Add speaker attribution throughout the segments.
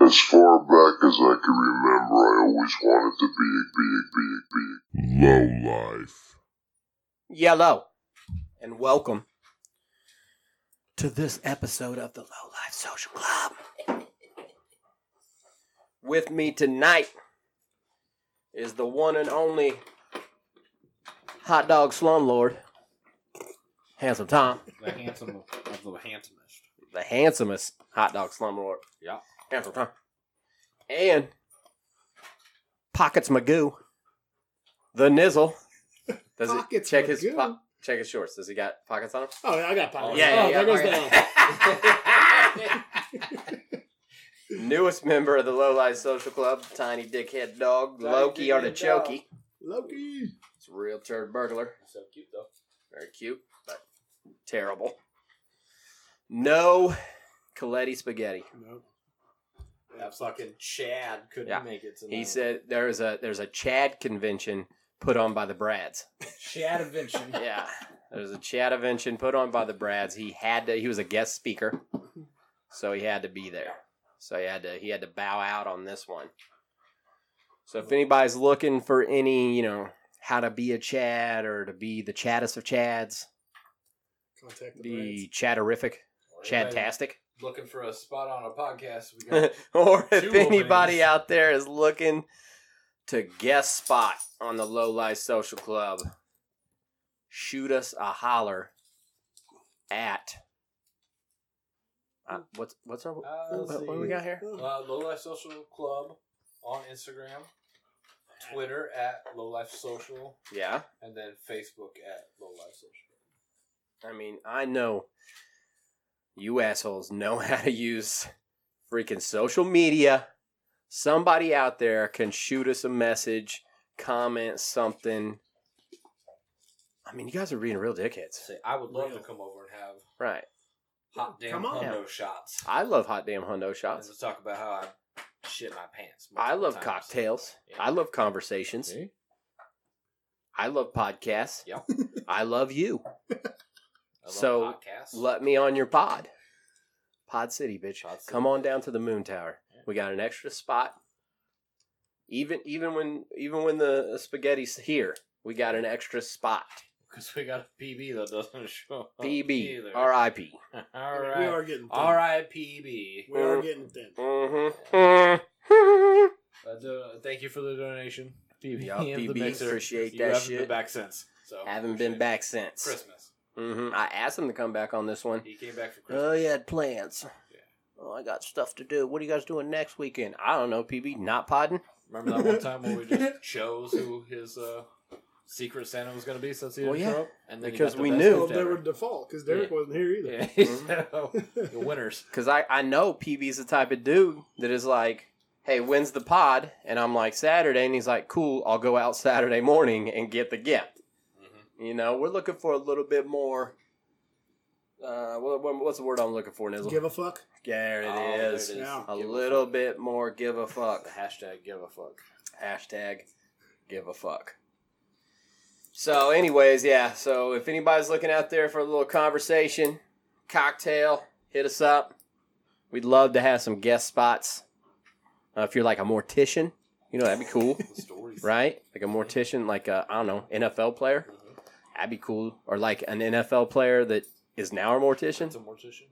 Speaker 1: As far back as I can remember, I always wanted to be, be, be, be low life.
Speaker 2: Yellow. And welcome to this episode of the Low Life Social Club. With me tonight is the one and only hot dog slumlord, Handsome Tom,
Speaker 3: The handsome of the handsomest.
Speaker 2: the handsomest hot dog slumlord.
Speaker 3: Yeah.
Speaker 2: Handsome Tom. And Pockets Magoo, the nizzle. Does it
Speaker 4: Pockets
Speaker 2: check his
Speaker 4: Magoo?
Speaker 2: po- check his shorts? Does he got pockets on him?
Speaker 4: Oh, I got power.
Speaker 2: Yeah,
Speaker 4: oh,
Speaker 2: yeah,
Speaker 4: there
Speaker 2: yeah.
Speaker 4: goes the L.
Speaker 2: Newest member of the Low Life Social Club, Tiny Dickhead Dog,
Speaker 3: Tiny
Speaker 2: Loki
Speaker 3: Dickhead
Speaker 2: Artichoke.
Speaker 3: Dog.
Speaker 2: It's
Speaker 4: Loki.
Speaker 2: a real turd burglar.
Speaker 3: so cute though.
Speaker 2: Very cute, but terrible. No Coletti spaghetti.
Speaker 4: No.
Speaker 3: That fucking Chad couldn't
Speaker 2: Yeah.
Speaker 3: make it. Tonight.
Speaker 2: He said there is a there's a Chad convention put on by the Brads.
Speaker 3: Chad invention.
Speaker 2: Yeah. There's a Chad convention put on by the Brads. He had to he was a guest speaker. So he had to be there. So he had to he had to bow out on this one. So if anybody's looking for any, you know, how to be a Chad or to be the Chaddest of Chads,
Speaker 4: Contact the
Speaker 2: the Chatterific, Chadtastic.
Speaker 3: Looking for a spot on a podcast. We got
Speaker 2: or if
Speaker 3: Two
Speaker 2: anybody
Speaker 3: openings.
Speaker 2: out there is looking to guest spot on the Low Life Social Club, shoot us a holler at uh, what's what's our
Speaker 3: uh, let's
Speaker 2: what,
Speaker 3: see.
Speaker 2: what do we got here?
Speaker 3: Uh, Low Life Social Club on Instagram, Twitter at Low Life Social,
Speaker 2: Yeah,
Speaker 3: and then Facebook at Low Life Social.
Speaker 2: I mean I know you assholes know how to use freaking social media. Somebody out there can shoot us a message, comment something. I mean, you guys are being real dickheads.
Speaker 3: Say, I would love
Speaker 4: Real.
Speaker 3: to come over and have
Speaker 2: Right.
Speaker 3: hot damn
Speaker 4: Come on.
Speaker 3: hundo shots.
Speaker 2: I love hot damn hundo
Speaker 3: And
Speaker 2: shots.
Speaker 3: to talk about how I shit my pants.
Speaker 2: I
Speaker 3: multiple
Speaker 2: love
Speaker 3: times.
Speaker 2: cocktails.
Speaker 3: Yeah.
Speaker 2: I love conversations.
Speaker 3: See?
Speaker 2: I love podcasts.
Speaker 3: Yep.
Speaker 2: I love you.
Speaker 3: I love
Speaker 2: So,
Speaker 3: podcasts.
Speaker 2: Let me on your pod. Pod City, bitch.
Speaker 3: Pod City.
Speaker 2: Come on down to the Moon Tower. We got an extra spot. Even even when even when the spaghetti's here, we got an extra spot.
Speaker 3: Because we got a PB that doesn't show up.
Speaker 2: PB,
Speaker 3: Oh, either.
Speaker 2: RIP.
Speaker 3: All
Speaker 4: We
Speaker 3: right.
Speaker 4: are getting thin.
Speaker 3: All right, PB.
Speaker 4: We are getting thin.
Speaker 2: Mm-hmm.
Speaker 3: Uh, do- thank you for the donation. PB.
Speaker 2: Yeah,
Speaker 3: of the
Speaker 2: PB,
Speaker 3: mixer.
Speaker 2: appreciate
Speaker 3: you
Speaker 2: that
Speaker 3: haven't
Speaker 2: shit.
Speaker 3: been back since. So
Speaker 2: Haven't been back since.
Speaker 3: Christmas.
Speaker 2: hmm I asked him to come back on this one.
Speaker 3: He came back for Christmas.
Speaker 2: Oh, you had plans.
Speaker 3: Yeah.
Speaker 2: Oh, I got stuff to do. What are you guys doing next weekend? I don't know, PB. Not podding?
Speaker 3: Remember that one time when we just chose who his uh, secret Santa was going to be since he
Speaker 2: Well, Oh,
Speaker 3: didn't
Speaker 2: yeah.
Speaker 3: show up? And he
Speaker 2: Because
Speaker 3: got the
Speaker 2: we
Speaker 3: best
Speaker 2: knew. Mm-hmm.
Speaker 4: Well,
Speaker 3: gift
Speaker 4: they
Speaker 3: ever.
Speaker 4: were default because Derek
Speaker 3: Yeah.
Speaker 4: wasn't here either.
Speaker 3: Yeah, so, the winners.
Speaker 2: Because I, I know PB's the type of dude that is like, hey, when's the pod? And I'm like, Saturday. And he's like, cool, I'll go out Saturday morning and get the gift.
Speaker 3: Mm-hmm.
Speaker 2: You know, we're looking for a little bit more. Uh, what, what- what's the word I'm looking for, Nizzle?
Speaker 4: Give a fuck.
Speaker 2: there it is.
Speaker 3: Oh, there it is.
Speaker 4: Yeah.
Speaker 2: A
Speaker 3: Give
Speaker 2: little
Speaker 3: fuck.
Speaker 2: bit more give a fuck.
Speaker 3: The hashtag give a fuck.
Speaker 2: Hashtag give a fuck. So, anyways, yeah. So, if anybody's looking out there for a little conversation, cocktail, hit us up. We'd love to have some guest spots. Uh, if you're like a mortician, you know, that'd be cool,
Speaker 3: The stories.
Speaker 2: right? Like a mortician, like a, I don't know, NFL player. That'd be cool. Or like an NFL player that is now a
Speaker 3: It's
Speaker 2: mortician.
Speaker 3: a mortician.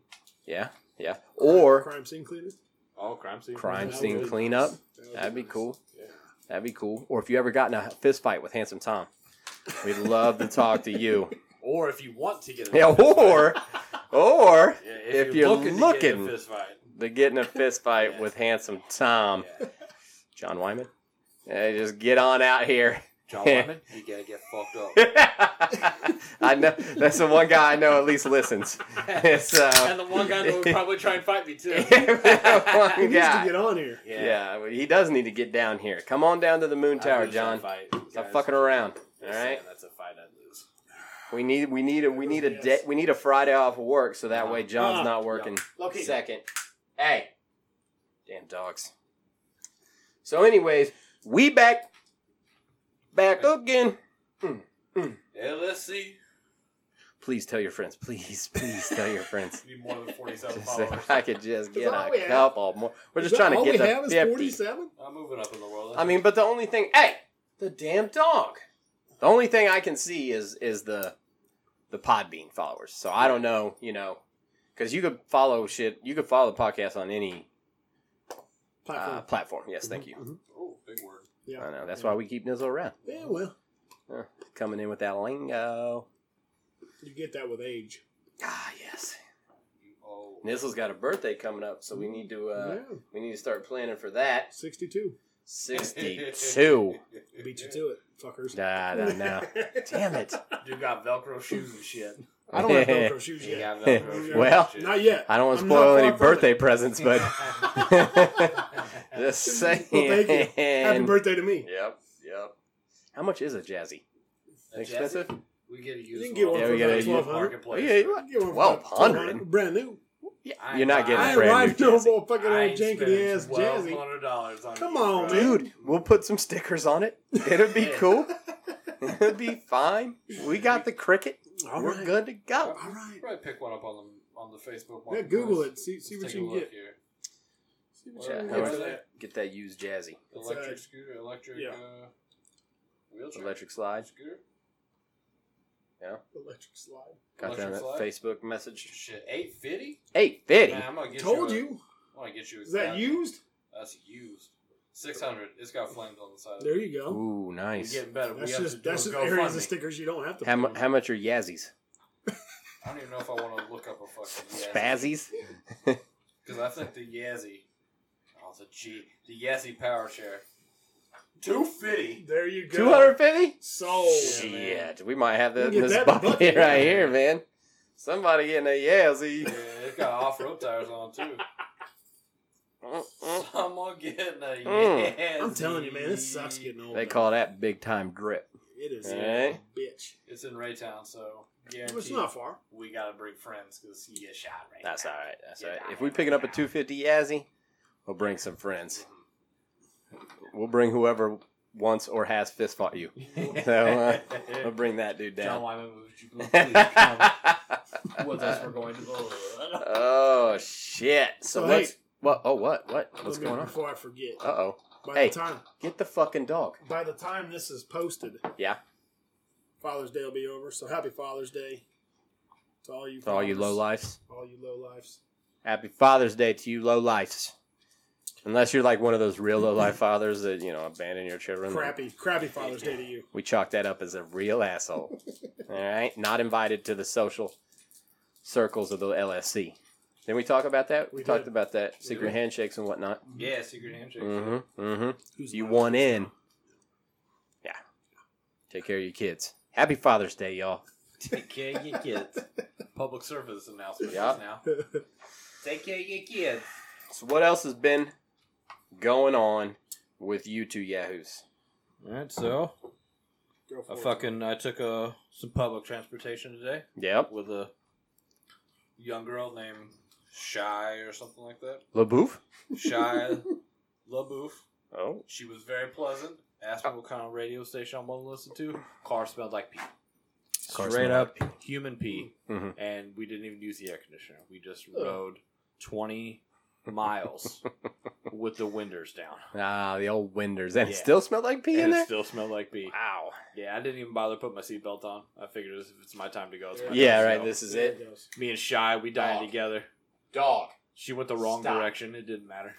Speaker 2: Yeah, yeah. Or
Speaker 4: crime scene cleaner.
Speaker 3: Oh, crime scene.
Speaker 2: crime
Speaker 4: That
Speaker 2: scene
Speaker 4: would-
Speaker 2: cleanup.
Speaker 4: That would
Speaker 2: That'd be
Speaker 4: nice.
Speaker 2: cool.
Speaker 3: Yeah.
Speaker 2: That'd be cool. Or if you ever got in a fist fight with Handsome Tom, we'd love to talk to you.
Speaker 3: Or if you want to get a
Speaker 2: Yeah,
Speaker 3: fist fight.
Speaker 2: or or
Speaker 3: Yeah,
Speaker 2: if you're
Speaker 3: to
Speaker 2: looking.
Speaker 3: get a fist fight.
Speaker 2: the getting a fist fight with Handsome Tom,
Speaker 3: Yeah.
Speaker 2: John Wyman. Hey, just get on out here.
Speaker 3: John Lemon, you gotta get fucked up.
Speaker 2: I know that's the one guy I know at least listens. It's uh,
Speaker 3: and the one guy that would probably try and fight me too.
Speaker 2: One
Speaker 4: He needs
Speaker 2: guy.
Speaker 4: to get on here.
Speaker 2: yeah, well, he does need to get down here. Come on down to the Moon
Speaker 3: I'd
Speaker 2: Tower,
Speaker 3: lose that
Speaker 2: John.
Speaker 3: Fight.
Speaker 2: Stop
Speaker 3: guys.
Speaker 2: fucking around. All
Speaker 3: Just saying,
Speaker 2: right.
Speaker 3: That's a fight I'd lose.
Speaker 2: We need we need a we need a
Speaker 4: Yes.
Speaker 2: de- we need a Friday off of work so that way John's
Speaker 4: Ah,
Speaker 2: not working.
Speaker 4: Loki.
Speaker 2: Second, hey, damn dogs. So, anyways, we back back again.
Speaker 3: LSC.
Speaker 2: Please tell your friends. Please, please tell your friends.
Speaker 3: You need more than 47
Speaker 2: Just if
Speaker 3: followers.
Speaker 2: I could just get
Speaker 4: all
Speaker 2: a
Speaker 4: we have.
Speaker 2: couple more. We're
Speaker 4: Is
Speaker 2: just
Speaker 4: that
Speaker 2: trying to
Speaker 4: all
Speaker 2: get
Speaker 4: we
Speaker 2: to
Speaker 4: have is
Speaker 2: 50.
Speaker 4: 47?
Speaker 3: I'm moving up in the world.
Speaker 2: I mean, but the only thing, hey, the damn dog. The only thing I can see is is the the Podbean followers. So I don't know, you know, because you could follow shit. You could follow the podcast on any
Speaker 4: Platform.
Speaker 2: uh, platform. Yes, thank you.
Speaker 4: Mhm.
Speaker 3: oh, big word.
Speaker 2: I know that's why we keep Nizzle around,
Speaker 4: Yeah, well,
Speaker 2: coming in with that lingo.
Speaker 4: you get that with age.
Speaker 2: Ah, yes.
Speaker 3: You- Oh,
Speaker 2: Nizzle's got a birthday coming up, so we need to uh,
Speaker 4: yeah,
Speaker 2: we need to start planning for that.
Speaker 4: 62.
Speaker 2: Sixty-two.
Speaker 4: Beat you to it, fuckers.
Speaker 2: nah, nah, nah. Damn it.
Speaker 3: You got Velcro shoes and shit.
Speaker 4: I don't have Velcro shoes
Speaker 3: You uh,
Speaker 4: yet.
Speaker 3: got Velcro shoes.
Speaker 2: Well,
Speaker 3: and shit.
Speaker 4: Not yet.
Speaker 2: I don't want to
Speaker 4: I'm not
Speaker 2: spoil
Speaker 4: far
Speaker 2: any
Speaker 4: from
Speaker 2: birthday
Speaker 4: it.
Speaker 2: presents, but just
Speaker 4: Well,
Speaker 2: saying.
Speaker 4: thank you. Happy birthday to me.
Speaker 2: Yep, yep. How much is a jazzy?
Speaker 3: A
Speaker 2: Expensive?
Speaker 3: Jazzy? We get a used
Speaker 4: can get
Speaker 3: one.
Speaker 4: one
Speaker 2: Yeah, for we get about a used-
Speaker 4: 1200.
Speaker 3: marketplace.
Speaker 2: Yeah, you-
Speaker 4: I'd give one for
Speaker 2: 1200?
Speaker 4: $1,200, Brand new.
Speaker 2: Yeah,
Speaker 3: I-
Speaker 2: you're not getting
Speaker 4: I
Speaker 2: a
Speaker 4: ain't
Speaker 2: brand
Speaker 4: riding
Speaker 2: new
Speaker 4: no
Speaker 2: jazzy.
Speaker 4: more fucking old jankety ass jazzy.
Speaker 3: Hundred dollars on.
Speaker 4: Come
Speaker 3: you,
Speaker 4: on,
Speaker 3: bro.
Speaker 4: man.
Speaker 2: Dude, we'll put some stickers on it. It'll be cool. It'll be fine. We got the cricket.
Speaker 4: All
Speaker 2: We're
Speaker 4: right.
Speaker 2: good to go.
Speaker 4: All right.
Speaker 3: Probably pick one up on the on the Facebook.
Speaker 4: Yeah,
Speaker 3: marketplace.
Speaker 4: Google it. See, see
Speaker 3: Let's
Speaker 4: what
Speaker 3: take
Speaker 4: you
Speaker 3: a
Speaker 4: can
Speaker 3: look
Speaker 4: get.
Speaker 3: Here.
Speaker 4: See what
Speaker 2: Yeah,
Speaker 4: you
Speaker 2: how
Speaker 4: can
Speaker 2: much
Speaker 4: get.
Speaker 2: is that? Get that used jazzy.
Speaker 4: It's, uh,
Speaker 3: Electric scooter, electric
Speaker 4: yeah.
Speaker 3: uh, wheelchair,
Speaker 2: Electric slide.
Speaker 3: scooter.
Speaker 4: Electric slide.
Speaker 2: Got that on that
Speaker 3: Electric slide?
Speaker 2: Facebook message.
Speaker 3: Shit, eight fifty.
Speaker 2: Hey, Fitty.
Speaker 3: Man, I'm gonna get
Speaker 4: Told
Speaker 3: you. a-
Speaker 4: you.
Speaker 3: I'm gonna get you. a
Speaker 4: Is that
Speaker 3: thousand.
Speaker 4: used?
Speaker 3: That's used. Six hundred. It's got flames on the side.
Speaker 4: There you go.
Speaker 2: Ooh,
Speaker 3: We're
Speaker 2: nice.
Speaker 3: getting better. we
Speaker 4: That's
Speaker 3: have to
Speaker 4: just
Speaker 3: do
Speaker 4: that's
Speaker 3: a
Speaker 4: just areas
Speaker 3: GoFundMe.
Speaker 4: of stickers you don't have to.
Speaker 2: How, mu-
Speaker 4: put on.
Speaker 2: how much are Yazzies?
Speaker 3: I don't even know if I want to look up a fucking Yazzie.
Speaker 2: Spazzies?
Speaker 3: Because I think the Yazzie. Oh, it's a G. The Yazzie Power Chair. 250.
Speaker 4: There you go.
Speaker 2: 250?
Speaker 4: Sold.
Speaker 3: Yeah, man.
Speaker 2: Shit, we might have that
Speaker 4: You
Speaker 2: in
Speaker 4: can
Speaker 2: this
Speaker 4: get that
Speaker 2: bucket,
Speaker 4: bucket.
Speaker 2: right here, man. Somebody getting a Yazzie.
Speaker 3: Yeah, it's got off road tires on it, too.
Speaker 2: Mm, mm.
Speaker 3: Someone getting a
Speaker 2: Mm.
Speaker 3: Yazzie.
Speaker 4: I'm telling you, man, it sucks getting old.
Speaker 2: They
Speaker 4: man.
Speaker 2: call that big time drip.
Speaker 4: it is
Speaker 2: Alright.
Speaker 4: a bitch.
Speaker 3: It's in Raytown, so
Speaker 4: Well, it's
Speaker 3: guaranteed
Speaker 4: not far.
Speaker 3: we got to bring friends because he gets shot right
Speaker 2: That's
Speaker 3: now.
Speaker 2: all right. That's all right. If we picking up a 250 Yazzie, we'll bring some friends. We'll bring whoever wants or has fist fought you. So uh, we'll bring that dude
Speaker 3: John
Speaker 2: down.
Speaker 3: Wyman, would you please come with us? We're
Speaker 2: oh
Speaker 3: going to the.
Speaker 2: shit! So,
Speaker 4: So,
Speaker 2: what's
Speaker 4: hey.
Speaker 2: what? Oh what? What? What's
Speaker 4: Let me-
Speaker 2: going on?
Speaker 4: Before I forget,
Speaker 2: Uh oh!
Speaker 4: by
Speaker 2: hey.
Speaker 4: the time
Speaker 2: Get the fucking dog.
Speaker 4: by the time this is posted,
Speaker 2: Yeah.
Speaker 4: Father's Day will be over. So happy Father's Day to all you
Speaker 2: To all you
Speaker 4: fathers,
Speaker 2: low lifes.
Speaker 4: all you low lifes.
Speaker 2: Happy Father's Day to you low lifes. Unless you're like one of those real low life fathers that, you know, abandon your children.
Speaker 4: Crappy, crappy Father's Day to you.
Speaker 2: We chalk that up as a real asshole. All right. Not invited to the social circles of the LSC. Didn't we talk about that? We,
Speaker 4: We
Speaker 2: talked
Speaker 4: did.
Speaker 2: about that. Secret handshakes and whatnot.
Speaker 3: Yeah, secret handshake.
Speaker 2: Mm-hmm. Mm-hmm.
Speaker 4: Who's
Speaker 2: You
Speaker 4: loud?
Speaker 2: won in. Yeah. Take care of your kids. Happy Father's Day, y'all.
Speaker 3: Take care of your kids. Public service announcement
Speaker 2: Yeah.
Speaker 3: now. Take care of your kids.
Speaker 2: So what else has been going on with you two Yahoos?
Speaker 3: Alright, so
Speaker 4: Go for
Speaker 3: I
Speaker 4: it.
Speaker 3: fucking I took uh, some public transportation today
Speaker 2: Yep.
Speaker 3: with a young girl named Shy or something like that.
Speaker 2: LaBouffe?
Speaker 3: Shy LaBouffe.
Speaker 2: Oh.
Speaker 3: She was very pleasant. Asked me what kind of radio station I want to listen to. Car smelled like pee.
Speaker 2: Car
Speaker 3: Straight
Speaker 2: smelled
Speaker 3: up human pee.
Speaker 2: Mhm.
Speaker 3: And we didn't even use the air conditioner. We just
Speaker 4: Ugh.
Speaker 3: rode 20 miles with the windows down.
Speaker 2: Ah, the old winders. And it
Speaker 3: Yeah.
Speaker 2: still smelled like pee in
Speaker 3: And it
Speaker 2: there?
Speaker 3: still smelled like pee.
Speaker 2: wow.
Speaker 3: Yeah, I didn't even bother to put my seatbelt on. I figured if it's my time to go, it's my
Speaker 2: Yeah,
Speaker 3: time to
Speaker 2: right.
Speaker 3: go.
Speaker 2: This is
Speaker 4: There
Speaker 2: it.
Speaker 4: it goes.
Speaker 3: Me and Shy, we died
Speaker 2: Dog.
Speaker 3: together.
Speaker 2: Dog.
Speaker 3: She went the wrong
Speaker 2: Stop.
Speaker 3: direction. It didn't matter.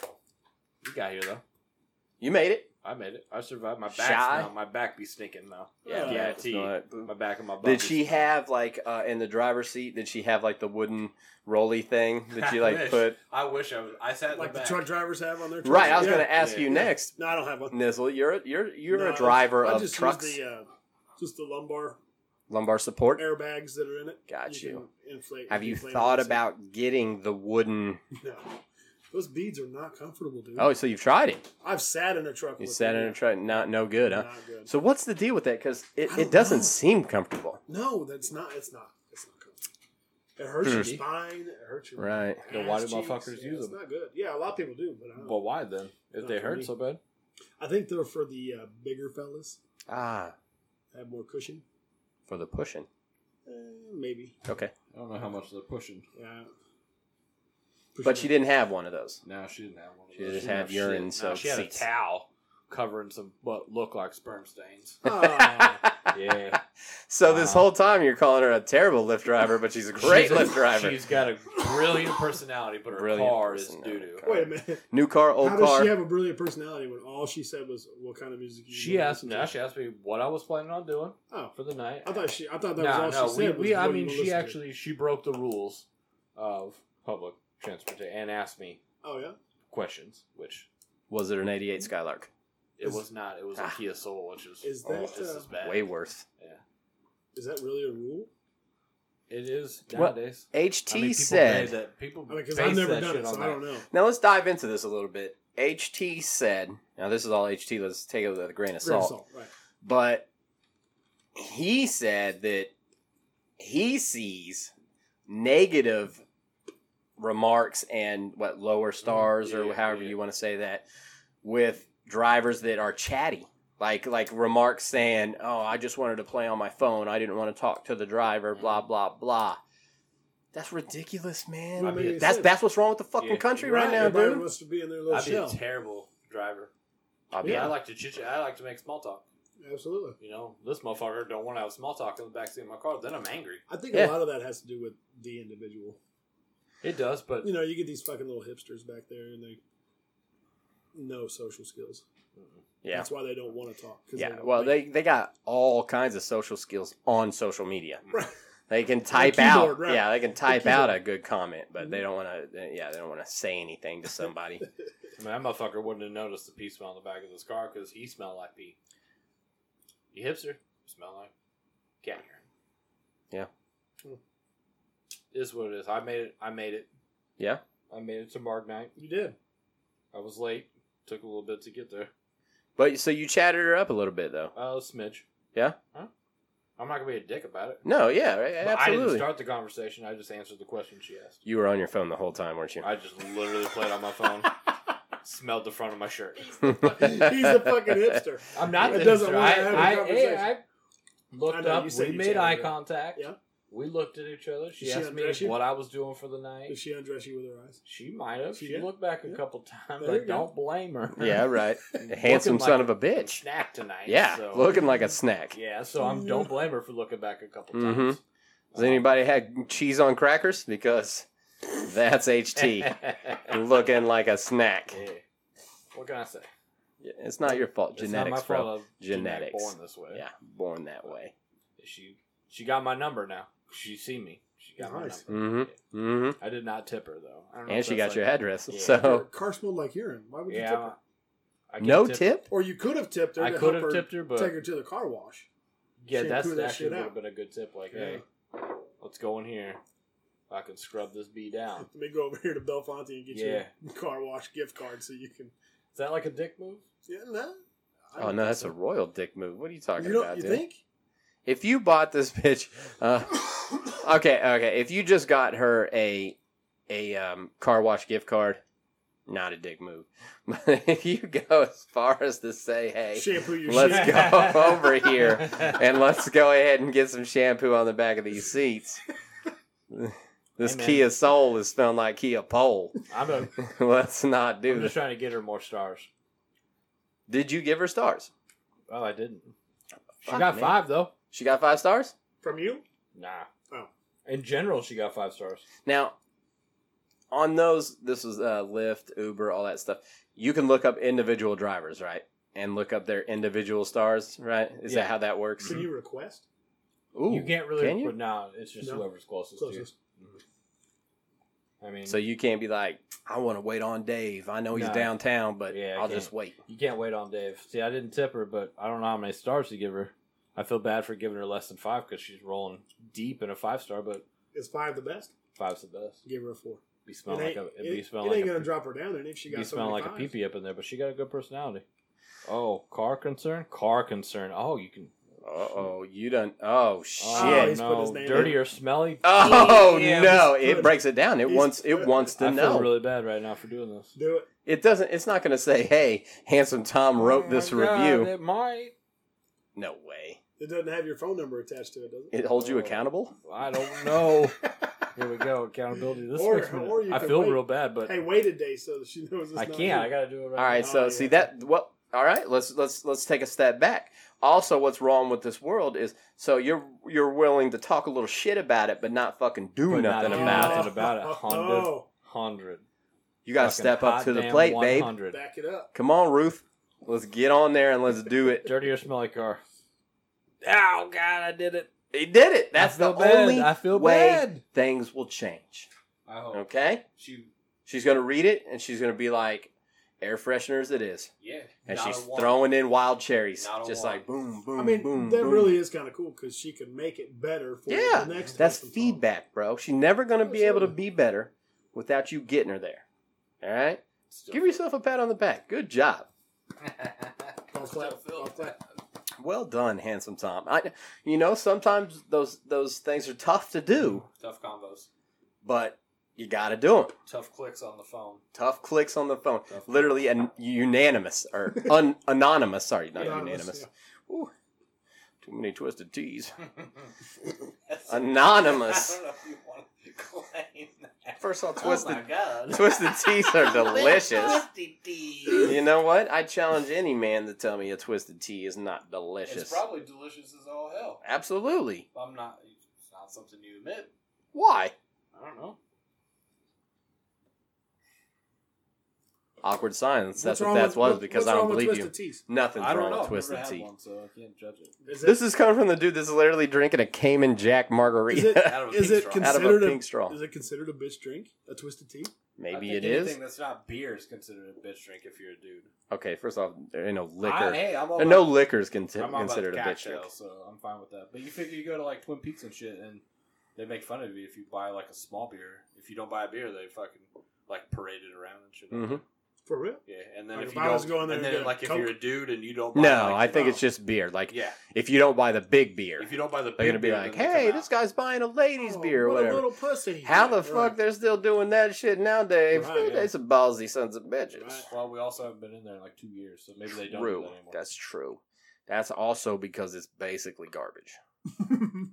Speaker 3: You got here, though.
Speaker 2: You made it.
Speaker 3: I made it. I survived. My back's
Speaker 2: Shy?
Speaker 3: now. My back be stinking now.
Speaker 4: Yeah,
Speaker 3: yeah,
Speaker 2: it's
Speaker 3: T.
Speaker 2: not-
Speaker 3: My back and my butt.
Speaker 2: Did
Speaker 3: be
Speaker 2: she
Speaker 3: stinking.
Speaker 2: have like uh, in the driver's seat? Did she have like the wooden rolly thing that you
Speaker 3: I
Speaker 2: like
Speaker 3: wish.
Speaker 2: put?
Speaker 3: I wish I was. I sat in
Speaker 4: Like
Speaker 3: the
Speaker 4: the
Speaker 3: back.
Speaker 4: truck drivers have on their trucks.
Speaker 2: Right. I was
Speaker 4: Yeah.
Speaker 2: going to ask
Speaker 3: Yeah.
Speaker 2: you
Speaker 3: Yeah.
Speaker 2: next,
Speaker 4: No, I don't have one.
Speaker 2: Nizzle. You're a, you're you're
Speaker 4: No,
Speaker 2: a driver
Speaker 4: I
Speaker 2: of
Speaker 4: just use
Speaker 2: trucks,
Speaker 4: the, uh, just the lumbar
Speaker 2: lumbar support.
Speaker 4: airbags that are in it.
Speaker 2: Got you.
Speaker 4: can inflate-
Speaker 2: Have you
Speaker 4: inflate
Speaker 2: thought
Speaker 4: them.
Speaker 2: about getting the wooden?
Speaker 4: No, those beads are not comfortable, dude.
Speaker 2: Oh, so you've tried it.
Speaker 4: I've sat in a truck.
Speaker 2: You
Speaker 4: with
Speaker 2: sat
Speaker 4: them.
Speaker 2: in a truck. Not no good, huh?
Speaker 4: Not good.
Speaker 2: So what's the deal with that? Because it,
Speaker 4: I
Speaker 2: it
Speaker 4: don't
Speaker 2: doesn't
Speaker 4: know.
Speaker 2: seem comfortable.
Speaker 4: No, that's not. It's not. It's not comfortable. It hurts your
Speaker 3: Hmm.
Speaker 4: spine. It hurts your
Speaker 2: Right.
Speaker 4: ass
Speaker 3: Then why do
Speaker 4: cheeks.
Speaker 3: motherfuckers
Speaker 4: yeah,
Speaker 3: use
Speaker 4: it's
Speaker 3: them?
Speaker 4: Not good. Yeah, a lot of people do, but I don't.
Speaker 3: Well, why then? If they
Speaker 4: Not for
Speaker 3: hurt
Speaker 4: me.
Speaker 3: so bad,
Speaker 4: I think they're for the uh, bigger fellas.
Speaker 2: Ah,
Speaker 4: Have more cushion.
Speaker 2: for the pushing.
Speaker 4: Uh, maybe.
Speaker 2: Okay.
Speaker 3: I don't know how much they're pushing.
Speaker 4: Yeah.
Speaker 2: But she didn't have one of those.
Speaker 3: No, she didn't have one. Of
Speaker 2: She
Speaker 3: those.
Speaker 2: just
Speaker 3: didn't
Speaker 2: had urine
Speaker 3: shit. No,
Speaker 2: soaked
Speaker 3: she had a
Speaker 2: seats.
Speaker 3: towel covering some what looked like sperm stains.
Speaker 4: Oh,
Speaker 3: Yeah,
Speaker 2: so this
Speaker 3: Wow.
Speaker 2: whole time you're calling her a terrible lift driver, but she's a great
Speaker 3: She's a-
Speaker 2: lift driver.
Speaker 3: She's got a brilliant personality, but her
Speaker 2: Brilliant
Speaker 3: car is doo
Speaker 2: personality.
Speaker 3: doo.
Speaker 4: wait a minute.
Speaker 2: New car, old
Speaker 4: How does
Speaker 2: car.
Speaker 4: she have a brilliant personality when all she said was what kind of music? You
Speaker 3: She
Speaker 4: wanna
Speaker 3: asked.
Speaker 4: listen to?"
Speaker 3: No, she asked me what I was planning on doing
Speaker 4: Oh,
Speaker 3: for the night.
Speaker 4: I thought she. I thought that
Speaker 3: no,
Speaker 4: was
Speaker 3: no,
Speaker 4: all she
Speaker 3: we,
Speaker 4: said. was,
Speaker 3: we I
Speaker 4: "What do you
Speaker 3: mean,
Speaker 4: wanna
Speaker 3: she
Speaker 4: listen to?"
Speaker 3: actually she broke the rules of public transportation and asked me
Speaker 4: Oh yeah.
Speaker 3: questions, which
Speaker 2: Was it an 88 Skylark?
Speaker 3: it
Speaker 4: Is-
Speaker 3: was not. It was a
Speaker 2: Ah.
Speaker 3: Kia Soul, which is,
Speaker 4: Is
Speaker 3: oh,
Speaker 4: that,
Speaker 3: just
Speaker 4: uh,
Speaker 3: as bad.
Speaker 2: Way worse.
Speaker 4: Is that really a rule?
Speaker 3: It is
Speaker 2: What?
Speaker 3: nowadays.
Speaker 2: HT
Speaker 3: I mean, people
Speaker 2: said.
Speaker 3: say that people
Speaker 4: I mean, because
Speaker 3: base
Speaker 4: I've never
Speaker 3: that
Speaker 4: done
Speaker 3: shit
Speaker 4: it, so
Speaker 3: on
Speaker 4: I
Speaker 3: that.
Speaker 4: don't know.
Speaker 2: Now let's dive into this a little bit. HT said. Now this is all HT. Let's take it with a grain of
Speaker 4: Grain of
Speaker 2: salt.
Speaker 4: salt, right?
Speaker 2: But he said that he sees negative remarks and what lower stars
Speaker 3: Yeah,
Speaker 2: or
Speaker 3: yeah,
Speaker 2: however
Speaker 3: yeah.
Speaker 2: you want to say that with drivers that are chatty. Like like remarks saying, "Oh, I just wanted to play on my phone. I didn't want to talk to the driver, blah blah blah." That's ridiculous, man.
Speaker 4: Well, I mean, it's
Speaker 2: that's
Speaker 4: it.
Speaker 2: that's what's wrong with the fucking
Speaker 3: Yeah.
Speaker 2: country right, now,
Speaker 4: Everybody
Speaker 2: dude.
Speaker 4: wants to be in their little
Speaker 3: I'd be a
Speaker 4: shell.
Speaker 3: terrible driver.
Speaker 2: I'll be
Speaker 3: Yeah, I
Speaker 2: honest.
Speaker 3: like to chit chat. I like to make small talk.
Speaker 4: Absolutely.
Speaker 3: You know, this motherfucker don't want to have small talk in the backseat of my car. Then I'm angry.
Speaker 4: I think
Speaker 2: Yeah.
Speaker 4: a lot of that has to do with the individual.
Speaker 3: It does, but
Speaker 4: You know, you get these fucking little hipsters back there, and they no social skills.
Speaker 2: yeah.
Speaker 4: That's why they don't want to talk. 'cause
Speaker 2: Yeah,
Speaker 4: don't
Speaker 2: well,
Speaker 4: like-
Speaker 2: they they got all kinds of social skills on social media.
Speaker 4: Right.
Speaker 2: They can type out,
Speaker 4: keyboard, right.
Speaker 2: yeah, they can type out a good comment, but they
Speaker 4: Mhm.
Speaker 2: don't want to, yeah, they don't want to say anything to somebody.
Speaker 3: I mean, that motherfucker wouldn't have noticed the pee smell in the back of this car because he smelled like pee. You hipster smell like cat urine. Yeah, it is what it is. I made it. I made it.
Speaker 2: Yeah.
Speaker 3: I made it to Marg night.
Speaker 4: you did.
Speaker 3: I was late. Took a little bit to get there.
Speaker 2: but so you chatted her up a little bit, though.
Speaker 3: Oh, smidge.
Speaker 2: Yeah?
Speaker 3: Huh? I'm not gonna be a dick about it.
Speaker 2: No, yeah, right,
Speaker 3: But I didn't
Speaker 2: absolutely.
Speaker 3: start the conversation. I just answered the question she asked.
Speaker 2: You were on your phone the whole time, weren't you?
Speaker 3: I just literally played on my phone. Smelled the front of my shirt.
Speaker 4: He's a fucking hipster.
Speaker 3: I'm not.
Speaker 4: It
Speaker 3: the
Speaker 4: doesn't
Speaker 3: hipster.
Speaker 4: wanna
Speaker 3: I,
Speaker 4: have a
Speaker 3: I, hey,
Speaker 4: conversation.
Speaker 3: I looked
Speaker 4: I know,
Speaker 3: up.
Speaker 4: you said
Speaker 3: We
Speaker 4: you
Speaker 3: made
Speaker 4: chatted
Speaker 3: eye
Speaker 4: it up.
Speaker 3: contact.
Speaker 4: Yeah.
Speaker 3: We looked at each other. She
Speaker 4: Did she
Speaker 3: asked me
Speaker 4: undress you?
Speaker 3: what I was doing for the night.
Speaker 4: Did she undress you with her eyes?
Speaker 3: She might have.
Speaker 4: She
Speaker 3: She,
Speaker 4: did?
Speaker 3: looked back a
Speaker 4: Yeah.
Speaker 3: couple times.
Speaker 4: There
Speaker 3: I
Speaker 4: you go.
Speaker 3: don't blame her.
Speaker 2: yeah, right.
Speaker 3: Looking
Speaker 2: Handsome
Speaker 3: like
Speaker 2: son of a bitch.
Speaker 3: Snack tonight.
Speaker 2: Yeah,
Speaker 3: so-
Speaker 2: looking like a snack.
Speaker 3: Yeah, so I'm. Don't blame her for looking back a couple times.
Speaker 2: Mhm. Has anybody had cheese on crackers? Because that's HT looking like a snack.
Speaker 3: Yeah. What can I say?
Speaker 2: Yeah, It's not your fault.
Speaker 3: It's
Speaker 2: Genetics,
Speaker 3: not my
Speaker 2: bro.
Speaker 3: fault. I'm
Speaker 2: Genetics.
Speaker 3: Born this way.
Speaker 2: Yeah, born that way.
Speaker 3: She she got my number now. She see me. She got
Speaker 4: Nice.
Speaker 3: my number.
Speaker 2: Mhm. hmm
Speaker 3: I did not tip her though. I don't know
Speaker 2: And
Speaker 3: if
Speaker 2: she
Speaker 3: that's
Speaker 2: got your
Speaker 3: like-
Speaker 2: address.
Speaker 3: Yeah.
Speaker 4: Your
Speaker 2: So
Speaker 4: car smelled like urine. Why would you tip
Speaker 3: Yeah.
Speaker 4: her?
Speaker 3: I can
Speaker 2: no
Speaker 3: her.
Speaker 2: tip.
Speaker 4: Or you could have tipped her.
Speaker 3: I
Speaker 4: to
Speaker 3: could have
Speaker 4: help her
Speaker 3: tipped her, but
Speaker 4: take her to the car wash.
Speaker 3: yeah,
Speaker 4: she
Speaker 3: that's
Speaker 4: threw that
Speaker 3: actually
Speaker 4: shit
Speaker 3: would have
Speaker 4: out.
Speaker 3: been a good tip. Like,
Speaker 4: Yeah.
Speaker 3: hey, let's go in here. I can scrub this bee down.
Speaker 4: Let me go over here to Belfonte and get
Speaker 3: Yeah.
Speaker 4: you a car wash gift card so you can.
Speaker 3: Is that like a dick move?
Speaker 4: Yeah, no. I
Speaker 2: Oh
Speaker 4: don't
Speaker 2: no,
Speaker 4: think
Speaker 2: that's
Speaker 4: so.
Speaker 2: a royal dick move. What are you talking
Speaker 4: You don't.
Speaker 2: about,
Speaker 4: you
Speaker 2: dude?
Speaker 4: think?
Speaker 2: If you bought this bitch, uh, okay, okay. If you just got her a a um, car wash gift card, not a dick move. But if you go as far as to say, hey,
Speaker 4: Shampoo your
Speaker 2: Let's
Speaker 4: shit.
Speaker 2: go over here and let's go ahead and get some shampoo on the back of these seats. This
Speaker 3: Hey, man.
Speaker 2: Kia Soul is smelling like Kia Pole.
Speaker 3: I'm, a,
Speaker 2: Let's not do
Speaker 3: I'm
Speaker 2: this.
Speaker 3: just trying to get her more stars.
Speaker 2: Did you give her stars?
Speaker 3: Oh, I didn't. She
Speaker 2: Fuck,
Speaker 3: got
Speaker 2: man.
Speaker 3: five though.
Speaker 2: She got five stars?
Speaker 4: From you?
Speaker 3: Nah.
Speaker 4: Oh.
Speaker 3: In general, she got five stars.
Speaker 2: Now, on those, this was uh, Lyft, Uber, all that stuff. You can look up individual drivers, right? And look up their individual stars, right? Is
Speaker 3: Yeah.
Speaker 2: that how that works?
Speaker 3: Mm-hmm.
Speaker 4: Can you request?
Speaker 2: Ooh,
Speaker 3: you can't really.
Speaker 2: can you?
Speaker 3: But nah, it's just
Speaker 4: No.
Speaker 3: whoever's closest, to
Speaker 4: Closest.
Speaker 3: you. I mean,
Speaker 2: So you can't be like, I want to wait on Dave. I know he's
Speaker 3: No.
Speaker 2: downtown, but
Speaker 3: Yeah, I
Speaker 2: I'll
Speaker 3: can't.
Speaker 2: just wait.
Speaker 3: You can't wait on Dave. See, I didn't tip her, but I don't know how many stars to give her. I feel bad for giving her less than five because she's rolling deep in a five star, but
Speaker 4: Is five the best?
Speaker 3: five's the best.
Speaker 4: Give her a four.
Speaker 3: Be
Speaker 4: It
Speaker 3: smelling like
Speaker 4: ain't,
Speaker 3: a
Speaker 4: it,
Speaker 3: it'd be
Speaker 4: it
Speaker 3: smelling like
Speaker 4: ain't
Speaker 3: a,
Speaker 4: gonna drop her down. And if she
Speaker 3: be
Speaker 4: got so
Speaker 3: smelling
Speaker 4: many
Speaker 3: like a
Speaker 4: fives.
Speaker 3: pee up in there, but she got a good personality. Oh, car concern, car concern. Oh, you can.
Speaker 2: Uh oh, you done. Oh, shit.
Speaker 3: Oh,
Speaker 4: he's put his
Speaker 3: no,
Speaker 4: name
Speaker 3: dirty or smelly.
Speaker 2: Oh
Speaker 3: Damn.
Speaker 2: no!
Speaker 4: he's
Speaker 2: It
Speaker 4: good.
Speaker 2: breaks it down. It
Speaker 4: He's
Speaker 2: wants it
Speaker 4: good.
Speaker 2: wants to
Speaker 3: I
Speaker 2: know.
Speaker 3: feel really bad right now for doing this.
Speaker 4: Do it.
Speaker 2: it doesn't. It's not going to say, "Hey, handsome Tom wrote
Speaker 3: Oh
Speaker 2: this
Speaker 3: my God,
Speaker 2: review."
Speaker 3: It might.
Speaker 2: No way.
Speaker 4: It doesn't have your phone number attached to it, does it?
Speaker 2: It holds you accountable.
Speaker 3: I don't know. Here we go. Accountability. This
Speaker 4: Or-
Speaker 3: next minute.
Speaker 4: or you
Speaker 3: I
Speaker 4: can
Speaker 3: feel
Speaker 4: wait.
Speaker 3: real bad, but
Speaker 4: hey, wait a day so that she knows it's
Speaker 3: I
Speaker 4: not
Speaker 3: can't. I
Speaker 4: you.
Speaker 3: gotta do it right.
Speaker 2: All right,
Speaker 4: Oh,
Speaker 2: so
Speaker 4: yeah.
Speaker 2: see that what all right, let's let's let's take a step back. Also what's wrong with this world is so you're you're willing to talk a little shit about it but not fucking do
Speaker 3: But not
Speaker 2: nothing
Speaker 3: do
Speaker 2: about
Speaker 3: nothing.
Speaker 2: it.
Speaker 3: about it, Honda.
Speaker 4: Oh,
Speaker 3: Hundred.
Speaker 2: You got to
Speaker 3: Fucking
Speaker 2: step up
Speaker 3: hot
Speaker 2: to the
Speaker 3: damn
Speaker 2: plate, babe.
Speaker 3: 100.
Speaker 4: back it up.
Speaker 2: Come on, Ruth. Let's get on there and let's do it.
Speaker 3: Dirtier smelly car. Oh God, I did it.
Speaker 2: He did it.
Speaker 3: I
Speaker 2: That's
Speaker 3: feel
Speaker 2: the
Speaker 3: bad.
Speaker 2: only
Speaker 3: I feel
Speaker 2: way
Speaker 3: bad.
Speaker 2: things will change.
Speaker 3: I hope
Speaker 2: Okay?
Speaker 3: she.
Speaker 2: She's going to read it and she's going to be like air fresheners it is.
Speaker 3: Yeah,
Speaker 2: And she's throwing in wild cherries.
Speaker 3: Not a
Speaker 2: Just
Speaker 3: one.
Speaker 2: like boom, boom,
Speaker 4: I mean,
Speaker 2: boom.
Speaker 4: that
Speaker 2: boom.
Speaker 4: really is kind of cool because she can make it better for
Speaker 2: Yeah,
Speaker 4: the next.
Speaker 2: That's
Speaker 4: person.
Speaker 2: feedback, bro. She's never going to be able to be better without you getting her there. All right? Give yourself a pat on the back. Good job.
Speaker 4: I'll clap. I'll clap.
Speaker 2: Well done, handsome Tom. I, you know, sometimes those those things are tough to do,
Speaker 3: Tough combos.
Speaker 2: but you got to do them.
Speaker 3: Tough clicks on the phone.
Speaker 2: Tough clicks on the phone.
Speaker 3: Tough-
Speaker 2: Literally, an unanimous or un, anonymous. Sorry, not
Speaker 4: Anonymous,
Speaker 2: unanimous. Ooh, too many twisted T's.
Speaker 3: That's-
Speaker 2: Anonymous.
Speaker 3: I don't know if you want to claim that.
Speaker 2: First of all,
Speaker 3: Oh
Speaker 2: twisted
Speaker 3: my God.
Speaker 2: twisted teas are delicious.
Speaker 3: Twisted tea.
Speaker 2: You know what? I challenge any man to tell me a twisted tea is not
Speaker 3: It's
Speaker 2: delicious.
Speaker 3: probably delicious as all hell.
Speaker 2: Absolutely.
Speaker 3: I'm not. It's not something you admit.
Speaker 2: Why?
Speaker 3: I don't know.
Speaker 2: Awkward silence. That's
Speaker 4: What's
Speaker 2: what
Speaker 4: wrong
Speaker 2: that
Speaker 4: with-
Speaker 2: was
Speaker 4: what-
Speaker 2: because
Speaker 4: what's
Speaker 2: I don't
Speaker 4: wrong with
Speaker 2: believe you.
Speaker 4: Twisted Teas?
Speaker 2: Nothing's
Speaker 3: I don't
Speaker 2: wrong
Speaker 3: know.
Speaker 2: with
Speaker 3: I've never
Speaker 2: twisted
Speaker 3: had
Speaker 2: tea.
Speaker 3: one, so I can't judge it.
Speaker 4: Is it,
Speaker 2: This is coming from the dude that's literally drinking a Cayman Jack
Speaker 4: is it,
Speaker 2: margarita
Speaker 3: Out of a
Speaker 4: is
Speaker 3: pink
Speaker 4: it
Speaker 3: straw.
Speaker 2: out of
Speaker 4: considered
Speaker 2: a
Speaker 4: a,
Speaker 2: pink straw.
Speaker 4: is it considered a bitch drink? A twisted tea?
Speaker 2: Maybe
Speaker 3: I think
Speaker 2: it is.
Speaker 3: Anything that's not beer is considered a bitch drink if you're a dude.
Speaker 2: Okay, first off, there ain't no
Speaker 3: I,
Speaker 2: liquor.
Speaker 3: hey, I'm all
Speaker 2: There no
Speaker 3: about-
Speaker 2: liquor's con-
Speaker 3: I'm all about
Speaker 2: considered a bitch
Speaker 3: cocktails,
Speaker 2: drink.
Speaker 3: So I'm fine with that. But you figure you go to like Twin Peaks and shit, and they make fun of you if you buy like a small beer. If you don't buy a beer, they fucking like parade it around and shit.
Speaker 2: hmm
Speaker 4: For real?
Speaker 3: Yeah, and then
Speaker 4: Like,
Speaker 3: if
Speaker 4: if
Speaker 3: you
Speaker 4: I was
Speaker 3: don't,
Speaker 4: going there
Speaker 3: and
Speaker 4: to
Speaker 3: then
Speaker 4: get a
Speaker 3: like if
Speaker 4: Coke-
Speaker 3: you're a dude and you don't, buy,
Speaker 2: No,
Speaker 3: like,
Speaker 2: I think
Speaker 3: no.
Speaker 2: it's just beer. Like,
Speaker 3: yeah.
Speaker 2: if you don't buy the big beer,
Speaker 3: If you don't buy the,
Speaker 2: they're going
Speaker 3: big
Speaker 2: to be
Speaker 3: beer,
Speaker 2: like,
Speaker 3: then they come
Speaker 2: hey,
Speaker 3: out.
Speaker 2: this guy's buying a ladies'
Speaker 4: Oh,
Speaker 2: beer or
Speaker 4: what a
Speaker 2: whatever.
Speaker 4: little pussy.
Speaker 2: How the
Speaker 4: Yeah,
Speaker 2: fuck
Speaker 4: right.
Speaker 2: they're still doing that shit nowadays?
Speaker 4: Right,
Speaker 3: yeah.
Speaker 2: They some ballsy sons of bitches.
Speaker 4: Right.
Speaker 3: "Ah, Well, we also haven't been in there in like two years, so maybe they don't do
Speaker 2: True.
Speaker 3: that anymore.
Speaker 2: That's true. That's also because it's basically garbage.
Speaker 3: Hey, I'm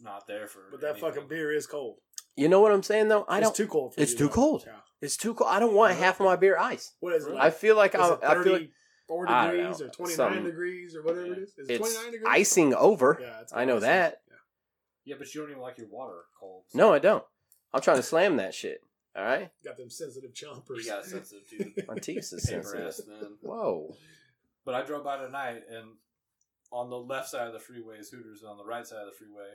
Speaker 3: not there for.
Speaker 4: But that
Speaker 3: anything.
Speaker 4: fucking beer is cold.
Speaker 2: You know what I'm saying though? I
Speaker 4: it's
Speaker 2: don't.
Speaker 4: too cold. For
Speaker 2: it's
Speaker 4: you,
Speaker 2: too
Speaker 4: though.
Speaker 2: cold.
Speaker 4: Yeah.
Speaker 2: it's too cold. I don't want half of my beer ice.
Speaker 4: What is it?
Speaker 3: Really?
Speaker 2: I
Speaker 4: Like,
Speaker 2: feel like
Speaker 4: is
Speaker 2: I.
Speaker 4: it 30,
Speaker 2: I feel like
Speaker 4: 40
Speaker 2: I don't
Speaker 4: degrees
Speaker 2: know,
Speaker 4: or 29
Speaker 2: something.
Speaker 4: degrees or whatever it is. Is it
Speaker 2: it's
Speaker 4: 29 degrees? Oh.
Speaker 2: icing over.
Speaker 4: Yeah, it's
Speaker 2: I know
Speaker 4: icing.
Speaker 2: that.
Speaker 3: Yeah, but you don't even like your water cold. so
Speaker 2: No, I don't. I'm trying to slam that shit. All right,
Speaker 4: Got them sensitive chompers.
Speaker 3: You got sensitive to the
Speaker 2: my teeth is
Speaker 3: paper
Speaker 2: sensitive.
Speaker 3: ass then.
Speaker 2: Whoa.
Speaker 3: But I drove by tonight, and on the left side of the freeway is Hooters, and on the right side of the freeway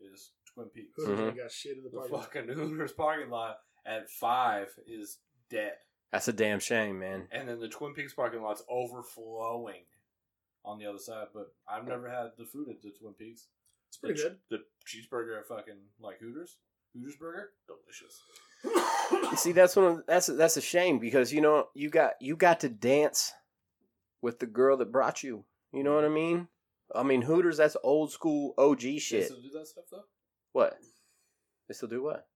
Speaker 3: is Twin Peaks.
Speaker 4: Hooters
Speaker 2: Mm-hmm.
Speaker 4: ain't got shit in the
Speaker 3: The
Speaker 4: parking lot.
Speaker 3: fucking Hooters parking lot at five is dead,
Speaker 2: That's a damn shame, man.
Speaker 3: and then the Twin Peaks parking lot's overflowing on the other side. But I've never had the food at the Twin Peaks.
Speaker 4: It's pretty
Speaker 3: the,
Speaker 4: good.
Speaker 3: The cheeseburger at fucking like Hooters, Hooters burger, delicious.
Speaker 2: You see, that's one. Of, that's a, that's a shame because you know you got you got to dance with the girl that brought you. You know what I mean? I mean Hooters. That's old school OG
Speaker 3: They
Speaker 2: shit.
Speaker 3: still do that stuff though.
Speaker 2: What? They still do what?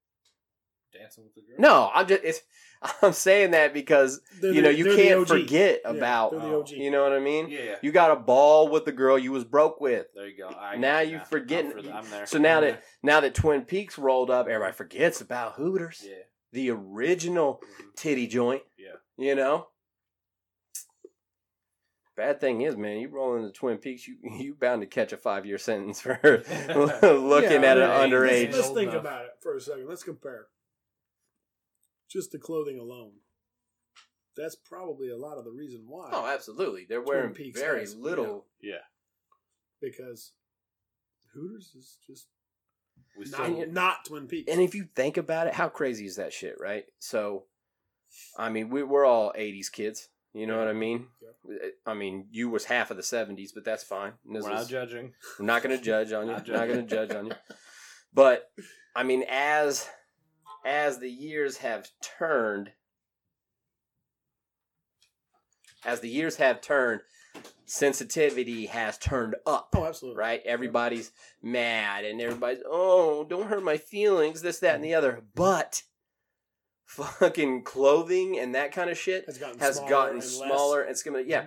Speaker 3: Dancing with the girl.
Speaker 2: No, I'm just it's, I'm saying that because
Speaker 4: They're
Speaker 2: you
Speaker 4: the-
Speaker 2: know you
Speaker 4: they're the
Speaker 2: can't
Speaker 4: OG.
Speaker 2: forget
Speaker 4: Yeah,
Speaker 2: about
Speaker 4: they're the OG.
Speaker 2: you know what I mean.
Speaker 3: Yeah, yeah.
Speaker 2: You got a ball with the girl you was broke with.
Speaker 3: There you go. I
Speaker 2: Now
Speaker 3: got
Speaker 2: you
Speaker 3: I'm
Speaker 2: forgetting-
Speaker 3: for the- I'm there.
Speaker 2: So now
Speaker 3: I'm
Speaker 2: that now that Twin Peaks rolled up, everybody forgets about Hooters,
Speaker 3: there. yeah,
Speaker 2: the original
Speaker 3: Mhm.
Speaker 2: titty joint.
Speaker 3: Yeah.
Speaker 2: You know? Bad thing is, man, you roll into Twin Peaks, you you bound to catch a five year sentence for Mm-hmm. looking
Speaker 4: Yeah,
Speaker 2: at
Speaker 4: I
Speaker 2: an
Speaker 4: mean,
Speaker 2: underage.
Speaker 4: Let's, let's think
Speaker 3: Enough.
Speaker 4: about it for a second. Let's compare. Just the clothing alone. That's probably a lot of the reason why.
Speaker 2: Oh, absolutely. They're
Speaker 4: Twin
Speaker 2: wearing
Speaker 4: Peaks
Speaker 2: very
Speaker 4: has-
Speaker 2: little.
Speaker 4: because Hooters is just
Speaker 3: we
Speaker 4: not,
Speaker 3: still,
Speaker 4: not Twin Peaks.
Speaker 2: And if you think about it, how crazy is that shit, right? So, I mean, we we're all '80s kids. You know what I mean? I mean, you was half of the '70s, but that's fine. This
Speaker 3: we're
Speaker 2: is-
Speaker 3: not judging.
Speaker 2: I'm not going to judge on you. Not,
Speaker 3: Not judging.
Speaker 2: not going to judge on you. But I mean, as as the years have turned, as the years have turned, sensitivity has turned up.
Speaker 4: oh, absolutely.
Speaker 2: Right? Everybody's mad and everybody's oh, don't hurt my feelings. This, that, and the other. But fucking clothing and that kind of shit
Speaker 4: Has gotten
Speaker 2: has
Speaker 4: smaller
Speaker 2: gotten
Speaker 4: and less. Mm-hmm.
Speaker 2: smaller. It's gonna yeah.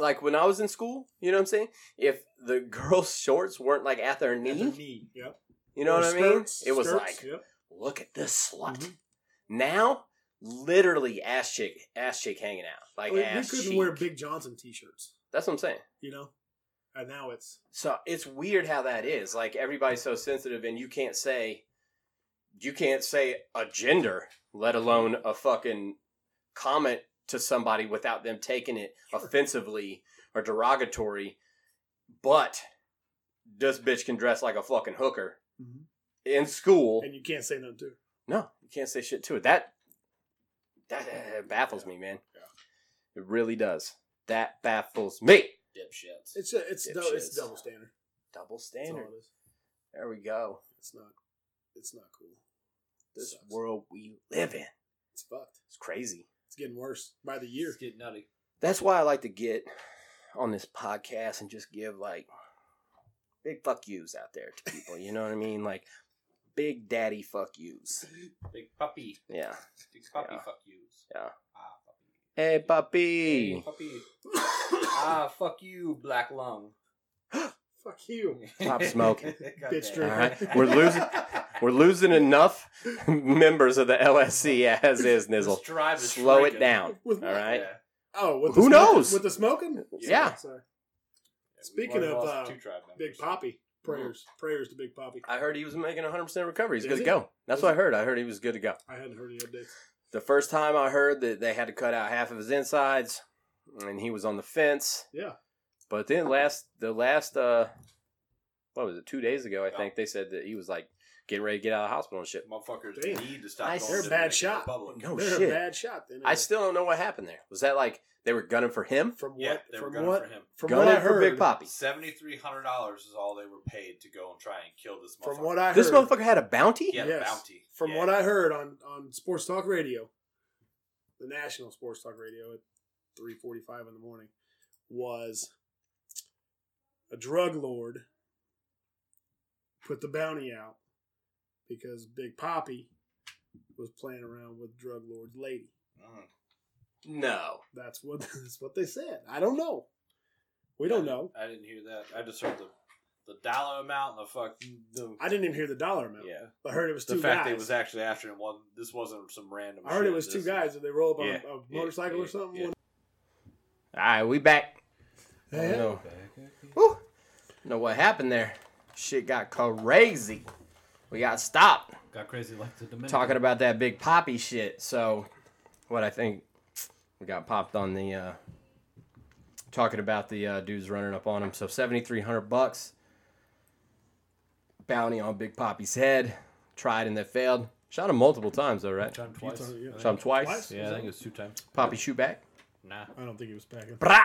Speaker 2: like when I was in school, you know what I'm saying? If the girls' shorts weren't like at their knee,
Speaker 4: knee. Yep.
Speaker 2: you know
Speaker 4: Or
Speaker 2: what I mean?
Speaker 4: skirts,
Speaker 2: It was
Speaker 4: skirts,
Speaker 2: like,
Speaker 4: yep.
Speaker 2: look at this slut.
Speaker 4: Mhm.
Speaker 2: Now, literally ass cheek, ass cheek hanging out, like
Speaker 4: we, we
Speaker 2: ass
Speaker 4: couldn't
Speaker 2: cheek.
Speaker 4: wear Big Johnson t-shirts,
Speaker 2: That's what I'm saying.
Speaker 4: you know. And now it's
Speaker 2: So it's weird how that is. Like everybody's so sensitive, and you can't say, you can't say a gender, let alone a fucking comment to somebody without them taking it offensively or derogatory. But this bitch can dress like a fucking hooker in school.
Speaker 4: Mm-hmm. and you can't say no to. it.
Speaker 2: No, you can't say shit to it. That that uh, baffles me, man. It really does. That baffles me.
Speaker 5: Dipshits.
Speaker 4: It's a, it's dou- it's
Speaker 2: Dipshits.
Speaker 4: double standard.
Speaker 2: Double
Speaker 4: That's all
Speaker 2: standard.
Speaker 4: it is.
Speaker 2: There we go.
Speaker 4: It's not it's not cool. It
Speaker 2: This
Speaker 4: sucks.
Speaker 2: world we live in.
Speaker 4: it's fucked.
Speaker 2: It's crazy.
Speaker 4: It's getting worse by the year.
Speaker 5: It's getting nutty.
Speaker 2: That's why I like to get on this podcast and just give like big fuck yous out there to people. You know what I mean? Like big daddy fuck yous.
Speaker 5: Big puppy.
Speaker 2: Yeah.
Speaker 5: Big puppy
Speaker 2: Yeah.
Speaker 5: fuck yous.
Speaker 2: Yeah.
Speaker 5: Ah, puppy.
Speaker 2: Hey,
Speaker 5: Hey,
Speaker 2: puppy.
Speaker 5: puppy. ah, fuck you, black lung.
Speaker 4: Fuck you.
Speaker 2: Stop smoking.
Speaker 5: God
Speaker 4: Bitch
Speaker 5: damn.
Speaker 2: All right, we're losing- We're losing enough members of the LSC as is, Nizzle.
Speaker 5: This drive is
Speaker 2: Slow it
Speaker 5: shrinking.
Speaker 2: down.
Speaker 4: With
Speaker 2: All
Speaker 4: what?
Speaker 2: right.
Speaker 5: Yeah.
Speaker 4: Oh, with the
Speaker 2: Who
Speaker 4: smoking-
Speaker 2: knows?
Speaker 4: With the smoking?
Speaker 2: Yeah.
Speaker 4: Sorry.
Speaker 5: Yeah, we've
Speaker 4: Speaking
Speaker 5: already
Speaker 4: of,
Speaker 5: lost
Speaker 4: uh,
Speaker 5: two tribe members.
Speaker 4: Big Poppy. Prayers. Prayers to Big Poppy.
Speaker 2: Oh. I heard he was making 100% recovery. He's
Speaker 4: Is
Speaker 2: good to
Speaker 4: he?
Speaker 2: go. That's
Speaker 4: Is
Speaker 2: what I
Speaker 4: he?
Speaker 2: heard. I heard he was good to go.
Speaker 4: I hadn't heard any updates.
Speaker 2: The first time I heard that they had to cut out half of his insides and he was on the fence.
Speaker 4: Yeah.
Speaker 2: But then last the last uh what was it, two days ago I
Speaker 5: Yeah.
Speaker 2: think they said that he was like getting ready to get out of the hospital and shit.
Speaker 5: Motherfuckers
Speaker 4: Damn.
Speaker 5: need to stop.
Speaker 2: I-
Speaker 5: going
Speaker 2: They're
Speaker 5: to
Speaker 4: a
Speaker 5: the
Speaker 4: bad
Speaker 5: Dominican
Speaker 4: shot.
Speaker 5: Republic.
Speaker 2: No
Speaker 4: They're
Speaker 2: shit.
Speaker 4: a bad shot. Then
Speaker 2: I still don't know what happened there. Was that like they were gunning for him?
Speaker 4: from what
Speaker 5: Yeah, they were
Speaker 4: from
Speaker 5: gunning
Speaker 4: what
Speaker 5: for him.
Speaker 4: from what I
Speaker 2: gunning for
Speaker 4: heard
Speaker 2: Big Poppy.
Speaker 5: Seventy three hundred dollars is all they were paid to go and try and kill this motherfucker.
Speaker 4: from what I heard
Speaker 2: This motherfucker had a bounty?
Speaker 5: yeah,
Speaker 4: Yes.
Speaker 5: bounty.
Speaker 4: from
Speaker 5: yeah.
Speaker 4: what I heard on on Sports Talk Radio, the national Sports Talk Radio at three forty five in the morning was a drug lord put the bounty out because Big Poppy was playing around with drug lord's lady.
Speaker 5: Mm.
Speaker 2: No.
Speaker 4: That's what that's what they said. I don't know. We don't know.
Speaker 5: I didn't hear that. I just heard the the dollar amount and the fuck. The,
Speaker 4: I didn't even hear the dollar amount.
Speaker 5: yeah,
Speaker 4: I heard it was
Speaker 5: the
Speaker 4: two
Speaker 5: fact
Speaker 4: guys.
Speaker 5: they was actually after him. One, this wasn't some random.
Speaker 4: I heard
Speaker 5: shit.
Speaker 4: it was two
Speaker 5: This-
Speaker 4: guys that they roll up on
Speaker 5: Yeah,
Speaker 4: a, a
Speaker 5: yeah,
Speaker 4: motorcycle or
Speaker 5: yeah,
Speaker 4: something.
Speaker 5: yeah.
Speaker 4: One-
Speaker 2: Alright, we back.
Speaker 4: Yeah.
Speaker 2: I know. Woo. Know what happened there. Shit got crazy. We got stopped.
Speaker 5: got crazy like the Dominican.
Speaker 2: talking about that big poppy shit. So, what I think we got popped on the uh, talking about the uh, dudes running up on him. So seventy three hundred bucks bounty on Big Poppy's head. Tried and they failed. Shot him multiple times though, right?
Speaker 5: John twice.
Speaker 4: Utah, yeah.
Speaker 2: Shot him twice.
Speaker 4: Twice?
Speaker 5: Yeah, I think it was two times.
Speaker 2: Poppy shoot back.
Speaker 5: Nah,
Speaker 4: I don't think he was packing.
Speaker 2: Brah!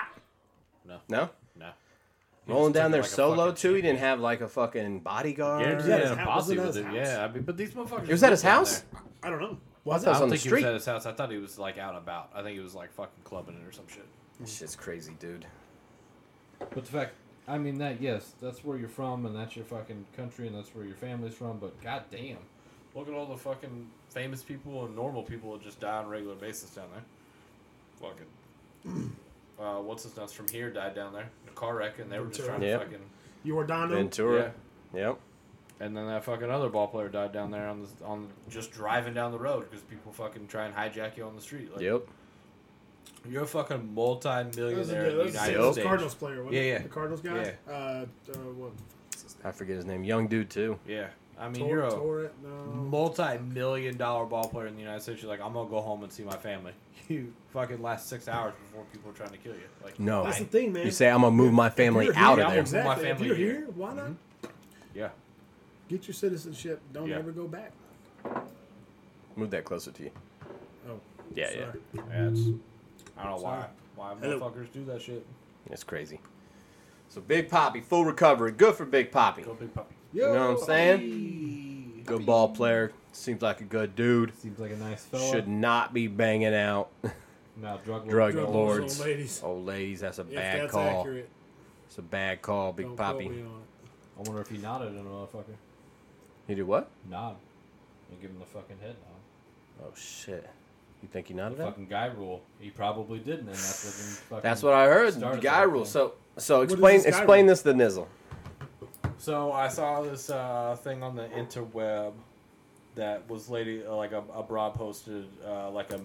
Speaker 5: No.
Speaker 2: No.
Speaker 5: nah.
Speaker 2: Rolling down there
Speaker 5: like a
Speaker 2: solo
Speaker 5: fucking
Speaker 2: too. He didn't have like a fucking bodyguard.
Speaker 5: Yeah,
Speaker 4: at his
Speaker 5: yeah,
Speaker 4: house.
Speaker 5: posse
Speaker 4: Wasn't at
Speaker 5: with
Speaker 4: his
Speaker 5: it.
Speaker 4: house?
Speaker 5: Yeah, I mean, but these motherfuckers.
Speaker 2: It was at his
Speaker 5: live down
Speaker 2: house?
Speaker 5: there.
Speaker 4: I don't know.
Speaker 2: Was
Speaker 4: Was
Speaker 2: that was
Speaker 4: it?
Speaker 5: I
Speaker 2: on
Speaker 5: don't
Speaker 2: the
Speaker 5: think he was
Speaker 2: street.
Speaker 5: at his house. I thought he was like out and about. I think he was like fucking clubbing it or some shit.
Speaker 2: This shit's crazy, dude.
Speaker 6: But the fact, I mean, that yes, that's where you're from, and that's your fucking country, and that's where your family's from. But goddamn,
Speaker 5: Look at all the fucking famous people and normal people that just die on a regular basis down there. Fucking. Uh, what's his nuts from here died down there in a car wreck, and they were just trying to
Speaker 2: Yeah.
Speaker 5: fucking.
Speaker 4: You were Dono?
Speaker 2: Ventura. Yep.
Speaker 5: And then that fucking other ball player died down there on the on just driving down the road because people fucking try and hijack you on the street. Like,
Speaker 2: Yep.
Speaker 5: You're a fucking multi-millionaire
Speaker 4: That was, yeah,
Speaker 5: in the
Speaker 4: that was
Speaker 5: United
Speaker 4: the
Speaker 5: States.
Speaker 4: Cardinals player, wasn't it?
Speaker 5: Yeah, yeah.
Speaker 4: The Cardinals guy? Uh,
Speaker 5: Yeah.
Speaker 4: uh, what? what's his name?
Speaker 2: I forget his name. Young dude too.
Speaker 5: Yeah, I mean
Speaker 4: Tor-
Speaker 5: you're a
Speaker 4: Torre- no.
Speaker 5: multi-million dollar ball player in the United States. You're like, I'm gonna go home and see my family. You fucking last six hours before people are trying to kill you. Like,
Speaker 2: No.
Speaker 4: That's the thing, man.
Speaker 2: You say I'm gonna move my family
Speaker 4: If you're
Speaker 2: out
Speaker 4: here,
Speaker 2: of there.
Speaker 5: I'm gonna-
Speaker 4: Exactly.
Speaker 5: My family
Speaker 4: if you're
Speaker 5: here.
Speaker 4: here, why not
Speaker 5: yeah,
Speaker 4: get your citizenship? Don't
Speaker 5: Yeah.
Speaker 4: ever go back.
Speaker 2: Move that closer to you.
Speaker 4: Oh,
Speaker 2: Yeah,
Speaker 4: sorry.
Speaker 2: yeah.
Speaker 5: yeah it's, I don't know why why
Speaker 4: Hello.
Speaker 5: motherfuckers do that shit.
Speaker 2: It's crazy. So Big Poppy, full recovery. Good for Big Poppy.
Speaker 5: Go big puppy.
Speaker 2: You know what I'm saying? Good ball player. Seems like a good dude.
Speaker 6: seems like a nice fella.
Speaker 2: Should not be banging out
Speaker 6: now drug
Speaker 2: drug
Speaker 4: Drug
Speaker 2: lords.
Speaker 4: old ladies.
Speaker 2: Old ladies, that's a
Speaker 4: If
Speaker 2: bad
Speaker 4: that's
Speaker 2: call.
Speaker 4: accurate,
Speaker 2: It's a bad call, Big
Speaker 4: don't
Speaker 2: Poppy.
Speaker 4: quote me on
Speaker 6: I wonder if he nodded at a motherfucker.
Speaker 2: You do what?
Speaker 6: Nod. And give him the fucking head nod.
Speaker 2: Oh shit. You think he nodded?
Speaker 7: The
Speaker 2: at?
Speaker 7: fucking guy rule. He probably didn't, and that's what. them Fucking
Speaker 2: That's what I heard.
Speaker 7: started
Speaker 2: Guy
Speaker 7: that
Speaker 2: rule.
Speaker 7: thing.
Speaker 2: So so
Speaker 4: is
Speaker 2: explain
Speaker 4: this guy
Speaker 2: explain
Speaker 4: rule?
Speaker 2: this to Nizzle.
Speaker 5: So I saw this uh, thing on the interweb that was lady uh, like a, a broad posted uh, like a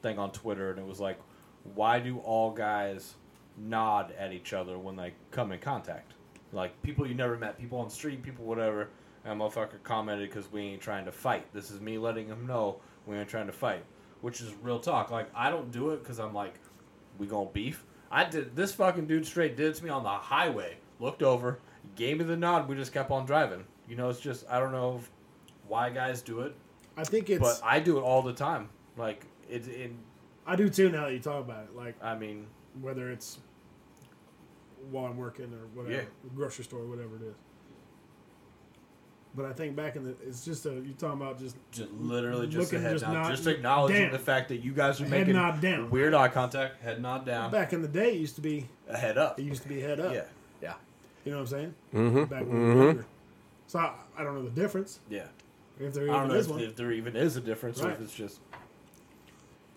Speaker 5: thing on Twitter, and it was like, why do all guys nod at each other when they come in contact? Like people you never met, people on the street, people whatever. And motherfucker commented because we ain't trying to fight. This is me letting him know we ain't trying to fight, which is real talk. Like I don't do it because I'm like, we gonna beef. I did this fucking dude straight did it to me on the highway. Looked over, gave me the nod. We just kept on driving. You know, it's just I don't know if- why guys do it,
Speaker 4: I think it's.
Speaker 5: but I do it all the time. Like it, it
Speaker 4: I do too now that you talk about it. Like
Speaker 5: I mean,
Speaker 4: whether it's while I'm working or whatever, grocery store, whatever it is. But I think back in the, it's just a you're talking about just
Speaker 5: just literally just
Speaker 4: Looking
Speaker 5: a head
Speaker 4: just
Speaker 5: nod,
Speaker 4: not-
Speaker 5: just acknowledging
Speaker 4: down.
Speaker 5: the fact that you guys are
Speaker 4: Head
Speaker 5: making
Speaker 4: nod down.
Speaker 5: weird eye contact, head nod down,
Speaker 4: back in the day. It used to be
Speaker 5: a head up.
Speaker 4: it used to be head up.
Speaker 5: Yeah,
Speaker 2: Yeah.
Speaker 4: You know what I'm saying?
Speaker 2: Mm-hmm.
Speaker 4: Back when we were younger. So I, I don't know the difference
Speaker 5: yeah.
Speaker 4: if there
Speaker 5: I don't
Speaker 4: even
Speaker 5: know
Speaker 4: is
Speaker 5: if,
Speaker 4: one.
Speaker 5: if there even is a difference or
Speaker 4: Right.
Speaker 5: if it's just.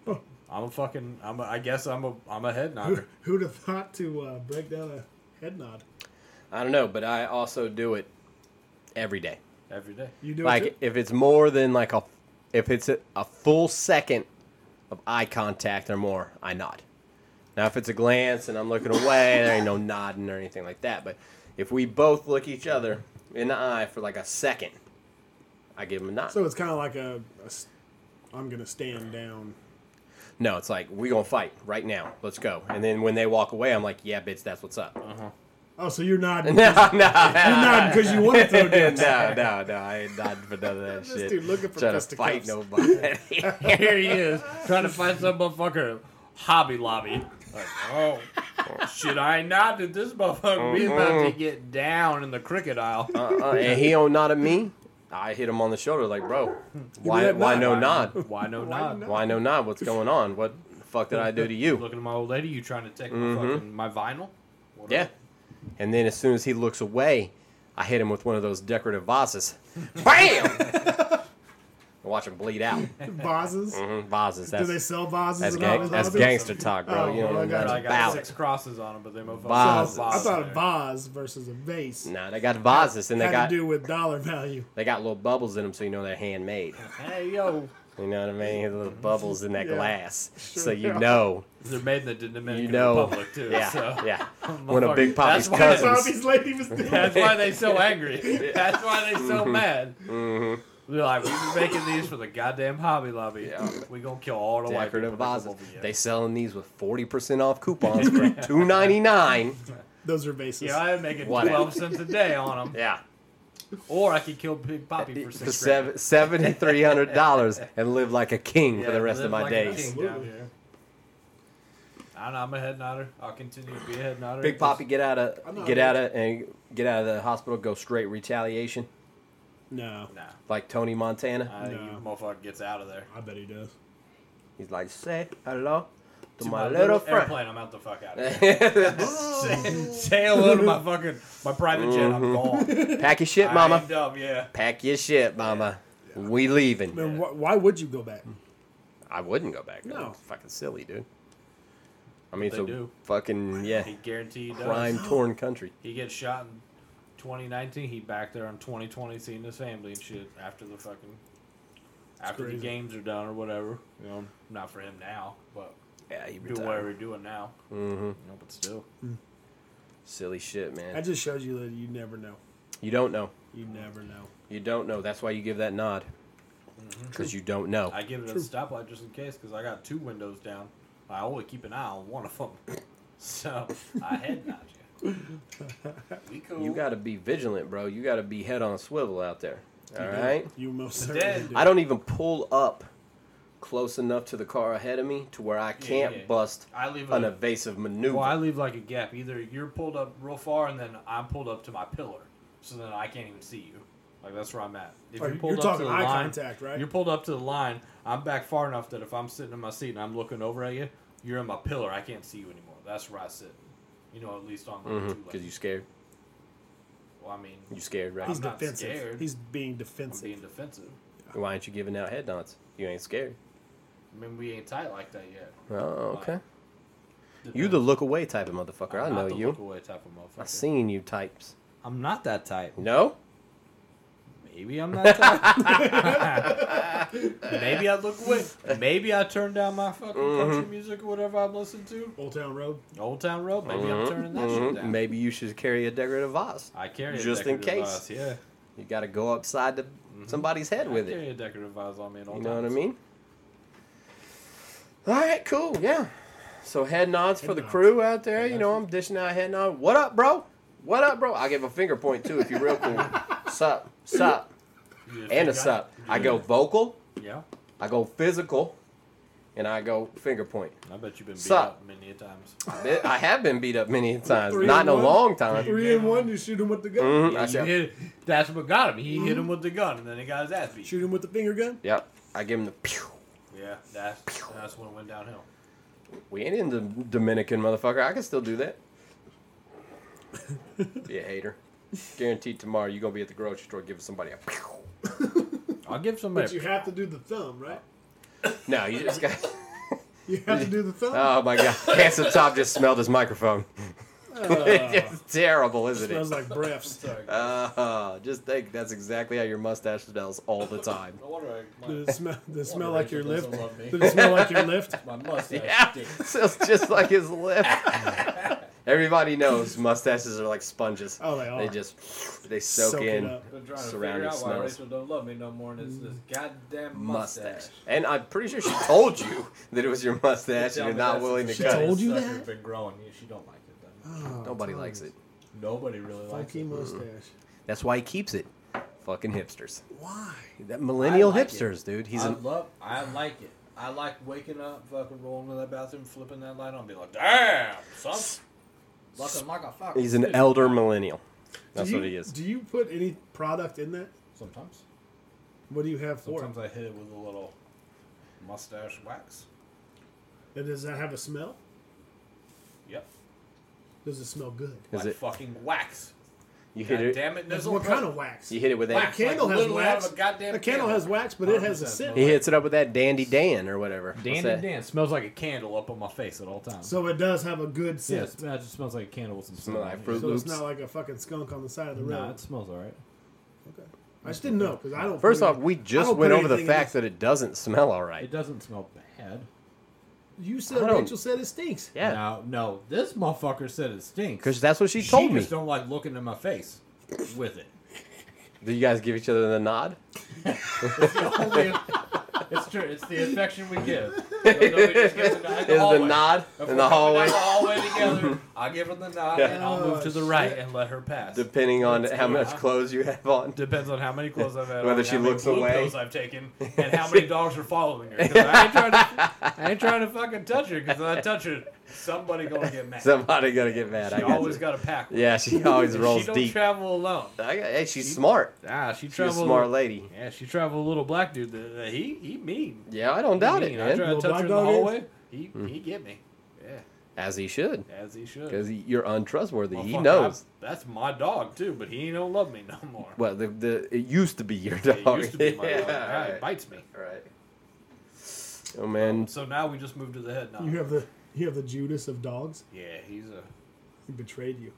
Speaker 4: Huh.
Speaker 5: I'm a fucking. I'm. A, I guess I'm a. I'm a head
Speaker 4: Who,
Speaker 5: nodder.
Speaker 4: who'd have thought to uh, break down a head nod?
Speaker 2: I don't know, but I also do it every day.
Speaker 5: every day.
Speaker 4: You do it.
Speaker 2: Like
Speaker 4: too?
Speaker 2: if it's more than like a if it's a, a full second of eye contact or more, I nod. Now if it's a glance and I'm looking away, there ain't no nodding or anything like that. But if we both look each other in the eye for like a second, I give him a nod.
Speaker 4: So it's kind of like a, a s- I'm gonna stand down.
Speaker 2: no, it's like we gonna fight right now. Let's go. And then when they walk away, I'm like, yeah, bitch, that's what's up.
Speaker 4: Oh, so you're nodding.
Speaker 2: No, no,
Speaker 4: You're nodding because you want to
Speaker 2: no,
Speaker 4: throw down.
Speaker 2: no, no, I ain't nodding for none of that
Speaker 4: This
Speaker 2: shit.
Speaker 4: dude looking for
Speaker 2: Trying to
Speaker 4: fisticuffs.
Speaker 2: fight nobody.
Speaker 5: Here he is, trying to find some motherfucker Hobby Lobby. Like, oh, should I not? Did this motherfucker be about
Speaker 2: Mm-hmm.
Speaker 5: to get down in the cricket aisle?
Speaker 2: Uh, and he don't nod at me. I hit him on the shoulder, like, bro, why,
Speaker 4: that
Speaker 2: why
Speaker 4: nod.
Speaker 2: no nod?
Speaker 5: Why no
Speaker 4: Why
Speaker 5: nod?
Speaker 4: not?
Speaker 2: Why no nod? What's going on? What the fuck did I do to you?
Speaker 5: Looking at my old lady, you trying to take my fucking my vinyl? What
Speaker 2: Mm-hmm. Yeah.
Speaker 5: up?
Speaker 2: And then as soon as he looks away, I hit him with one of those decorative vases. Bam! And Watch him bleed out.
Speaker 4: Vases?
Speaker 2: Mhm, vases.
Speaker 4: Do
Speaker 2: That's,
Speaker 4: they sell vases?
Speaker 2: that's,
Speaker 4: in
Speaker 2: gang-
Speaker 4: Hobby
Speaker 2: that's
Speaker 4: Lobby?
Speaker 2: gangster talk, bro.
Speaker 4: Oh,
Speaker 2: you know
Speaker 4: well, I
Speaker 2: what
Speaker 4: got
Speaker 2: that's
Speaker 4: you.
Speaker 5: I got
Speaker 2: about.
Speaker 5: six crosses on them, but they motherfuckers.
Speaker 2: Vases.
Speaker 4: I
Speaker 5: Vases.
Speaker 4: thought a vase versus a vase.
Speaker 2: Nah, they got vases and they
Speaker 4: had
Speaker 2: got
Speaker 4: to do with dollar value.
Speaker 2: they got little bubbles in them, so you know they're handmade.
Speaker 5: Hey yo,
Speaker 2: You know what I mean? Little bubbles in that
Speaker 4: Yeah.
Speaker 2: glass, so
Speaker 4: Sure,
Speaker 2: you
Speaker 4: yeah.
Speaker 2: know.
Speaker 5: they're made in the Dominican
Speaker 2: You know.
Speaker 5: Republic too.
Speaker 2: Yeah,
Speaker 5: so.
Speaker 2: yeah. One of Big
Speaker 5: Motherfucker.
Speaker 2: Poppy's
Speaker 5: That's why-
Speaker 2: cousins.
Speaker 4: Bobby's lady was dead.
Speaker 5: That's why they so angry. That's why they so
Speaker 2: Mm-hmm.
Speaker 5: mad. They're like, we've been making these for the goddamn Hobby Lobby. We gonna kill all the white people.
Speaker 2: decorative
Speaker 5: that come
Speaker 2: vases.
Speaker 5: over here."
Speaker 2: They selling these with forty percent off coupons for two ninety nine.
Speaker 4: Those are vases.
Speaker 5: yeah, I'm making
Speaker 2: What?
Speaker 5: twelve cents a day on them,
Speaker 2: Yeah,
Speaker 5: or I could kill Big Poppy for
Speaker 2: for
Speaker 5: six
Speaker 2: seven seventy three hundred dollars and live like a king
Speaker 5: grand.
Speaker 2: for
Speaker 5: Yeah,
Speaker 2: the rest
Speaker 5: live
Speaker 2: of my
Speaker 5: like a
Speaker 2: days.
Speaker 5: king down here. I don't know. I'm a head nodder. I'll continue to be a head nodder.
Speaker 2: Big Poppy, get out
Speaker 4: I'm
Speaker 2: of
Speaker 4: not
Speaker 2: get
Speaker 4: rich.
Speaker 2: out of and get out of the hospital. Go straight retaliation,
Speaker 4: No,
Speaker 5: Nah,
Speaker 2: like Tony Montana.
Speaker 5: I,
Speaker 4: No.
Speaker 5: you motherfucker gets out of there.
Speaker 4: I bet he does.
Speaker 2: He's like, say hello to, my, little friend. Eh.
Speaker 5: airplane, I'm out the fuck out of here. say, say hello to my fucking my private jet. I'm gone.
Speaker 2: Pack your shit,
Speaker 5: I
Speaker 2: Mm-hmm. mama.
Speaker 5: am dumb, yeah.
Speaker 2: Pack your shit, mama. We leaving.
Speaker 4: Man, wh- why would you go back?
Speaker 2: I wouldn't go back.
Speaker 4: No.
Speaker 2: That's fucking silly, dude. I mean, it's
Speaker 5: they
Speaker 2: a
Speaker 5: do.
Speaker 2: fucking yeah,
Speaker 5: He guaranteed he does.
Speaker 2: crime torn country.
Speaker 5: He gets shot in 2019. He back there in 2020 seeing his family and shit after the fucking after the
Speaker 4: crazy.
Speaker 5: games are done or whatever. You know, not for him now, but
Speaker 2: Yeah, he
Speaker 5: do
Speaker 2: retired.
Speaker 5: whatever he's doing now.
Speaker 2: Mm-hmm.
Speaker 5: You know, but still,
Speaker 2: Silly shit, man.
Speaker 4: I just showed you that you never know.
Speaker 2: You don't know.
Speaker 4: You never know.
Speaker 2: You don't know. That's why you give that nod. Because you don't know.
Speaker 5: Mm-hmm. I give it a stoplight just in case because I got two windows down. I only keep an eye on one of them, so I head nod you. We cool.
Speaker 2: You got to be vigilant, bro. You got to be head on a swivel out there. All
Speaker 4: You-
Speaker 2: right?
Speaker 4: You most
Speaker 5: But
Speaker 4: certainly
Speaker 5: then-
Speaker 4: do.
Speaker 2: I don't even pull up close enough to the car ahead of me to where I can't
Speaker 5: yeah.
Speaker 2: bust
Speaker 5: I leave
Speaker 2: an
Speaker 5: a,
Speaker 2: evasive maneuver.
Speaker 5: Well, I leave like a gap. Either you're pulled up real far, and then I'm pulled up to my pillar, so then I can't even see you. Like that's where I'm at. If
Speaker 4: Oh,
Speaker 5: you're
Speaker 4: you're
Speaker 5: pulled up to
Speaker 4: talking
Speaker 5: the
Speaker 4: eye
Speaker 5: line,
Speaker 4: contact, right?
Speaker 5: You're pulled up to the line. I'm back far enough that if I'm sitting in my seat and I'm looking over at you, you're in my pillar. I can't see you anymore. That's where I sit. You know, at least on like
Speaker 2: Because
Speaker 5: two
Speaker 2: Mm-hmm. you
Speaker 5: legs.
Speaker 2: scared.
Speaker 5: Well, I mean,
Speaker 2: You scared, right?
Speaker 4: He's
Speaker 5: I'm not
Speaker 4: defensive.
Speaker 5: scared.
Speaker 4: He's being
Speaker 5: I'm
Speaker 4: defensive.
Speaker 5: being defensive.
Speaker 2: Why aren't you giving out head nods? You ain't scared.
Speaker 3: I mean, we ain't tight like that yet.
Speaker 2: Oh, okay.
Speaker 3: Depends.
Speaker 2: You the look away type of motherfucker. I
Speaker 3: I'm not
Speaker 2: know
Speaker 3: the
Speaker 2: you.
Speaker 3: look-away type of motherfucker.
Speaker 2: I seen you types.
Speaker 5: I'm not that type.
Speaker 2: No?
Speaker 5: Maybe I'm not that type. Maybe I look away. Maybe I turn down my fucking country
Speaker 2: Mm-hmm.
Speaker 5: music or whatever I'm listening to.
Speaker 4: Old Town Road.
Speaker 5: Old Town Road. Maybe I'm turning that shit
Speaker 2: Mhm.
Speaker 5: down.
Speaker 2: Maybe you should carry a decorative vase.
Speaker 5: I carry a
Speaker 2: Just in
Speaker 5: decorative
Speaker 2: case.
Speaker 5: vase, yeah.
Speaker 2: You got to go upside the, somebody's head with
Speaker 5: I
Speaker 2: it.
Speaker 5: carry a decorative vase on me at all
Speaker 2: You know what I
Speaker 5: times.
Speaker 2: mean? All right, cool. Yeah. So head nods for
Speaker 4: Head
Speaker 2: the
Speaker 4: nods.
Speaker 2: crew out there. You know, I'm dishing out head nod. What up, bro? What up, bro? I give a finger point too if you're real cool. sup, sup,
Speaker 3: You just
Speaker 2: and a
Speaker 3: think I-
Speaker 2: sup. I go vocal,
Speaker 5: Yeah.
Speaker 2: I go physical, and I go finger point.
Speaker 5: I bet you've been beat
Speaker 2: Sup.
Speaker 5: up many a times.
Speaker 2: Bi- I have been beat up many times,
Speaker 4: Three
Speaker 2: not in
Speaker 4: and
Speaker 2: a
Speaker 4: one?
Speaker 2: long time.
Speaker 4: Three and one, you shoot him with the gun.
Speaker 2: Mhm, I
Speaker 5: Yeah, you
Speaker 2: said-
Speaker 5: hit, that's what got him. He hit him with the gun, and then he got his ass beat.
Speaker 4: Shoot him with the finger gun.
Speaker 2: Yep, I give him the pew.
Speaker 5: Yeah, that's
Speaker 3: That's when it went downhill.
Speaker 2: We ain't in the Dominican, motherfucker. I can still do that. be a hater. Guaranteed tomorrow you're gonna be at the grocery store giving somebody a pew.
Speaker 5: I'll give
Speaker 4: But
Speaker 5: somebody.
Speaker 4: you have to do the thumb, right?
Speaker 2: No, you just got.
Speaker 4: You have to do the thumb.
Speaker 2: Oh my god, handsome top just smelled his microphone.
Speaker 4: Uh,
Speaker 2: it's terrible, isn't
Speaker 4: Smells
Speaker 2: it?
Speaker 4: like breaths.
Speaker 3: Sorry.
Speaker 2: Uh, just think that's exactly how your mustache smells all the time.
Speaker 3: No wonder I, my,
Speaker 4: Does it smell, does it smell
Speaker 3: Wonder
Speaker 4: like
Speaker 3: if
Speaker 4: your
Speaker 3: it doesn't
Speaker 4: lift?
Speaker 3: love me.
Speaker 4: Does it smell like your lift?
Speaker 3: my mustache.
Speaker 2: Yeah,
Speaker 3: stinks.
Speaker 2: smells just like his lip. Everybody knows mustaches are like sponges.
Speaker 4: Oh, they are.
Speaker 2: They just they soak,
Speaker 4: Soak it
Speaker 2: in
Speaker 4: up.
Speaker 3: Been trying to figure
Speaker 2: Surrounding
Speaker 3: out why
Speaker 2: smells.
Speaker 3: Rachel don't love me no more, and it's this goddamn
Speaker 2: mustache.
Speaker 3: mustache.
Speaker 2: And I'm pretty sure she told you that it was your mustache, and
Speaker 3: Tell
Speaker 2: you're
Speaker 3: me
Speaker 2: not
Speaker 3: that's
Speaker 2: willing to
Speaker 3: the
Speaker 2: cut
Speaker 4: told
Speaker 2: it.
Speaker 3: shittiest
Speaker 4: you
Speaker 3: sucker
Speaker 4: that?
Speaker 3: Been growing. Yeah, She don't like it. Though.
Speaker 4: Oh,
Speaker 2: Nobody likes it.
Speaker 3: Nobody really likes
Speaker 4: Funky
Speaker 3: it.
Speaker 4: mustache.
Speaker 2: That's why he keeps it. Fucking hipsters.
Speaker 4: Why?
Speaker 2: That millennial
Speaker 3: like it.
Speaker 2: hipsters, dude. He's
Speaker 3: I
Speaker 2: an
Speaker 3: love. I like it. I like waking up, fucking rolling to that bathroom, flipping that light on, be like, damn, son. Looking like a fuck.
Speaker 2: he's an elder millennial. That's
Speaker 4: do you,
Speaker 2: what he is.
Speaker 4: Do you put any product in that?
Speaker 3: Sometimes,
Speaker 4: What do you have for
Speaker 3: sometimes I hit it with a little mustache wax.
Speaker 4: it? And does that have a smell?
Speaker 3: Yep.
Speaker 4: Does it smell good?
Speaker 2: Is
Speaker 3: like
Speaker 2: it-
Speaker 3: fucking wax.
Speaker 2: You hit
Speaker 3: God
Speaker 2: it.
Speaker 3: damn it, Nizzle.
Speaker 4: what kind of wax?
Speaker 2: You hit it with
Speaker 4: A
Speaker 2: that.
Speaker 3: Whack.
Speaker 4: candle
Speaker 3: Like
Speaker 4: has
Speaker 3: literally out
Speaker 4: wax.
Speaker 3: of a goddamn
Speaker 4: a candle
Speaker 3: candle.
Speaker 4: has wax, but it has a
Speaker 3: 100%
Speaker 4: scent.
Speaker 2: He hits it up with that Dandy Dan or whatever. What's
Speaker 5: Dan
Speaker 2: that?
Speaker 5: and Dan smells like a candle up on my face at all times.
Speaker 4: So it does have a good
Speaker 5: yeah,
Speaker 4: scent.
Speaker 5: it sm- it just smells like a candle with some
Speaker 2: Smell
Speaker 5: scent
Speaker 2: like
Speaker 5: on it.
Speaker 2: fruit.
Speaker 4: so
Speaker 2: Loops.
Speaker 4: it's not like a fucking skunk on the side of the road.
Speaker 5: Nah, it smells alright.
Speaker 4: okay. I just didn't know because I don't.
Speaker 2: First
Speaker 4: put
Speaker 2: off,
Speaker 4: any-
Speaker 2: we
Speaker 4: I
Speaker 2: just
Speaker 4: don't
Speaker 2: went
Speaker 4: put
Speaker 2: over the
Speaker 4: anything in
Speaker 2: fact that it doesn't smell all right.
Speaker 5: It doesn't smell bad.
Speaker 4: this. you
Speaker 2: I
Speaker 4: said
Speaker 2: don't-
Speaker 4: Rachel said it stinks.
Speaker 2: Yeah,
Speaker 5: No, no, this motherfucker said it stinks.
Speaker 2: because that's what she
Speaker 5: she
Speaker 2: told me.
Speaker 5: just don't like looking in my face with it.
Speaker 2: Do you guys give each other the nod?
Speaker 5: Only- it's true. It's the affection we give.
Speaker 2: Is the nod in the hallway,
Speaker 5: together. I give her the nod,
Speaker 2: Yeah.
Speaker 5: and I'll move to the right and let her pass.
Speaker 2: depending on
Speaker 5: Let's
Speaker 2: how
Speaker 5: go
Speaker 2: much
Speaker 5: out.
Speaker 2: clothes you have on?
Speaker 5: Depends on how many clothes I've had,
Speaker 2: Whether
Speaker 5: on,
Speaker 2: she
Speaker 5: how many
Speaker 2: looks
Speaker 5: blue
Speaker 2: away.
Speaker 5: pills I've taken, and how many dogs are following her. 'Cause I ain't trying to, I ain't trying to fucking touch her because if I touch her, somebody gonna get mad.
Speaker 2: Somebody gonna get mad.
Speaker 5: she
Speaker 2: I got
Speaker 5: always
Speaker 2: you.
Speaker 5: got a pack. with
Speaker 2: Yeah, she always
Speaker 5: her.
Speaker 2: rolls
Speaker 5: she don't
Speaker 2: deep.
Speaker 5: travel alone.
Speaker 2: I got- hey, she's smart.
Speaker 5: Ah, she
Speaker 2: She's a
Speaker 5: travel.
Speaker 2: smart lady.
Speaker 5: Yeah, she travel a little black dude. That, uh, he he mean.
Speaker 2: Yeah, Hmm. I don't doubt
Speaker 5: he
Speaker 2: it,
Speaker 5: mean. I
Speaker 2: man.
Speaker 5: try to
Speaker 4: Little
Speaker 5: touch
Speaker 4: black
Speaker 5: her in the
Speaker 4: dog is?
Speaker 5: hallway. He he get me. Yeah,
Speaker 2: As he should,
Speaker 5: as he should.
Speaker 2: because you're untrustworthy.
Speaker 5: Well,
Speaker 2: he
Speaker 5: Oh, fuck, I-
Speaker 2: knows.
Speaker 5: that's my dog too, but he don't love me no more.
Speaker 2: Well, the, the it used to be your
Speaker 5: It
Speaker 2: dog.
Speaker 5: used to be my
Speaker 2: Oh,
Speaker 5: dog. Now
Speaker 2: yeah,
Speaker 5: he
Speaker 2: right.
Speaker 5: bites me.
Speaker 2: right. Oh man,
Speaker 5: So now we just moved to the head. Now.
Speaker 4: You have the you have the Judas of dogs.
Speaker 5: Yeah, he's a
Speaker 4: He betrayed you.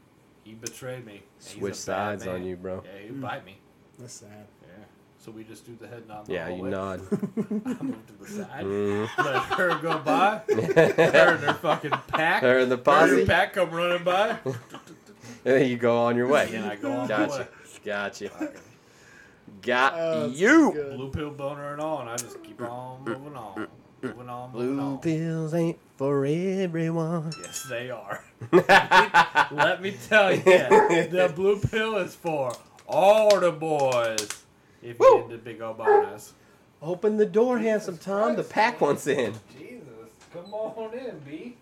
Speaker 5: he betrayed me. He's a
Speaker 2: switch
Speaker 5: bad
Speaker 2: sides
Speaker 5: man.
Speaker 2: on you, bro.
Speaker 5: Yeah, he
Speaker 4: Hmm.
Speaker 5: would bite me.
Speaker 4: That's sad.
Speaker 5: Yeah. So we just do the head nod. the
Speaker 2: Yeah,
Speaker 5: whole
Speaker 2: you
Speaker 5: way.
Speaker 2: nod. Mm.
Speaker 5: I moved to the side. Let her go by. her and her fucking pack.
Speaker 2: Her and the
Speaker 5: Her and
Speaker 2: posse.
Speaker 5: her pack come running by.
Speaker 2: And then you go on your way.
Speaker 5: And I go on my way.
Speaker 2: Gotcha. Gotcha. Got you.
Speaker 4: Good.
Speaker 5: Blue pill boner and all, and I just keep on moving on. Moving on, moving
Speaker 2: Blue
Speaker 5: on.
Speaker 2: pills ain't for everyone.
Speaker 5: Yes, they are. Let me tell you, the blue pill is for all the boys. If
Speaker 2: Woo.
Speaker 5: you get the big old bonus.
Speaker 2: Open the door, handsome Tom. The pack wants in.
Speaker 5: Jesus, come on in, B.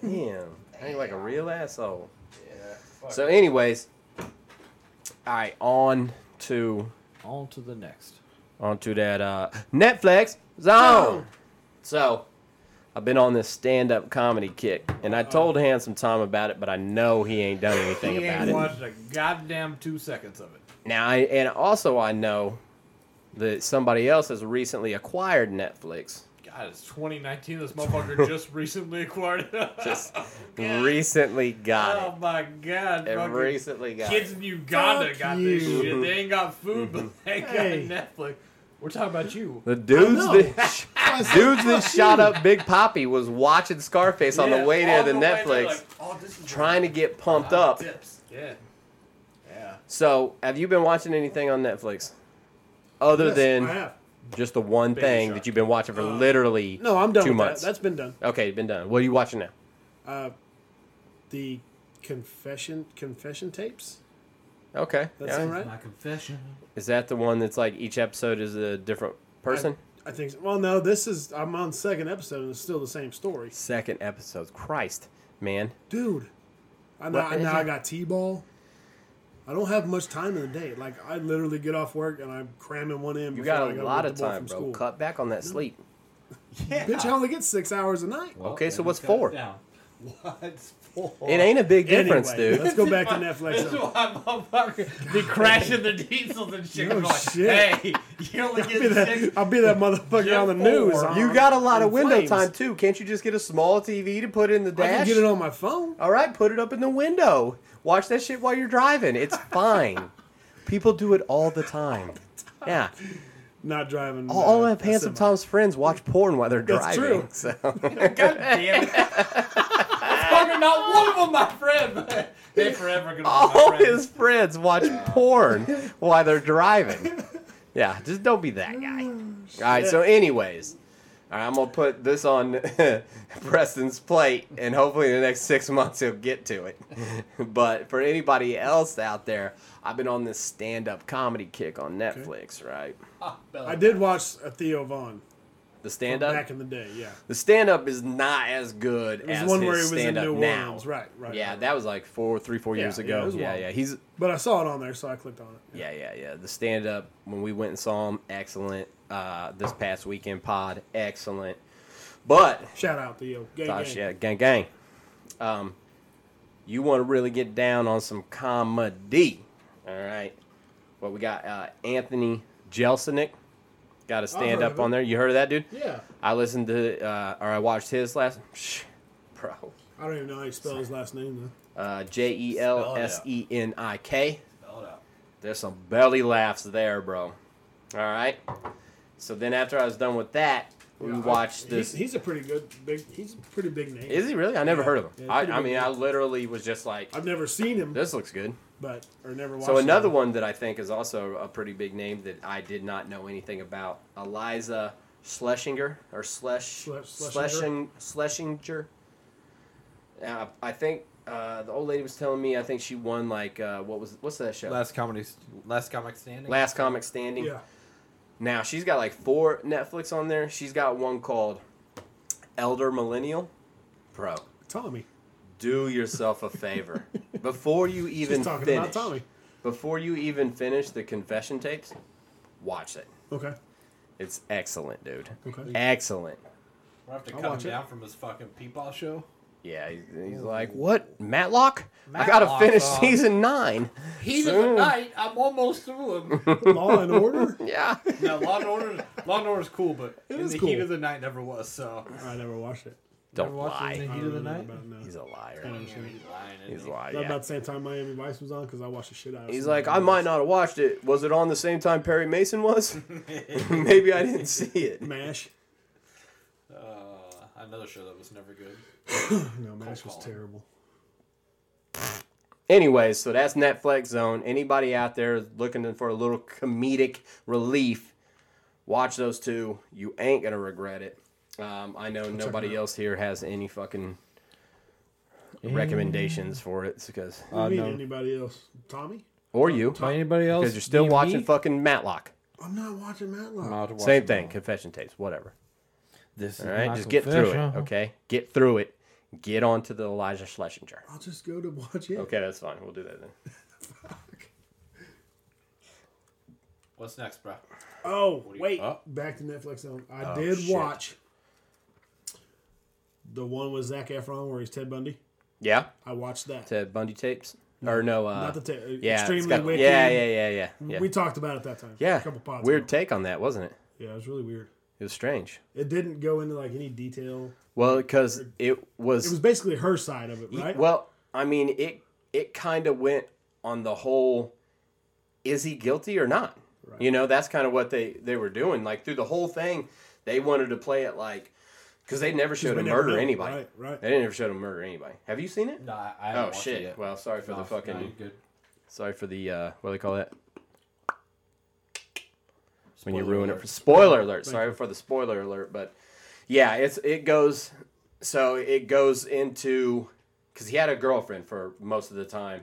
Speaker 2: Damn. Ain't like a real asshole.
Speaker 5: Yeah.
Speaker 2: So, anyways, all right, on to
Speaker 5: on to the next.
Speaker 2: on to that uh, Netflix zone. So, I've been on this stand-up comedy kick, and I told Handsome Tom about it, but I know he ain't done anything
Speaker 5: He
Speaker 2: about
Speaker 5: ain't
Speaker 2: it.
Speaker 5: watched a goddamn two seconds of it.
Speaker 2: Now, I, and also I know that somebody else has recently acquired Netflix,
Speaker 5: God
Speaker 3: God, it's 2019. This motherfucker just recently acquired it.
Speaker 2: Just
Speaker 3: Oh, God.
Speaker 2: recently got
Speaker 3: Oh my God.
Speaker 2: it.
Speaker 3: fucking
Speaker 2: And recently got
Speaker 3: Kids
Speaker 2: it.
Speaker 3: in Uganda
Speaker 4: Fuck
Speaker 3: got this
Speaker 4: you.
Speaker 3: shit. They ain't got food, but they got
Speaker 4: Hey.
Speaker 3: Netflix. We're talking about you.
Speaker 2: The dudes
Speaker 3: Oh,
Speaker 4: I know.
Speaker 2: that dudes that shot up Big Poppy was watching Scarface on
Speaker 3: Yeah,
Speaker 2: the way to
Speaker 3: all
Speaker 2: the
Speaker 3: way there,
Speaker 2: Netflix,
Speaker 3: like, Ah, oh, this is
Speaker 2: trying to get
Speaker 3: what
Speaker 2: pumped
Speaker 3: I
Speaker 2: up.
Speaker 3: Tips. Yeah. Yeah.
Speaker 2: So, have you been watching anything on Netflix other
Speaker 4: Yes, I
Speaker 2: than
Speaker 4: have.
Speaker 2: just the one
Speaker 3: Baby
Speaker 2: thing
Speaker 3: Shark.
Speaker 2: that you've been watching
Speaker 3: Uh,
Speaker 2: for literally
Speaker 4: No, I'm done
Speaker 2: two
Speaker 4: with
Speaker 2: months?
Speaker 4: that. That's been done.
Speaker 2: okay, been done. What are you watching now?
Speaker 4: Uh, the confession confession tapes.
Speaker 2: Okay,
Speaker 4: That sound right?
Speaker 5: My confession.
Speaker 2: Is that the one that's like each episode is a different person?
Speaker 4: I think. so. Well, no, this is. I'm on second episode and it's still the same story,
Speaker 2: Second episode, Christ, man.
Speaker 4: dude. I know.
Speaker 2: What
Speaker 4: I, now
Speaker 2: is
Speaker 4: I
Speaker 2: it?
Speaker 4: got t-ball. I don't have much time in the day. Like I literally get off work and I'm cramming one in.
Speaker 2: You
Speaker 4: before
Speaker 2: got
Speaker 4: I
Speaker 2: a
Speaker 4: gotta
Speaker 2: lot
Speaker 4: get
Speaker 2: of
Speaker 4: the ball
Speaker 2: time,
Speaker 4: from
Speaker 2: bro.
Speaker 4: school.
Speaker 2: Cut back on that sleep.
Speaker 4: Bitch, I only get six hours a night.
Speaker 8: Well,
Speaker 2: Okay, so
Speaker 8: then
Speaker 2: what's
Speaker 8: cut it
Speaker 2: four?
Speaker 8: down.
Speaker 5: What's for?
Speaker 2: It ain't a big difference,
Speaker 4: Anyway,
Speaker 2: dude.
Speaker 4: Let's go back to Netflix.
Speaker 3: This is why motherfucker be crashing the diesels and shit.
Speaker 4: No
Speaker 3: like,
Speaker 4: shit.
Speaker 3: Hey, you only
Speaker 4: I'll be
Speaker 3: get
Speaker 4: that,
Speaker 3: six.
Speaker 4: I'll be that motherfucker
Speaker 3: Get
Speaker 4: on the
Speaker 3: four.
Speaker 4: news.
Speaker 2: You
Speaker 4: on-
Speaker 2: got a lot of
Speaker 4: in
Speaker 2: window
Speaker 4: flames.
Speaker 2: time too. Can't you just get a small TV to put in the
Speaker 4: I
Speaker 2: dash?
Speaker 4: can get it on my phone.
Speaker 2: All right, put it up in the window. Watch that shit while you're driving. It's fine. People do it all the time. Yeah,
Speaker 4: Not driving.
Speaker 2: all,
Speaker 4: uh,
Speaker 2: all of
Speaker 4: a
Speaker 2: Handsome
Speaker 4: semi.
Speaker 2: Tom's friends watch porn while they're
Speaker 4: That's
Speaker 2: driving.
Speaker 4: true.
Speaker 2: So
Speaker 3: God damn it. Fucker, not one of them my friend. They forever gonna be
Speaker 2: all
Speaker 3: my friend.
Speaker 2: his friends watch porn while they're driving. Yeah, just don't be that guy. all right. So, anyways, all right, I'm gonna put this on Preston's plate, and hopefully, in the next six months, he'll get to it. but for anybody else out there, I've been on this stand-up comedy kick on Netflix, right?
Speaker 4: I did watch a Theo Vaughn
Speaker 2: The
Speaker 4: back
Speaker 2: stand-up.
Speaker 4: in the day. Yeah,
Speaker 2: The stand-up is not as good
Speaker 4: it was
Speaker 2: as
Speaker 4: one
Speaker 2: his
Speaker 4: where he was in
Speaker 2: stand-up
Speaker 4: New
Speaker 2: now.
Speaker 4: Orleans. Right, right.
Speaker 2: Yeah,
Speaker 4: right.
Speaker 2: that was like four, three, four years
Speaker 4: Yeah, yeah, it
Speaker 2: ago.
Speaker 4: was
Speaker 2: Yeah,
Speaker 4: wild.
Speaker 2: yeah. He's
Speaker 4: But I saw it on there, so I clicked on it.
Speaker 2: Yeah, yeah, yeah. The stand up when we went and saw him, excellent. Uh, this past weekend pod, excellent. But
Speaker 4: Shout out Theo. Gang,
Speaker 2: gang,
Speaker 4: gang.
Speaker 2: yeah, gang, gang. Um, you want to really get down on some comedy, all right? Well, we got uh, Anthony Jelsenik. Got a stand
Speaker 4: Oh,
Speaker 2: up
Speaker 4: of him.
Speaker 2: on there. You heard of that dude?
Speaker 4: Yeah.
Speaker 2: I listened to uh, or I watched his last. Psh, bro,
Speaker 4: I don't even know how you spell his last name
Speaker 2: uh, J E L S E N I K. There's some belly laughs there, bro. All right. So then after I was done with that,
Speaker 4: though.
Speaker 2: we watched
Speaker 4: He's-
Speaker 2: this.
Speaker 4: He's, a pretty good big. He's a pretty big name.
Speaker 2: is he really? I never
Speaker 4: Yeah.
Speaker 2: heard of him.
Speaker 4: Yeah,
Speaker 2: I,
Speaker 4: pretty
Speaker 2: I
Speaker 4: big
Speaker 2: mean,
Speaker 4: name.
Speaker 2: I literally was just like,
Speaker 4: I've never seen him,
Speaker 2: this looks good.
Speaker 4: but or never watched.
Speaker 2: So another
Speaker 4: him.
Speaker 2: one that I think is also a pretty big name that I did not know anything about, Eliza Schlesinger or Schlesch
Speaker 4: Schle-
Speaker 2: Schlesinger. Schlesinger. Uh, I think uh, the old lady was telling me. I think she won like uh, what was what's that show?
Speaker 5: Last comedy, last comic standing.
Speaker 2: Last Comic Standing.
Speaker 4: Yeah.
Speaker 2: Now she's got like four Netflix on there. She's got one called Elder Millennial. Bro,
Speaker 4: Tommy.
Speaker 2: do yourself a favor before you even
Speaker 4: She's talking
Speaker 2: finish.
Speaker 4: about Tommy.
Speaker 2: Before you even finish the confession tapes, watch it.
Speaker 4: Okay.
Speaker 2: It's excellent, dude.
Speaker 4: Okay.
Speaker 2: Excellent.
Speaker 5: We have to
Speaker 4: I'll
Speaker 5: cut him
Speaker 4: watch it.
Speaker 5: down from his fucking peepaw show.
Speaker 2: Yeah, he's, he's like, what Matlock? I gotta
Speaker 5: Matlock,
Speaker 2: finish
Speaker 5: uh,
Speaker 2: season nine.
Speaker 3: Heat
Speaker 2: of the Soon.
Speaker 3: night. I'm almost through him.
Speaker 4: Law and Order.
Speaker 2: Yeah.
Speaker 5: No, Law and Order, Law and Order is cool, but in
Speaker 4: is
Speaker 5: the
Speaker 4: cool.
Speaker 5: heat of the night never was. So
Speaker 4: I never watched it.
Speaker 2: Don't
Speaker 5: watched it
Speaker 2: lie.
Speaker 5: in the
Speaker 4: I
Speaker 5: heat
Speaker 4: don't
Speaker 5: of the
Speaker 4: know
Speaker 5: night.
Speaker 4: about it, no.
Speaker 2: He's a liar.
Speaker 3: He's lying.
Speaker 2: He's
Speaker 3: He's
Speaker 2: a
Speaker 3: lying.
Speaker 2: liar.
Speaker 4: Is that
Speaker 2: yeah.
Speaker 4: about the same time Miami Vice was on? Because I watched the shit out of
Speaker 2: He's
Speaker 4: some
Speaker 2: like, I
Speaker 4: Miami
Speaker 2: might
Speaker 4: Vice.
Speaker 2: not have watched it. Was it on the same time Perry Mason was? Maybe I didn't see it.
Speaker 4: MASH.
Speaker 5: uh, another show that was never good.
Speaker 4: No, MASH was
Speaker 5: call.
Speaker 4: terrible.
Speaker 2: Anyway, so that's Netflix Zone. Anybody out there looking for a little comedic relief, watch those two. You ain't gonna regret it. Um, I know nobody else here has any fucking recommendations for it because
Speaker 4: What do you
Speaker 5: Uh,
Speaker 4: mean
Speaker 5: no.
Speaker 4: anybody else? Tommy?
Speaker 2: or you
Speaker 5: By anybody else?
Speaker 2: because you're still
Speaker 5: Be
Speaker 2: watching
Speaker 5: me?
Speaker 2: fucking Matlock.
Speaker 4: I'm not watching Matlock.
Speaker 5: I'm out to watch
Speaker 2: Same
Speaker 5: it.
Speaker 2: thing, confession tapes, whatever.
Speaker 5: This is
Speaker 2: All right,
Speaker 5: my
Speaker 2: just get through it,
Speaker 5: confession.
Speaker 2: okay? Get through it. Get on to the Elijah Schlesinger.
Speaker 4: I'll just go to watch it.
Speaker 2: Okay, that's fine. We'll do that then.
Speaker 5: What's next, bro?
Speaker 4: Oh, wait.
Speaker 5: Oh.
Speaker 4: Back to Netflix. Zone. I
Speaker 2: Oh,
Speaker 4: did
Speaker 2: shit.
Speaker 4: watch the one with Zach Efron where he's Ted Bundy.
Speaker 2: Yeah,
Speaker 4: I watched that.
Speaker 2: Ted Bundy tapes or no? Uh,
Speaker 4: Not the Ted.
Speaker 2: yeah, it's
Speaker 4: Extremely
Speaker 2: got-
Speaker 4: Wicked.
Speaker 2: Yeah, yeah, yeah, yeah. yeah.
Speaker 4: We talked about it that time.
Speaker 2: Yeah,
Speaker 4: A couple pods.
Speaker 2: weird
Speaker 4: ago.
Speaker 2: take on that, wasn't it?
Speaker 4: Yeah, it was really weird.
Speaker 2: It was strange.
Speaker 4: It didn't go into like any detail.
Speaker 2: Well, because it was,
Speaker 4: It was basically her side of it,
Speaker 2: y-
Speaker 4: right?
Speaker 2: well, I mean, it it kind of went on the whole is he guilty or not? You know, that's kind of what they they were doing like through the whole thing. They wanted to play it like cuz they never showed
Speaker 4: We
Speaker 2: him
Speaker 4: never
Speaker 2: murder
Speaker 4: know,
Speaker 2: anybody.
Speaker 4: Right, right.
Speaker 2: They didn't ever show him murder anybody. Have you seen it?
Speaker 5: No, I, I haven't
Speaker 2: Oh
Speaker 5: watched
Speaker 2: shit.
Speaker 5: It yet.
Speaker 2: Well, sorry for
Speaker 5: No,
Speaker 2: the fucking
Speaker 5: no, you're good.
Speaker 2: sorry for the uh what do they call that? when you
Speaker 5: Spoiler
Speaker 2: ruin it
Speaker 5: alert.
Speaker 2: for spoiler alert. Sorry for the spoiler alert, but yeah, it's it goes so it goes into because he had a girlfriend for most of the time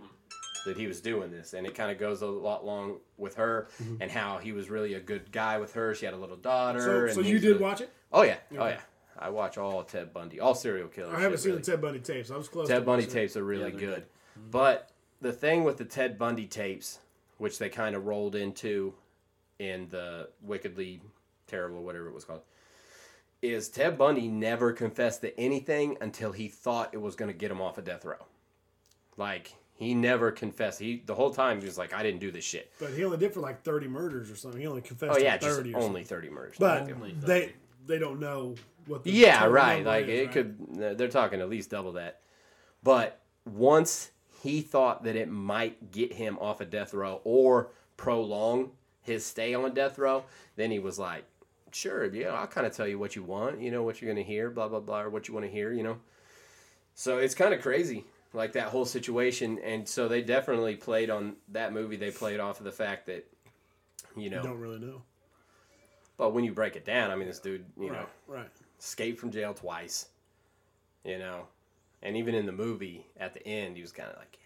Speaker 2: that he was doing this, and it kind of goes a lot long with her
Speaker 4: Mm-hmm.
Speaker 2: and how he was really a good guy with her. She had a little daughter.
Speaker 4: So,
Speaker 2: and
Speaker 4: so
Speaker 2: he
Speaker 4: you
Speaker 2: was
Speaker 4: did
Speaker 2: really-
Speaker 4: watch it?
Speaker 2: Oh yeah, oh
Speaker 4: Okay.
Speaker 2: yeah. I watch all Ted Bundy, all serial killers.
Speaker 4: I haven't
Speaker 2: shit,
Speaker 4: seen
Speaker 2: really.
Speaker 4: the Ted Bundy tapes. I was close.
Speaker 2: Ted
Speaker 4: to
Speaker 2: Bundy
Speaker 4: watching it.
Speaker 2: tapes are really
Speaker 5: they're
Speaker 2: good.
Speaker 4: Mm-hmm.
Speaker 2: But the thing with the Ted Bundy tapes, which they kind of rolled into in the wickedly terrible whatever it was called, is Ted Bundy never confessed to anything until he thought it was going to get him off a death row. Like he never confessed. He the whole time he was like, "I didn't do this shit."
Speaker 4: But he only did for like 30 murders or something. He only confessed
Speaker 2: Oh yeah,
Speaker 4: to
Speaker 2: just
Speaker 4: 30 or
Speaker 2: only thirty murders.
Speaker 4: something.
Speaker 5: Only
Speaker 4: But they they don't know what the
Speaker 2: Yeah,
Speaker 4: total
Speaker 2: right.
Speaker 4: number
Speaker 2: Like
Speaker 4: is,
Speaker 2: it
Speaker 4: right?
Speaker 2: could. They're talking at least double that. But once he thought that it might get him off of death row or prolong his stay on death row, then he was like, "Sure, you know, I'll kind of tell you what you want. You know what you're gonna hear, blah blah blah, or what you want to hear. You know." So it's kind of crazy, like that whole situation. And so they definitely played on that movie. They played off of the fact that, you
Speaker 4: You
Speaker 2: know,
Speaker 4: don't really know.
Speaker 2: but when you break it down, I mean, this dude, you know,
Speaker 4: Right, right.
Speaker 2: escaped from jail twice. You know, and even in the movie at the end, he was kind of like,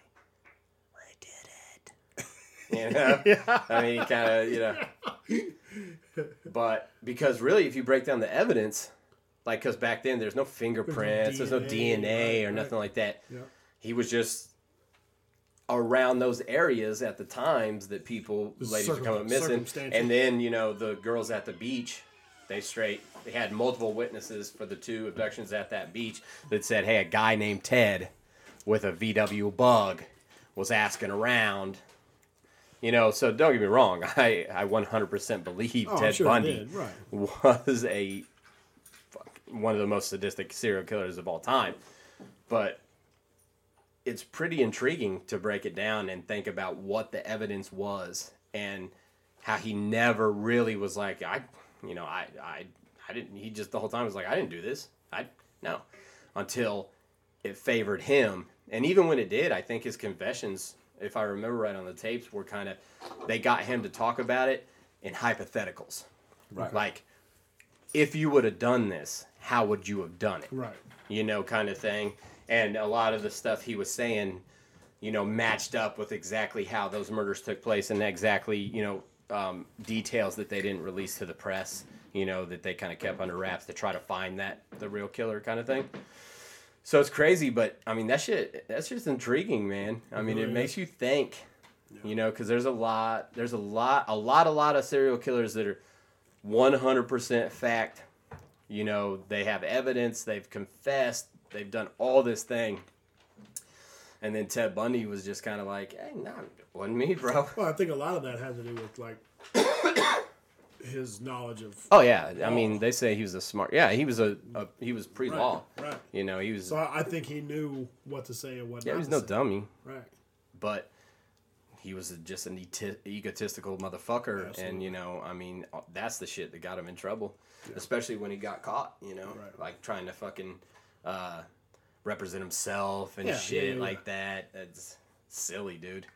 Speaker 2: "I did it." You know, I mean, he kind of you know, but because really, if you break down the evidence, like because back then there's no fingerprints, there's no
Speaker 4: DNA,
Speaker 2: DNA or
Speaker 4: right,
Speaker 2: nothing like that.
Speaker 4: Yeah.
Speaker 2: He was just around those areas at the times that people
Speaker 4: It's
Speaker 2: ladies were
Speaker 4: circum-
Speaker 2: coming missing,
Speaker 4: circumstantial.
Speaker 2: and then you know the girls at the beach. They straight. They had multiple witnesses for the two abductions at that beach that said, "Hey, a guy named Ted with a VW bug was asking around." You know, so don't get me wrong. I I 100% believe
Speaker 4: Oh, I'm
Speaker 2: Ted
Speaker 4: sure they
Speaker 2: Bundy
Speaker 4: did, right.
Speaker 2: was a fuck, one of the most sadistic serial killers of all time. But it's pretty intriguing to break it down and think about what the evidence was and how he never really was like I you know I I I didn't he just the whole time was like I didn't do this. I no until it favored him. And even when it did, I think his confessions, if I remember right on the tapes, were kind of they got him to talk about it in hypotheticals. Right. Like if you would have done this, how would you have done it?
Speaker 4: Right.
Speaker 2: you know, kind of thing. And a lot of the stuff he was saying, you know, matched up with exactly how those murders took place and exactly, you know, um, details that they didn't release to the press, you know, that they kind of kept under wraps to try to find that, the real killer kind of thing. So it's crazy, but I mean, that shit, that's just intriguing, man. I mean, it
Speaker 4: really
Speaker 2: makes you think, you know, because there's a lot, there's a lot, a lot, a lot of serial killers that are 100% fact you know they have evidence they've confessed they've done all this thing and then ted bundy was just kind of like hey no it wasn't me bro
Speaker 4: Well, I think a lot of that has to do with like his knowledge of
Speaker 2: oh yeah i mean they say he was a smart yeah he was a, a he was pre-law
Speaker 4: Right, right.
Speaker 2: you know he was
Speaker 4: So I I think he knew what to say and what
Speaker 2: yeah
Speaker 4: not
Speaker 2: he was
Speaker 4: to
Speaker 2: no
Speaker 4: say.
Speaker 2: dummy
Speaker 4: Right.
Speaker 2: but he was just an eti- egotistical motherfucker and you know i mean uh, that's the shit that got him in trouble especially when he got caught you know
Speaker 4: Right.
Speaker 2: like trying to fucking uh, represent himself and
Speaker 4: Yeah, yeah,
Speaker 2: shit
Speaker 4: yeah, yeah.
Speaker 2: like that that's silly dude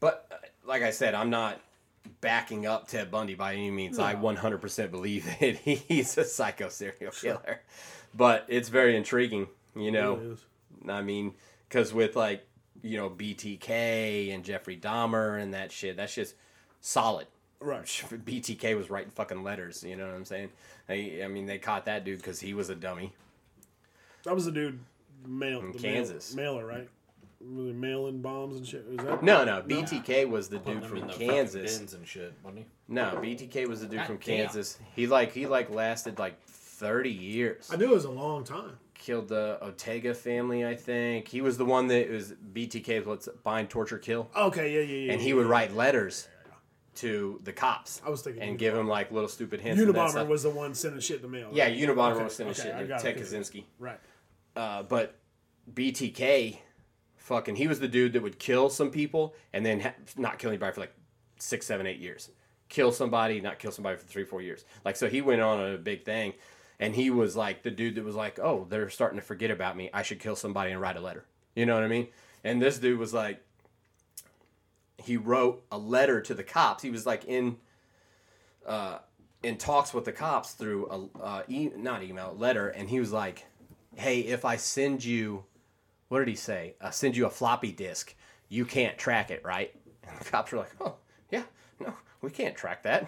Speaker 2: but uh, like i said i'm not backing up ted bundy by any means i 100% believe that he's a psycho serial killer but it's very intriguing you know
Speaker 4: It is.
Speaker 2: I mean, because with like you know BTK and Jeffrey Dahmer and that shit, that's just solid.
Speaker 4: Right.
Speaker 2: BTK was writing fucking letters. You know what I'm saying? They, I mean, they caught that dude because he was a dummy.
Speaker 4: That was the dude mail the mail-
Speaker 2: Kansas.
Speaker 4: mailer, right? Was he mailing bombs and shit? Was that
Speaker 2: No, no, BTK was the
Speaker 3: Putting
Speaker 2: dude
Speaker 3: them
Speaker 2: from
Speaker 3: in the fucking
Speaker 2: Kansas.
Speaker 3: bins and shit, wasn't he?
Speaker 2: No, BTK was the dude from
Speaker 5: God damn.
Speaker 2: Kansas. He like he like lasted like 30 years.
Speaker 4: I knew it was a long time.
Speaker 2: Killed the Ortega family, I think. He was the one that was BTK's what's bind, torture, kill.
Speaker 4: Okay, yeah, yeah, yeah.
Speaker 2: and he would write letters to the cops
Speaker 4: I was thinking
Speaker 2: and
Speaker 4: Unabomber.
Speaker 2: give him like little stupid hints. and that
Speaker 4: Unabomber
Speaker 2: stuff.
Speaker 4: was the one sending shit in the mail. right?
Speaker 2: yeah, Unabomber
Speaker 4: Okay,
Speaker 2: was sending
Speaker 4: okay,
Speaker 2: shit
Speaker 4: I
Speaker 2: to
Speaker 4: got
Speaker 2: Ted
Speaker 4: it.
Speaker 2: Kaczynski.
Speaker 4: Right.
Speaker 2: Uh, but BTK, fucking, he was the dude that would kill some people and then ha- not kill anybody for like six, seven, eight years. Kill somebody, not kill somebody for three, four years. Like, so he went on a big thing and he was like the dude that was like, oh, they're starting to forget about me. I should kill somebody and write a letter. You know what I mean? And this dude was like, he wrote a letter to the cops. He was like in uh, in talks with the cops through a uh, e- not email letter, and he was like, "Hey, if I send you, what did he say? I send you a floppy disk. You can't track it, right?" And the cops were like, "Oh, yeah, no, we can't track that."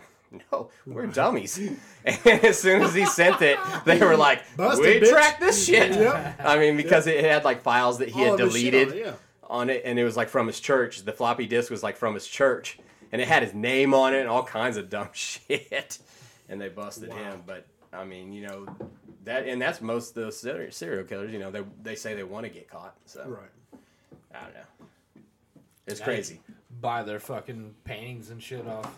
Speaker 2: No, we're dummies. And as soon as he sent it, they were like,
Speaker 4: Busted,
Speaker 2: "We
Speaker 4: bitch."
Speaker 2: tracked this shit."
Speaker 4: Yep.
Speaker 2: I mean, because it had like files that he
Speaker 4: All
Speaker 2: had
Speaker 4: of his shit
Speaker 2: deleted
Speaker 4: on it, yeah.
Speaker 2: on it, and it was like from his church. The floppy disk was like from his church, and it had his name on it and all kinds of dumb shit. And they busted him. But I mean, you know, that and that's most of those ser- serial killers. You know, they they say they want to get caught. So
Speaker 4: Right.
Speaker 2: I don't know. It's crazy.
Speaker 3: Buy their fucking paintings and shit off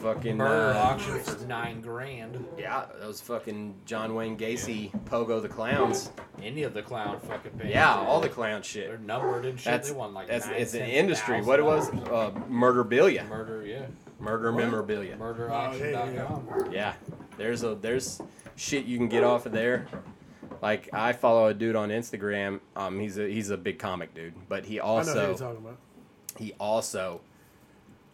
Speaker 2: Fucking
Speaker 3: murder
Speaker 2: uh,
Speaker 3: auction for nine grand.
Speaker 2: yeah, those fucking John Wayne Gacy, Pogo the clowns.
Speaker 3: Any of the clown fucking paintings.
Speaker 2: Yeah, all the clown shit.
Speaker 3: They're numbered and shit.
Speaker 2: That's
Speaker 3: they won like
Speaker 2: that's
Speaker 3: nine,
Speaker 2: it's an
Speaker 3: ten
Speaker 2: industry.
Speaker 3: thousand
Speaker 2: What it was?
Speaker 3: dollars.
Speaker 2: Uh, murderabilia,
Speaker 3: Murder, yeah.
Speaker 2: murder memorabilia.
Speaker 3: Murderauction.com.
Speaker 2: Oh, Yeah, there's a there's shit you can get off of there. Like I follow a dude on Instagram. Um, he's a he's a big comic dude, but he
Speaker 4: I know who you're
Speaker 2: also
Speaker 4: talking about.
Speaker 2: he also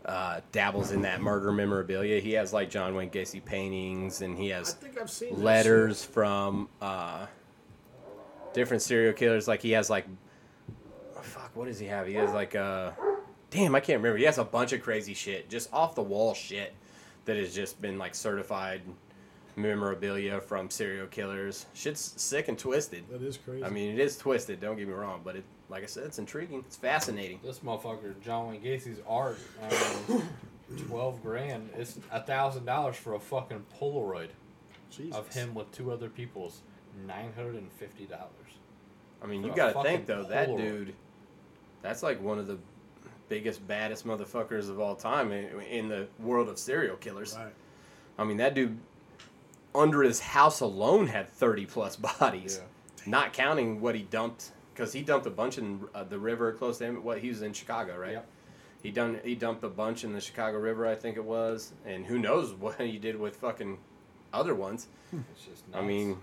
Speaker 2: uh, dabbles in that murder memorabilia. He has like John Wayne Gacy paintings, and he
Speaker 4: I
Speaker 2: has
Speaker 4: think I've seen that
Speaker 2: letters from uh, different serial killers. Like he has like oh, fuck, what does he have? He has like uh, damn, I can't remember. He has a bunch of crazy shit, just off the wall shit that has just been like certified memorabilia from serial killers. Shit's sick and twisted.
Speaker 4: shit. That is crazy.
Speaker 2: I mean, it is twisted. Don't get me wrong, but it, like I said, it's intriguing. It's fascinating.
Speaker 3: This motherfucker, John Wayne Gacy's art, um, twelve grand. It's a thousand dollars for a fucking Polaroid
Speaker 4: Jesus.
Speaker 3: of him with two other people's. Nine hundred and fifty dollars.
Speaker 2: I mean,
Speaker 3: For
Speaker 2: you
Speaker 3: a
Speaker 2: got to
Speaker 3: fucking
Speaker 2: think though that
Speaker 3: Polaroid.
Speaker 2: dude, that's like one of the biggest baddest motherfuckers of all time in, in the world of serial killers.
Speaker 4: Right.
Speaker 2: I mean, that dude under his house alone had 30 plus bodies, not counting what he dumped because he dumped a bunch in uh, the river close to him. What he was in Chicago, right?
Speaker 3: Yep.
Speaker 2: He done he dumped a bunch in the Chicago River, I think it was, and who knows what he did with fucking other ones.
Speaker 3: It's just.
Speaker 2: I
Speaker 3: Nuts.
Speaker 2: mean,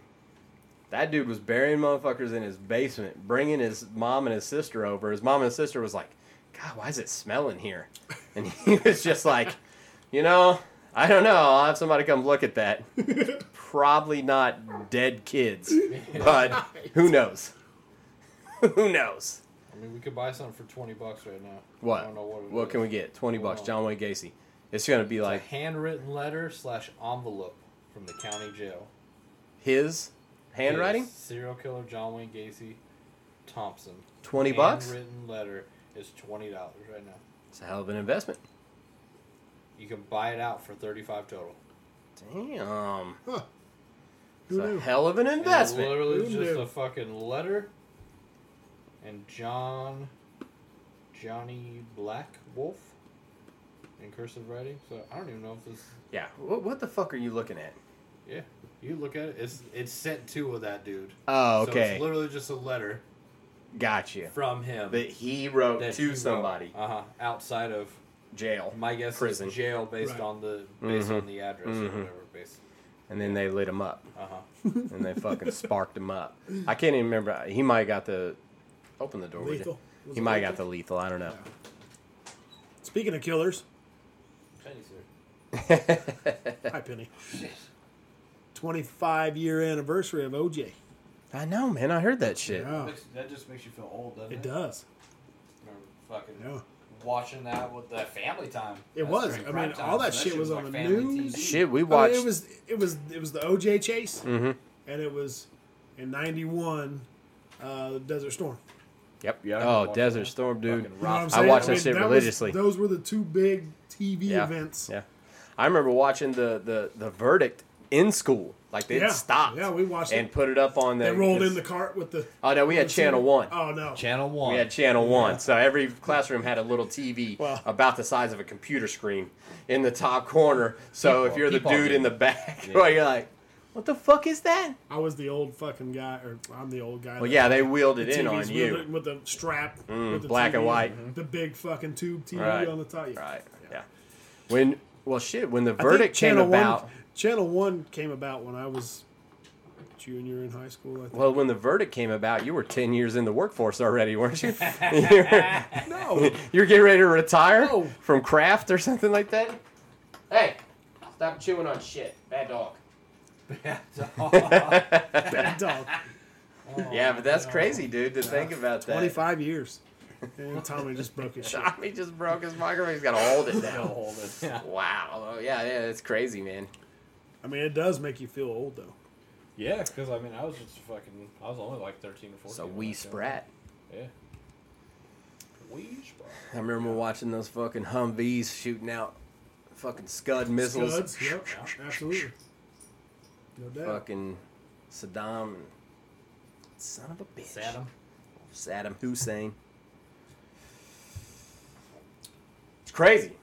Speaker 2: that dude was burying motherfuckers in his basement, bringing his mom and his sister over. His mom and his sister was like, God, why is it smelling here? And he was just like, you know, I don't know. I'll have somebody come look at that. Probably not dead kids, but who knows? who knows?
Speaker 3: I mean, we could buy something for twenty bucks right now. I
Speaker 2: What?
Speaker 3: don't know what. it
Speaker 2: What
Speaker 3: is.
Speaker 2: can we get? 20 bucks. John Wayne Gacy. It's going to be
Speaker 3: It's a
Speaker 2: like
Speaker 3: handwritten letter slash envelope from the county jail.
Speaker 2: his handwriting?
Speaker 3: Yes, serial killer John Wayne Gacy Thompson.
Speaker 2: 20 bucks?
Speaker 3: Handwritten letter is twenty dollars right now.
Speaker 2: It's a hell of an investment.
Speaker 3: You can buy it out for thirty-five total.
Speaker 2: Damn.
Speaker 4: Huh.
Speaker 2: It's
Speaker 4: Who
Speaker 2: a
Speaker 4: knew?
Speaker 2: hell of an
Speaker 3: And
Speaker 2: investment.
Speaker 3: Literally
Speaker 4: Who
Speaker 3: just
Speaker 4: knew?
Speaker 3: a fucking letter. And John, Johnny Black Wolf, in cursive writing. So I don't even know if this.
Speaker 2: Yeah. What, what the fuck are you looking at?
Speaker 3: Yeah, you look at it. It's it's sent to that dude.
Speaker 2: Oh,
Speaker 3: So
Speaker 2: okay.
Speaker 3: it's literally just a letter
Speaker 2: gotcha.
Speaker 3: from him
Speaker 2: That he wrote to somebody.
Speaker 3: Uh huh. Outside of
Speaker 2: Jail.
Speaker 3: my guess,
Speaker 2: Prison.
Speaker 3: is jail based
Speaker 4: Right.
Speaker 3: on the based
Speaker 2: Mhm.
Speaker 3: on the address
Speaker 2: Mhm.
Speaker 3: or whatever. Based.
Speaker 2: And then they lit him up.
Speaker 3: Uh huh.
Speaker 2: And they fucking sparked him up. I can't even remember. He might have got the. Open the door. would you?
Speaker 4: Lethal. Was
Speaker 2: He
Speaker 4: it
Speaker 2: might have
Speaker 4: lethal?
Speaker 2: got the lethal. I don't know.
Speaker 4: Speaking of killers,
Speaker 3: Penny's here.
Speaker 4: hi Penny. Twenty-five year anniversary of OJ.
Speaker 2: I know, man. I heard that shit.
Speaker 4: Yeah,
Speaker 3: That just makes you feel old, doesn't
Speaker 4: it does.
Speaker 3: Remember fucking
Speaker 4: Yeah.
Speaker 3: watching that with the family time.
Speaker 4: It was. I mean, all that shit was on the news.
Speaker 2: Shit, we
Speaker 4: I mean,
Speaker 2: watched.
Speaker 4: it was it was it was the OJ chase,
Speaker 2: Mhm.
Speaker 4: and it was in '91, uh, Desert Storm.
Speaker 2: Yep.
Speaker 3: Yeah, I
Speaker 2: oh,
Speaker 3: watched
Speaker 2: Desert
Speaker 3: that.
Speaker 2: Storm,
Speaker 3: Dude,
Speaker 2: dude.
Speaker 4: You know what I'm
Speaker 2: I
Speaker 4: saying?
Speaker 2: watched that
Speaker 4: mean,
Speaker 2: shit
Speaker 4: was-
Speaker 2: religiously.
Speaker 4: those were the two big TV
Speaker 2: Yeah.
Speaker 4: events.
Speaker 2: Yeah. I remember watching the, the, the verdict in school. Like they
Speaker 4: yeah.
Speaker 2: stopped
Speaker 4: Yeah, we watched
Speaker 2: and
Speaker 4: it.
Speaker 2: put it up on the.
Speaker 4: They rolled in
Speaker 2: this-
Speaker 4: the cart with the.
Speaker 2: Oh no, we had Channel One.
Speaker 4: Oh no!
Speaker 5: Channel one.
Speaker 2: We had Channel One, so every classroom had a little TV
Speaker 4: Wow.
Speaker 2: about the size of a computer screen in the top corner. So if
Speaker 5: Keep-
Speaker 2: you're the
Speaker 5: keep on
Speaker 2: dude in
Speaker 5: getting-
Speaker 2: the back, well, you're like, "What the fuck is that?"
Speaker 4: I was the old fucking guy, or I'm the old guy.
Speaker 2: Well,
Speaker 4: that-
Speaker 2: yeah, they wheeled it
Speaker 4: the
Speaker 2: in
Speaker 4: TVs
Speaker 2: on
Speaker 4: with
Speaker 2: you. Mm,
Speaker 4: the- with the strap, with the
Speaker 2: black and
Speaker 4: TV,
Speaker 2: white.
Speaker 4: the big fucking tube TV
Speaker 2: Right.
Speaker 4: on the top. Yeah.
Speaker 2: Right. Yeah. When well shit, when the
Speaker 4: I think
Speaker 2: verdict came
Speaker 4: Channel
Speaker 2: about,
Speaker 4: One, Channel One came about when I was junior in high school. I think.
Speaker 2: well, when the verdict came about, you were ten years in the workforce already, weren't you? You're-
Speaker 4: no,
Speaker 2: You're getting ready to retire
Speaker 4: No.
Speaker 2: from craft or something like that? Hey, stop chewing on shit. Bad dog.
Speaker 4: bad dog.
Speaker 2: yeah, but that's crazy, dude, to think about that.
Speaker 4: Twenty-five years, and Tommy just broke his shit.
Speaker 2: Tommy just broke his microphone. He's got to hold it now.
Speaker 3: Hold it.
Speaker 2: wow. Oh, Yeah, yeah, that's crazy, man.
Speaker 4: I mean, it does make you feel old though.
Speaker 8: Yeah, because I mean, I was just fucking. I was only like thirteen or fourteen.
Speaker 2: It's a wee sprat.
Speaker 8: Yeah. Wee sprat.
Speaker 2: I remember watching those fucking Humvees shooting out fucking Scud missiles.
Speaker 4: Scuds, yep, absolutely. No doubt.
Speaker 2: Fucking Saddam and son of a bitch.
Speaker 3: Saddam.
Speaker 2: Saddam Hussein. It's crazy.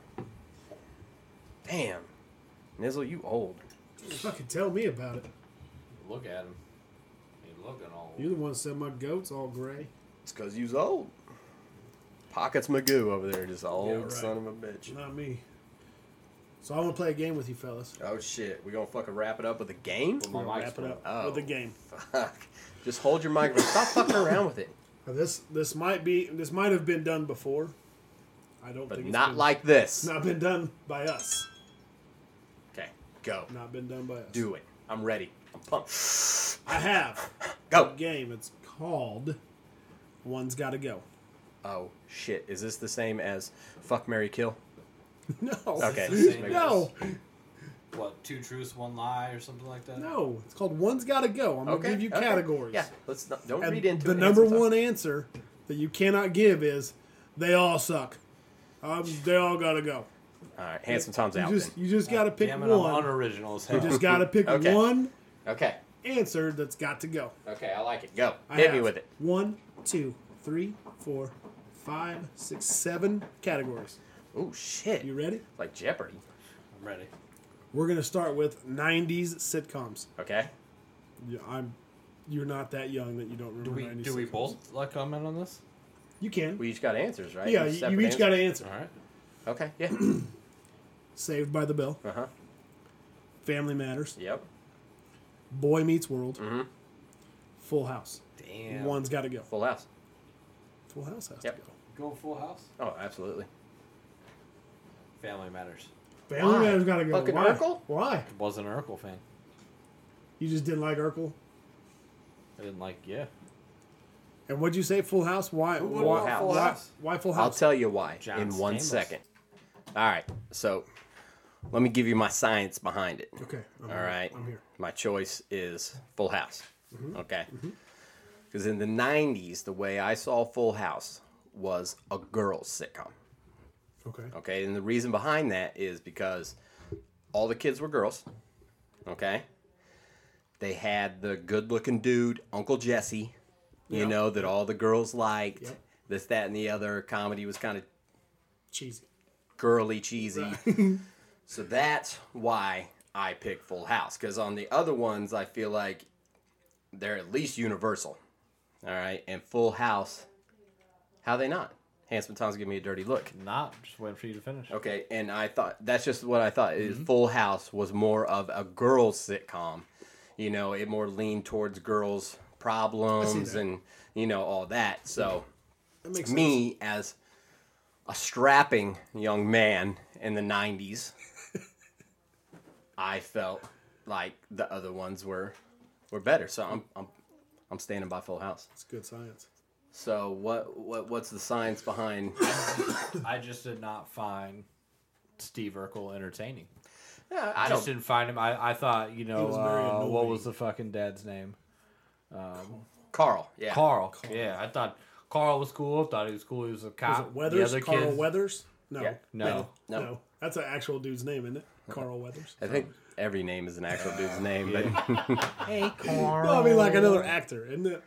Speaker 2: Damn. Nizzle, you old.
Speaker 4: Fucking tell me about it.
Speaker 3: Look at him. He looking all.
Speaker 4: You're the one that said my goat's all gray.
Speaker 2: It's because you's old. Pockets Magoo over there, just old
Speaker 4: right.
Speaker 2: son of a bitch.
Speaker 4: Not me. So I want to play a game with you fellas.
Speaker 2: Oh shit, we gonna fucking wrap it up with a game?
Speaker 3: My mic's
Speaker 4: Wrap it
Speaker 3: blowing.
Speaker 4: up
Speaker 2: Oh.
Speaker 4: with a game.
Speaker 2: Fuck. Just hold your microphone. Stop fucking around with it.
Speaker 4: Now, this this might be this might have been done before. I don't
Speaker 2: But
Speaker 4: think it's
Speaker 2: not
Speaker 4: been,
Speaker 2: like this.
Speaker 4: not been done by us.
Speaker 2: Okay, go.
Speaker 4: Not been done by us.
Speaker 2: Do it. I'm ready. I'm pumped.
Speaker 4: I have
Speaker 2: Go.
Speaker 4: a game. It's called One's Gotta Go.
Speaker 2: Oh shit, is this the same as fuck Mary Kill?
Speaker 4: No.
Speaker 2: Okay.
Speaker 3: the same
Speaker 4: No.
Speaker 3: What? Two truths, one lie, or something like that.
Speaker 4: No. It's called One's Gotta Go. I'm gonna
Speaker 2: Okay,
Speaker 4: give you
Speaker 2: okay.
Speaker 4: categories.
Speaker 2: Yeah, let's not don't
Speaker 4: And
Speaker 2: read into
Speaker 4: the
Speaker 2: it.
Speaker 4: number
Speaker 2: It's-
Speaker 4: one answer that you cannot give is they all suck. Um, they all gotta go.
Speaker 2: All right, handsome Tom's
Speaker 4: You
Speaker 2: out.
Speaker 4: just
Speaker 2: then.
Speaker 4: you just gotta pick
Speaker 3: Damn it! I'm
Speaker 4: one.
Speaker 3: unoriginal as
Speaker 4: You
Speaker 3: hell.
Speaker 4: just gotta pick
Speaker 2: Okay.
Speaker 4: one
Speaker 2: Okay,
Speaker 4: answer that's got to go.
Speaker 2: okay, I like it. Go,
Speaker 4: I
Speaker 2: hit
Speaker 4: have
Speaker 2: me with it.
Speaker 4: One, two, three, four, five, six, seven categories.
Speaker 2: Oh shit,
Speaker 4: You ready?
Speaker 2: like Jeopardy.
Speaker 3: I'm ready.
Speaker 4: We're gonna start with '90s sitcoms.
Speaker 2: Okay,
Speaker 4: You- I'm, you're not that young that you don't remember.
Speaker 3: Do we
Speaker 4: 90s
Speaker 3: do we
Speaker 4: sitcoms.
Speaker 3: both like comment on this?
Speaker 4: You can.
Speaker 2: we each got answers, right?
Speaker 4: yeah, you, you
Speaker 2: separate
Speaker 4: each got an
Speaker 2: answers?
Speaker 4: answer.
Speaker 3: All right.
Speaker 2: Okay, yeah.
Speaker 4: Saved by the Bell,
Speaker 2: Uh huh.
Speaker 4: Family Matters,
Speaker 2: Yep.
Speaker 4: Boy Meets World, Full House.
Speaker 3: Damn.
Speaker 4: One's got to go.
Speaker 2: Mm-hmm. Full house.
Speaker 4: Full House has
Speaker 2: Yep.
Speaker 4: to go.
Speaker 5: Go Full House.
Speaker 2: Oh, absolutely.
Speaker 3: Family Matters.
Speaker 4: Family
Speaker 2: Why?
Speaker 4: Matters got to go.
Speaker 2: Fucking
Speaker 4: Why?
Speaker 2: Urkel?
Speaker 4: Why?
Speaker 3: Wasn't an Urkel fan.
Speaker 4: You just didn't like Urkel.
Speaker 3: I didn't like. Yeah.
Speaker 4: And what'd you say? Full House? Why?
Speaker 2: wouldn't
Speaker 4: why,
Speaker 2: want Full
Speaker 4: why-
Speaker 3: House?
Speaker 4: Why, Full
Speaker 2: I'll
Speaker 4: House?
Speaker 2: tell you why
Speaker 3: John
Speaker 2: in one
Speaker 3: Stamos.
Speaker 2: second. All right, so let me give you my science behind it.
Speaker 4: okay. I'm
Speaker 2: All
Speaker 4: here.
Speaker 2: right.
Speaker 4: I'm here.
Speaker 2: My choice is Full House.
Speaker 4: Mm-hmm.
Speaker 2: Okay. Because in the 90s, the way I saw Full House was a girl's sitcom.
Speaker 4: Okay.
Speaker 2: Okay. And the reason behind that is because all the kids were girls. Okay. They had the good looking dude, Uncle Jesse, you
Speaker 4: Yeah.
Speaker 2: know, that all the girls liked.
Speaker 4: Yep.
Speaker 2: This, that, and the other. Comedy was kind of
Speaker 4: Cheesy.
Speaker 2: girly, cheesy. so that's why I pick Full House because on the other ones, I feel like they're at least universal. All right, and Full House, how they not? Handsome Tom's giving me a dirty look.
Speaker 5: Not just waiting for you to finish.
Speaker 2: Okay, and I thought that's just what I thought.
Speaker 4: Mm-hmm.
Speaker 2: Is Full House was more of a girls sitcom, you know, it more leaned towards girls' problems
Speaker 4: that.
Speaker 2: and you know all that. So
Speaker 4: That makes sense.
Speaker 2: me as a strapping young man in the 90s i felt like the other ones were were better so i'm i'm i'm standing by full house
Speaker 4: It's good science.
Speaker 2: so what what what's the science behind
Speaker 5: I just did not find Steve Urkel entertaining.
Speaker 2: Yeah,
Speaker 5: I
Speaker 2: i
Speaker 5: just
Speaker 2: don't
Speaker 5: didn't find him. I, I thought you know
Speaker 4: was very
Speaker 5: uh, what
Speaker 4: annoying.
Speaker 5: was the fucking dad's name?
Speaker 2: carl yeah
Speaker 5: Carl. Yeah, I thought Carl was cool. Thought he was cool. He was a
Speaker 4: Is
Speaker 5: cop.
Speaker 4: it Weathers?
Speaker 5: The other
Speaker 4: Carl
Speaker 5: kids-
Speaker 4: Weathers? No.
Speaker 2: Yeah.
Speaker 5: No.
Speaker 4: No. That's an actual dude's name, isn't it? Carl Weathers.
Speaker 2: i think every name is an actual dude's name, but
Speaker 5: Hey, Carl.
Speaker 4: No, I mean like another actor, isn't it?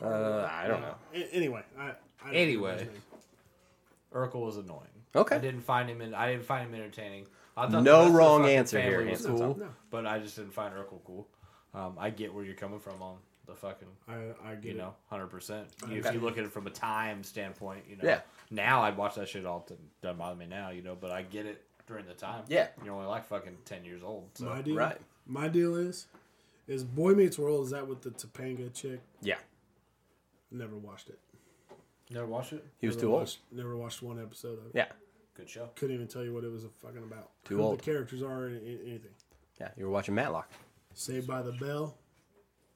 Speaker 2: uh, I don't know.
Speaker 4: A- Anyway, I, I don't
Speaker 5: Anyway.
Speaker 4: remember his name.
Speaker 5: Urkel was annoying.
Speaker 2: Okay.
Speaker 5: I didn't find him. In, I didn't find him entertaining. I
Speaker 2: No
Speaker 5: thought the rest of the
Speaker 2: wrong
Speaker 5: fucking
Speaker 2: answer here,
Speaker 5: family was
Speaker 2: Hanson.
Speaker 5: cool,
Speaker 4: No.
Speaker 5: but I just didn't find Urkel cool. Um, I get where you're coming from on the fucking,
Speaker 4: I, I get
Speaker 5: you
Speaker 4: it.
Speaker 5: know, hundred percent. If you look at it from a time standpoint, you know,
Speaker 2: Yeah.
Speaker 5: Now I'd watch that shit all. the doesn't bother me now, you know, but I get it during the time.
Speaker 2: Yeah.
Speaker 5: You're only like fucking ten years old. So.
Speaker 4: My deal,
Speaker 2: Right.
Speaker 4: My deal is, is Boy Meets World. Is that with the Topanga chick?
Speaker 2: Yeah,
Speaker 4: Never watched it.
Speaker 5: Never watched it.
Speaker 2: he was
Speaker 4: Never
Speaker 2: too old.
Speaker 4: watched- Never watched one episode of it.
Speaker 2: Yeah,
Speaker 5: Good show.
Speaker 4: Couldn't even tell you what it was fucking about.
Speaker 2: Too
Speaker 4: Who
Speaker 2: old.
Speaker 4: The characters are or any- anything.
Speaker 2: yeah, you were watching Matlock.
Speaker 4: Saved by the Bell.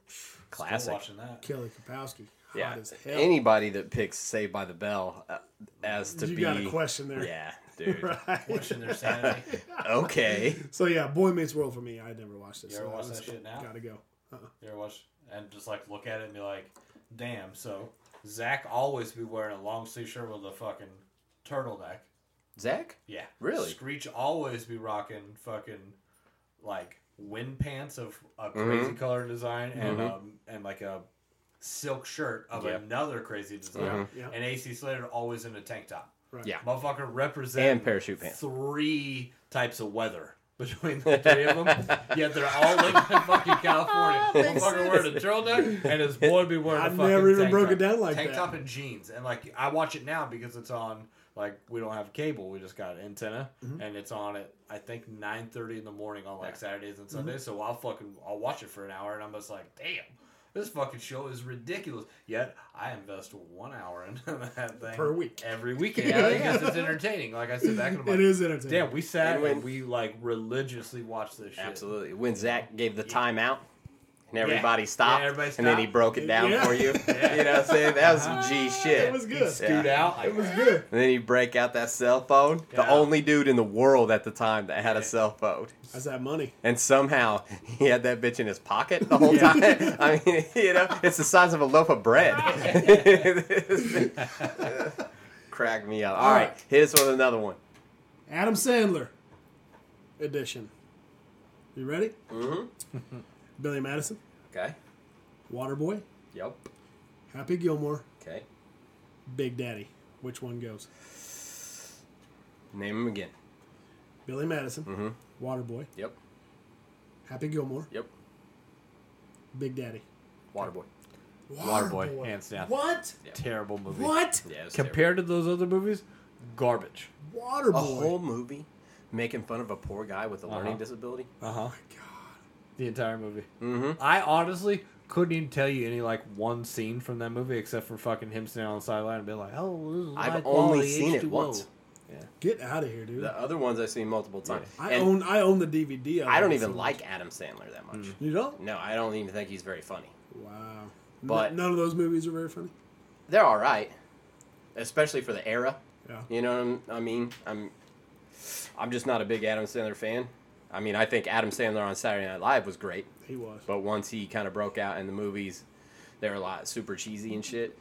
Speaker 5: Still
Speaker 2: Classic.
Speaker 5: watching that.
Speaker 4: Kelly Kapowski.
Speaker 2: Yeah,
Speaker 4: Hot as hell.
Speaker 2: anybody that picks Saved by the Bell uh, as to
Speaker 4: you
Speaker 2: be
Speaker 4: got a question there.
Speaker 2: yeah, dude.
Speaker 4: Right.
Speaker 5: Watching their sanity.
Speaker 2: okay,
Speaker 4: So yeah, Boy Meets World for me. I never watched it.
Speaker 5: You
Speaker 4: so
Speaker 5: ever watch
Speaker 4: was-
Speaker 5: that shit now?
Speaker 4: Gotta go.
Speaker 5: You ever watch and just like look at it and be like, damn, so Zach always be wearing a long sleeve shirt with a fucking turtleneck.
Speaker 2: Zach.
Speaker 5: Yeah.
Speaker 2: Really?
Speaker 5: Screech always be rocking fucking like wind pants of a
Speaker 2: Mm-hmm.
Speaker 5: crazy color design and um and like a silk shirt of
Speaker 2: Yep. Mm-hmm.
Speaker 5: another crazy design.
Speaker 4: Yeah.
Speaker 5: And AC Slater always in a tank top.
Speaker 4: Right.
Speaker 2: Yeah.
Speaker 5: Motherfucker represent
Speaker 2: And parachute pants.
Speaker 5: Three types of weather between the three of them. Yet they're all living in fucking California. Motherfucker wearing a turtleneck and his boy be wearing
Speaker 4: Oh,
Speaker 5: a
Speaker 4: I
Speaker 5: fucking
Speaker 4: never even
Speaker 5: tank
Speaker 4: broke
Speaker 5: top.
Speaker 4: it down like
Speaker 5: tank
Speaker 4: that.
Speaker 5: top and jeans. And like I watch it now because it's on. Like we don't have cable, we just got an antenna,
Speaker 4: Mm-hmm.
Speaker 5: and it's on at I think nine thirty in the morning on like Saturdays
Speaker 4: Mm-hmm.
Speaker 5: and Sundays. So I'll fucking I'll watch it for an hour, and I'm just like, damn. This fucking show is ridiculous. Yet I invest one hour into that thing
Speaker 4: Per week.
Speaker 5: every weekend yeah, because it's entertaining. Like I said back in the
Speaker 4: It is entertaining.
Speaker 5: Damn, we sat
Speaker 2: And
Speaker 5: and,
Speaker 2: when-
Speaker 5: we like religiously watched this shit.
Speaker 2: Absolutely. When Zach gave the timeout and everybody stopped,
Speaker 5: Yeah, everybody
Speaker 2: and then he
Speaker 5: stopped.
Speaker 2: broke it down
Speaker 4: Yeah.
Speaker 2: for you. You know what I'm saying? That was some G shit.
Speaker 4: It was good.
Speaker 5: Dude
Speaker 2: Yeah.
Speaker 5: out. It was
Speaker 4: Good.
Speaker 2: And then he break out that cell phone. The
Speaker 5: Yeah.
Speaker 2: only dude in the world at the time that had a cell phone.
Speaker 4: That's that money.
Speaker 2: And somehow he had that bitch in his pocket the whole time. I mean, you know, it's the size of a loaf of bread. Crack me up. All right, hit us with another one.
Speaker 4: Adam Sandler edition. You ready?
Speaker 2: Mm-hmm.
Speaker 4: Billy Madison,
Speaker 2: Okay.
Speaker 4: Waterboy,
Speaker 2: Yep.
Speaker 4: Happy Gilmore,
Speaker 2: Okay.
Speaker 4: Big Daddy. Which one goes?
Speaker 2: Name him again.
Speaker 4: Billy Madison,
Speaker 5: Mm-hmm.
Speaker 4: Waterboy,
Speaker 2: Yep.
Speaker 4: Happy Gilmore,
Speaker 2: Yep.
Speaker 4: Big Daddy.
Speaker 2: Waterboy.
Speaker 5: Waterboy, hands down.
Speaker 4: What?
Speaker 5: Terrible movie.
Speaker 4: What?
Speaker 2: Yeah. it was terrible.
Speaker 5: Compared to those other movies, garbage.
Speaker 4: Waterboy. Oh
Speaker 2: a whole movie making fun of a poor guy with a learning disability.
Speaker 5: Uh huh. The entire movie.
Speaker 2: Mm-hmm.
Speaker 5: I honestly couldn't even tell you any like one scene from that movie except for fucking him standing on the sideline and being like, "Oh, this is
Speaker 2: I've
Speaker 5: light
Speaker 2: only
Speaker 5: quality
Speaker 2: seen it
Speaker 5: H2O."
Speaker 2: once.
Speaker 4: Get out of here, dude.
Speaker 2: The other ones I've seen multiple times.
Speaker 4: I
Speaker 2: and
Speaker 4: own I own the DVD. of
Speaker 2: I don't
Speaker 4: it,
Speaker 2: even
Speaker 4: so-
Speaker 2: like Adam Sandler that much.
Speaker 4: You don't?
Speaker 2: No, I don't even think he's very funny.
Speaker 4: Wow.
Speaker 2: Mm-hmm. But-
Speaker 4: N- none of those movies are very funny.
Speaker 2: They're all right, especially for the era.
Speaker 4: Yeah.
Speaker 2: You know what I'm- I mean? I'm I'm just not a big Adam Sandler fan. I mean, I think Adam Sandler on Saturday Night Live was great,
Speaker 4: He was.
Speaker 2: but once he kind of broke out in the movies, they were a lot super cheesy and shit.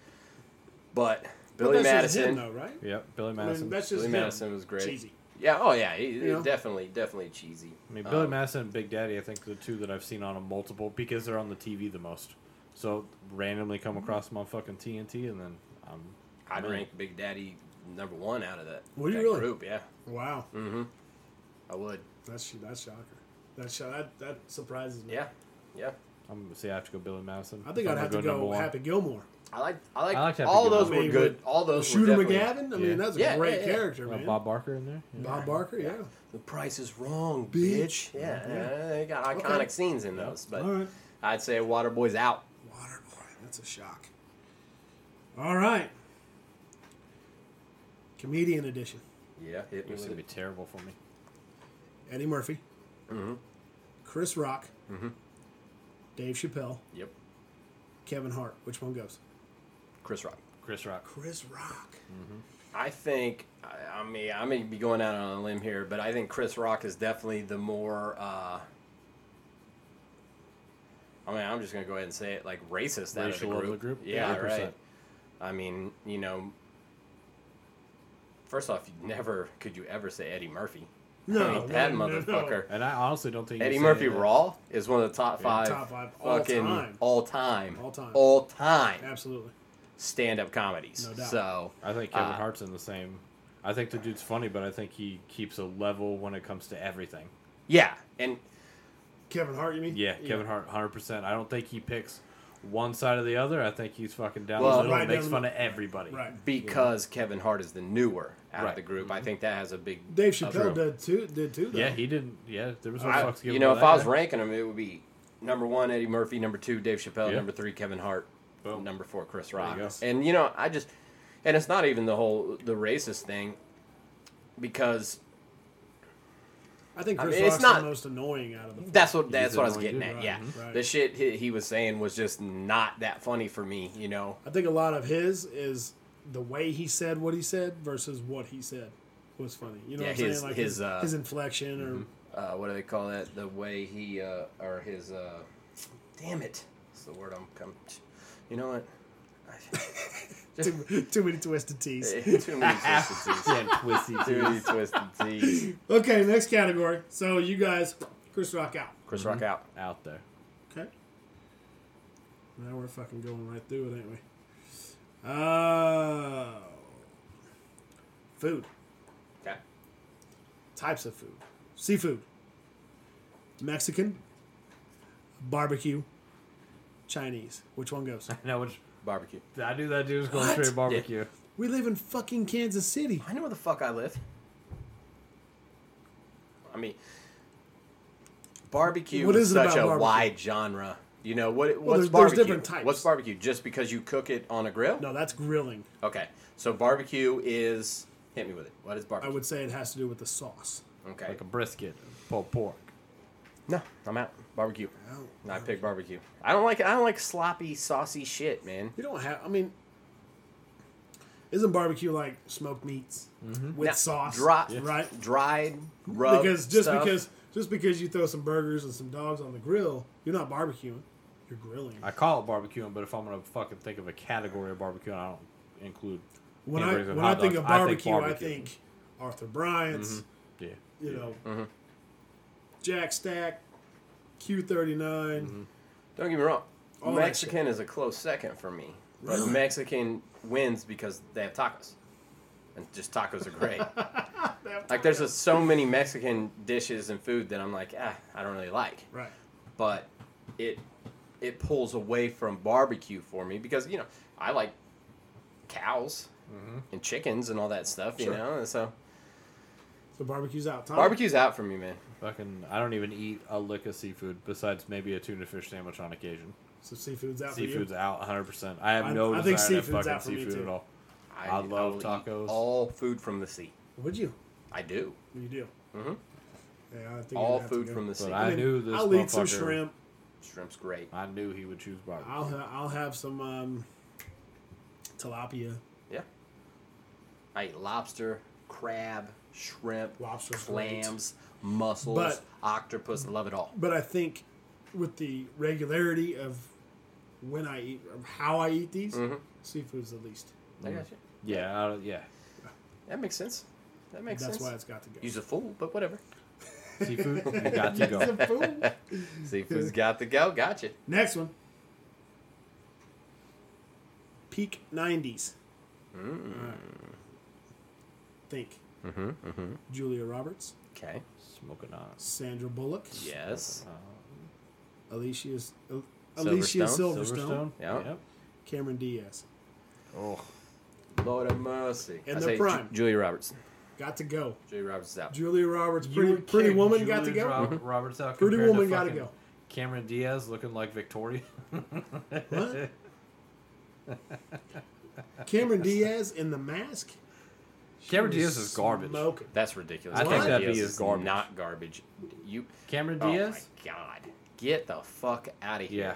Speaker 2: But
Speaker 4: But
Speaker 2: Billy
Speaker 4: that's just
Speaker 2: Madison,
Speaker 4: him, though, right?
Speaker 5: Yep, Billy
Speaker 4: I mean,
Speaker 5: Madison.
Speaker 4: that's just
Speaker 2: Billy
Speaker 4: him.
Speaker 2: Madison was great.
Speaker 4: Cheesy.
Speaker 2: Yeah, oh yeah, he,
Speaker 4: You know?
Speaker 2: definitely, definitely cheesy.
Speaker 5: I mean,
Speaker 3: Oh.
Speaker 5: Billy
Speaker 2: Um,
Speaker 5: Madison and Big Daddy, I think the two that I've seen on a multiple because they're on the TV the most. So randomly come across them on fucking TNT, and then I'm.
Speaker 2: I'd
Speaker 5: I'm in.
Speaker 2: rank Big Daddy number one out of that,
Speaker 4: Would you
Speaker 2: that
Speaker 4: really?
Speaker 2: group. Yeah,
Speaker 4: Wow.
Speaker 2: Mm-hmm. I would.
Speaker 4: That's sh- that's shocker. That sh- that that surprises me.
Speaker 2: Yeah, yeah.
Speaker 5: I'm gonna say I have to go Billy Madison.
Speaker 4: I think
Speaker 5: I'm
Speaker 4: I'd
Speaker 5: gonna
Speaker 4: have to
Speaker 5: number
Speaker 4: go
Speaker 5: one.
Speaker 4: Happy Gilmore.
Speaker 2: I like, I like.
Speaker 5: I liked Happy
Speaker 2: all
Speaker 5: Gilmore.
Speaker 2: those
Speaker 4: I mean,
Speaker 2: were good.
Speaker 4: with-
Speaker 2: All those were
Speaker 4: Shooter
Speaker 2: definitely.
Speaker 4: McGavin. I mean,
Speaker 5: Yeah.
Speaker 4: that's a
Speaker 2: Yeah,
Speaker 4: great
Speaker 2: yeah, yeah.
Speaker 4: character,
Speaker 5: Uh,
Speaker 4: man. Bob,
Speaker 5: Bob Barker in there. Yeah.
Speaker 4: Barker. Yeah.
Speaker 2: The price is wrong, bitch.
Speaker 4: Bitch.
Speaker 2: Yeah,
Speaker 4: Yeah.
Speaker 2: they got iconic
Speaker 4: Okay.
Speaker 2: scenes in those, but
Speaker 4: All right.
Speaker 2: I'd say Waterboy's out.
Speaker 4: Waterboy. That's a shock. All right. Comedian edition.
Speaker 2: Yeah, hit
Speaker 5: It
Speaker 2: me
Speaker 5: was
Speaker 2: with
Speaker 5: gonna be
Speaker 2: it.
Speaker 5: terrible for me.
Speaker 4: Eddie Murphy.
Speaker 2: Mm-hmm.
Speaker 4: Chris Rock. Dave Chappelle.
Speaker 2: Yep,
Speaker 4: Kevin Hart. Which one goes?
Speaker 2: Chris Rock.
Speaker 5: Chris Rock.
Speaker 4: Chris Rock.
Speaker 2: I think I, I mean I may be going out on a limb here, but I think Chris Rock is definitely the more. Uh, I mean, I'm just gonna go ahead and say it like racist out
Speaker 5: Racial
Speaker 2: of the group. Yeah,
Speaker 5: 100%.
Speaker 2: right. I mean, you know, first off, you never could you ever say Eddie Murphy. I mean, that motherfucker.
Speaker 5: And I honestly don't think
Speaker 2: Eddie
Speaker 5: you've
Speaker 2: Murphy
Speaker 5: seen it.
Speaker 2: Raw is one of the top five,
Speaker 4: Top five all
Speaker 2: fucking
Speaker 4: time.
Speaker 2: all time,
Speaker 4: All time.
Speaker 2: all time
Speaker 4: Absolutely.
Speaker 2: stand up comedies.
Speaker 4: No doubt.
Speaker 2: So
Speaker 5: I think Kevin
Speaker 2: Uh,
Speaker 5: Hart's in the same. I think the dude's funny, but I think he keeps a level when it comes to everything.
Speaker 2: yeah, and
Speaker 4: Kevin Hart, you mean?
Speaker 5: Yeah, Kevin Hart, hundred percent. I don't think he picks one side or the other. I think he's fucking down
Speaker 2: Well,
Speaker 5: the middle,
Speaker 4: Right
Speaker 5: and makes
Speaker 4: down-
Speaker 5: fun of everybody.
Speaker 4: Right.
Speaker 2: because Kevin Hart is the newer out of
Speaker 5: Right. Mm-hmm.
Speaker 2: the group, I think that has a big
Speaker 4: Dave
Speaker 2: a
Speaker 4: Chappelle
Speaker 2: room.
Speaker 4: did too. Did too. Though.
Speaker 5: Yeah, he didn't. Yeah, there was no
Speaker 2: I-
Speaker 5: fucks given.
Speaker 2: you know,
Speaker 5: to
Speaker 2: if
Speaker 5: that
Speaker 2: I was
Speaker 5: guy.
Speaker 2: ranking them, it would be number one Eddie Murphy, number two Dave Chappelle,
Speaker 5: Yeah.
Speaker 2: number three Kevin Hart,
Speaker 5: Boom.
Speaker 2: number four Chris Rock.
Speaker 5: you go.
Speaker 2: And you know, I just and it's not even the whole the racist thing because
Speaker 4: I think
Speaker 2: I
Speaker 4: Chris
Speaker 2: mean, it's
Speaker 4: Rock's
Speaker 2: not-
Speaker 4: the most annoying out of the.
Speaker 2: that's what that's what I was
Speaker 5: annoying
Speaker 2: getting
Speaker 5: dude,
Speaker 2: at.
Speaker 4: right,
Speaker 2: Yeah,
Speaker 4: right.
Speaker 2: the shit he, he was saying was just not that funny for me. You know,
Speaker 4: I think a lot of his is the way he said what he said versus what he said was funny. You know
Speaker 2: Yeah,
Speaker 4: what I'm
Speaker 2: his-
Speaker 4: saying? Like
Speaker 2: his, uh,
Speaker 4: his inflection or
Speaker 2: uh, what do they call that? The way he uh, or his uh, damn it, it's the word I'm coming. You know what? Mm-hmm.
Speaker 4: too, too many twisted T's.
Speaker 2: Too many twisted T's.
Speaker 5: Yeah, twisty
Speaker 2: Too
Speaker 5: dude.
Speaker 2: many twisted T's.
Speaker 4: Okay, next category. So you guys, Chris Rock out.
Speaker 2: Chris
Speaker 5: Mm-hmm.
Speaker 2: Rock out.
Speaker 5: out there.
Speaker 4: Okay. Now we're fucking going right through it, ain't we? Uh, food.
Speaker 2: Okay.
Speaker 4: Types of food. Seafood. Mexican. Barbecue. Chinese. Which one goes?
Speaker 5: Now, which
Speaker 2: Barbecue.
Speaker 5: I knew that dude was going
Speaker 4: What?
Speaker 5: straight barbecue.
Speaker 4: We live in fucking Kansas City.
Speaker 2: I know where the fuck I live. I mean, barbecue
Speaker 4: What
Speaker 2: is
Speaker 4: is it
Speaker 2: such
Speaker 4: about
Speaker 2: a
Speaker 4: barbecue?
Speaker 2: wide genre. You know what? What's
Speaker 4: there's- there's
Speaker 2: barbecue?
Speaker 4: different types.
Speaker 2: What's barbecue? Just because you cook it on a grill?
Speaker 4: No, that's grilling.
Speaker 2: Okay, so barbecue is hit me with it. What is
Speaker 4: I
Speaker 2: barbecue?
Speaker 4: would say it has to do with the sauce.
Speaker 2: okay.
Speaker 5: Like a brisket, pulled pork.
Speaker 2: no, I'm out. Barbecue.
Speaker 4: Uh,
Speaker 2: No, I pick barbecue. I don't like. I don't like sloppy, saucy shit, man.
Speaker 4: You don't have. I mean, isn't barbecue like smoked meats with
Speaker 2: Now,
Speaker 4: sauce?
Speaker 2: dry,
Speaker 4: right?
Speaker 2: Dried, rubbed
Speaker 4: Because just
Speaker 2: stuff.
Speaker 4: because just because you throw some burgers and some dogs on the grill, you're not barbecuing. You're grilling.
Speaker 5: I call it barbecuing, but if I'm gonna fucking think of a category of barbecue, I don't include.
Speaker 4: when I
Speaker 5: hamburgers and
Speaker 4: when I
Speaker 5: hot
Speaker 4: think
Speaker 5: dogs,
Speaker 4: of barbecue, I think,
Speaker 5: barbecue. Mm-hmm.
Speaker 4: Arthur Bryant's.
Speaker 5: yeah,
Speaker 4: you know,
Speaker 5: Mm-hmm.
Speaker 4: Jack Stack, Q39.
Speaker 5: Mm-hmm.
Speaker 2: Don't get me wrong.
Speaker 4: All that
Speaker 2: Mexican is a close second for me. But
Speaker 4: Really?
Speaker 2: Mexican wins because they have tacos. And just tacos are great. like there's just so many Mexican dishes and food that I'm like, ah, I don't really like.
Speaker 4: Right.
Speaker 2: But it it pulls away from barbecue for me because, you know, I like cows
Speaker 4: Mm-hmm.
Speaker 2: and chickens and all that stuff, you know? And
Speaker 4: Um,
Speaker 2: so
Speaker 4: So barbecue's out. Tom,
Speaker 2: barbecue's out for me, man.
Speaker 5: fucking. I don't even eat a lick of seafood besides maybe a tuna fish sandwich on occasion.
Speaker 4: So seafood's out.
Speaker 5: Seafood's
Speaker 4: For
Speaker 5: out 100. percent I have
Speaker 4: I-
Speaker 5: no
Speaker 4: I think
Speaker 5: desire to have
Speaker 4: seafood's
Speaker 5: fucking
Speaker 4: out for me,
Speaker 5: seafood
Speaker 4: too.
Speaker 5: at all. I love
Speaker 2: will eat
Speaker 5: tacos.
Speaker 2: All food from the sea.
Speaker 4: you. Would you?
Speaker 2: I do.
Speaker 4: Would you do?
Speaker 5: Mm-hmm.
Speaker 2: Mhm.
Speaker 4: Yeah, I think you'd
Speaker 2: All
Speaker 4: have to
Speaker 2: food
Speaker 4: go.
Speaker 2: from the sea.
Speaker 5: But I, knew this.
Speaker 4: I'll eat some
Speaker 5: motherfucker-
Speaker 4: shrimp.
Speaker 2: Shrimp's great.
Speaker 5: I knew he would choose barbecue.
Speaker 4: I'll ha- I'll have some um, tilapia.
Speaker 2: Yeah. I eat lobster, crab, shrimp,
Speaker 4: Lobster's
Speaker 2: clams, mussels,
Speaker 4: But-
Speaker 2: octopus. I love it all.
Speaker 4: But I think with the regularity of when I eat, of how I eat these, seafood's the least.
Speaker 2: I got you.
Speaker 5: yeah, I, yeah.
Speaker 2: Mm. That makes sense. That makes
Speaker 4: That's why
Speaker 2: sense.
Speaker 4: it's got to go.
Speaker 2: He's a fool, but whatever.
Speaker 5: Seafood, you got to go.
Speaker 4: Food.
Speaker 2: Seafood's got to go. Gotcha.
Speaker 4: Next one. Peak 90s. All right. Think. Mm-hmm, Julia Roberts,
Speaker 2: Okay.
Speaker 5: Smoking on.
Speaker 4: Sandra Bullock,
Speaker 2: Yes.
Speaker 4: Alicia, Al- Alicia
Speaker 2: Silverstone?
Speaker 4: Silverstone,
Speaker 5: Silverstone.
Speaker 2: Yeah.
Speaker 5: Yep.
Speaker 4: Cameron Diaz.
Speaker 5: Oh,
Speaker 2: Lord of mercy.
Speaker 4: In
Speaker 2: I
Speaker 4: the
Speaker 2: say Ju-
Speaker 4: prime.
Speaker 2: Julia Roberts.
Speaker 4: Got to go.
Speaker 2: Julia Roberts is out.
Speaker 4: Julia Roberts,
Speaker 5: You
Speaker 4: pretty,
Speaker 5: would
Speaker 4: pretty
Speaker 5: kick
Speaker 4: woman,
Speaker 5: Julia
Speaker 4: got to go.
Speaker 5: Rob- Roberts out.
Speaker 4: Pretty
Speaker 5: compared to
Speaker 4: Woman got to
Speaker 5: fucking
Speaker 4: go.
Speaker 5: Cameron Diaz looking like Victoria.
Speaker 4: What? Cameron Diaz in the mask?
Speaker 5: Cameron Diaz is garbage.
Speaker 4: Smoking.
Speaker 2: That's ridiculous.
Speaker 5: I think
Speaker 2: Cameron
Speaker 5: that
Speaker 2: Diaz
Speaker 5: bee is garbage.
Speaker 2: Not garbage. You.
Speaker 5: Cameron
Speaker 2: Oh
Speaker 5: Diaz?
Speaker 2: my God. Get the fuck out of here.
Speaker 5: Yeah,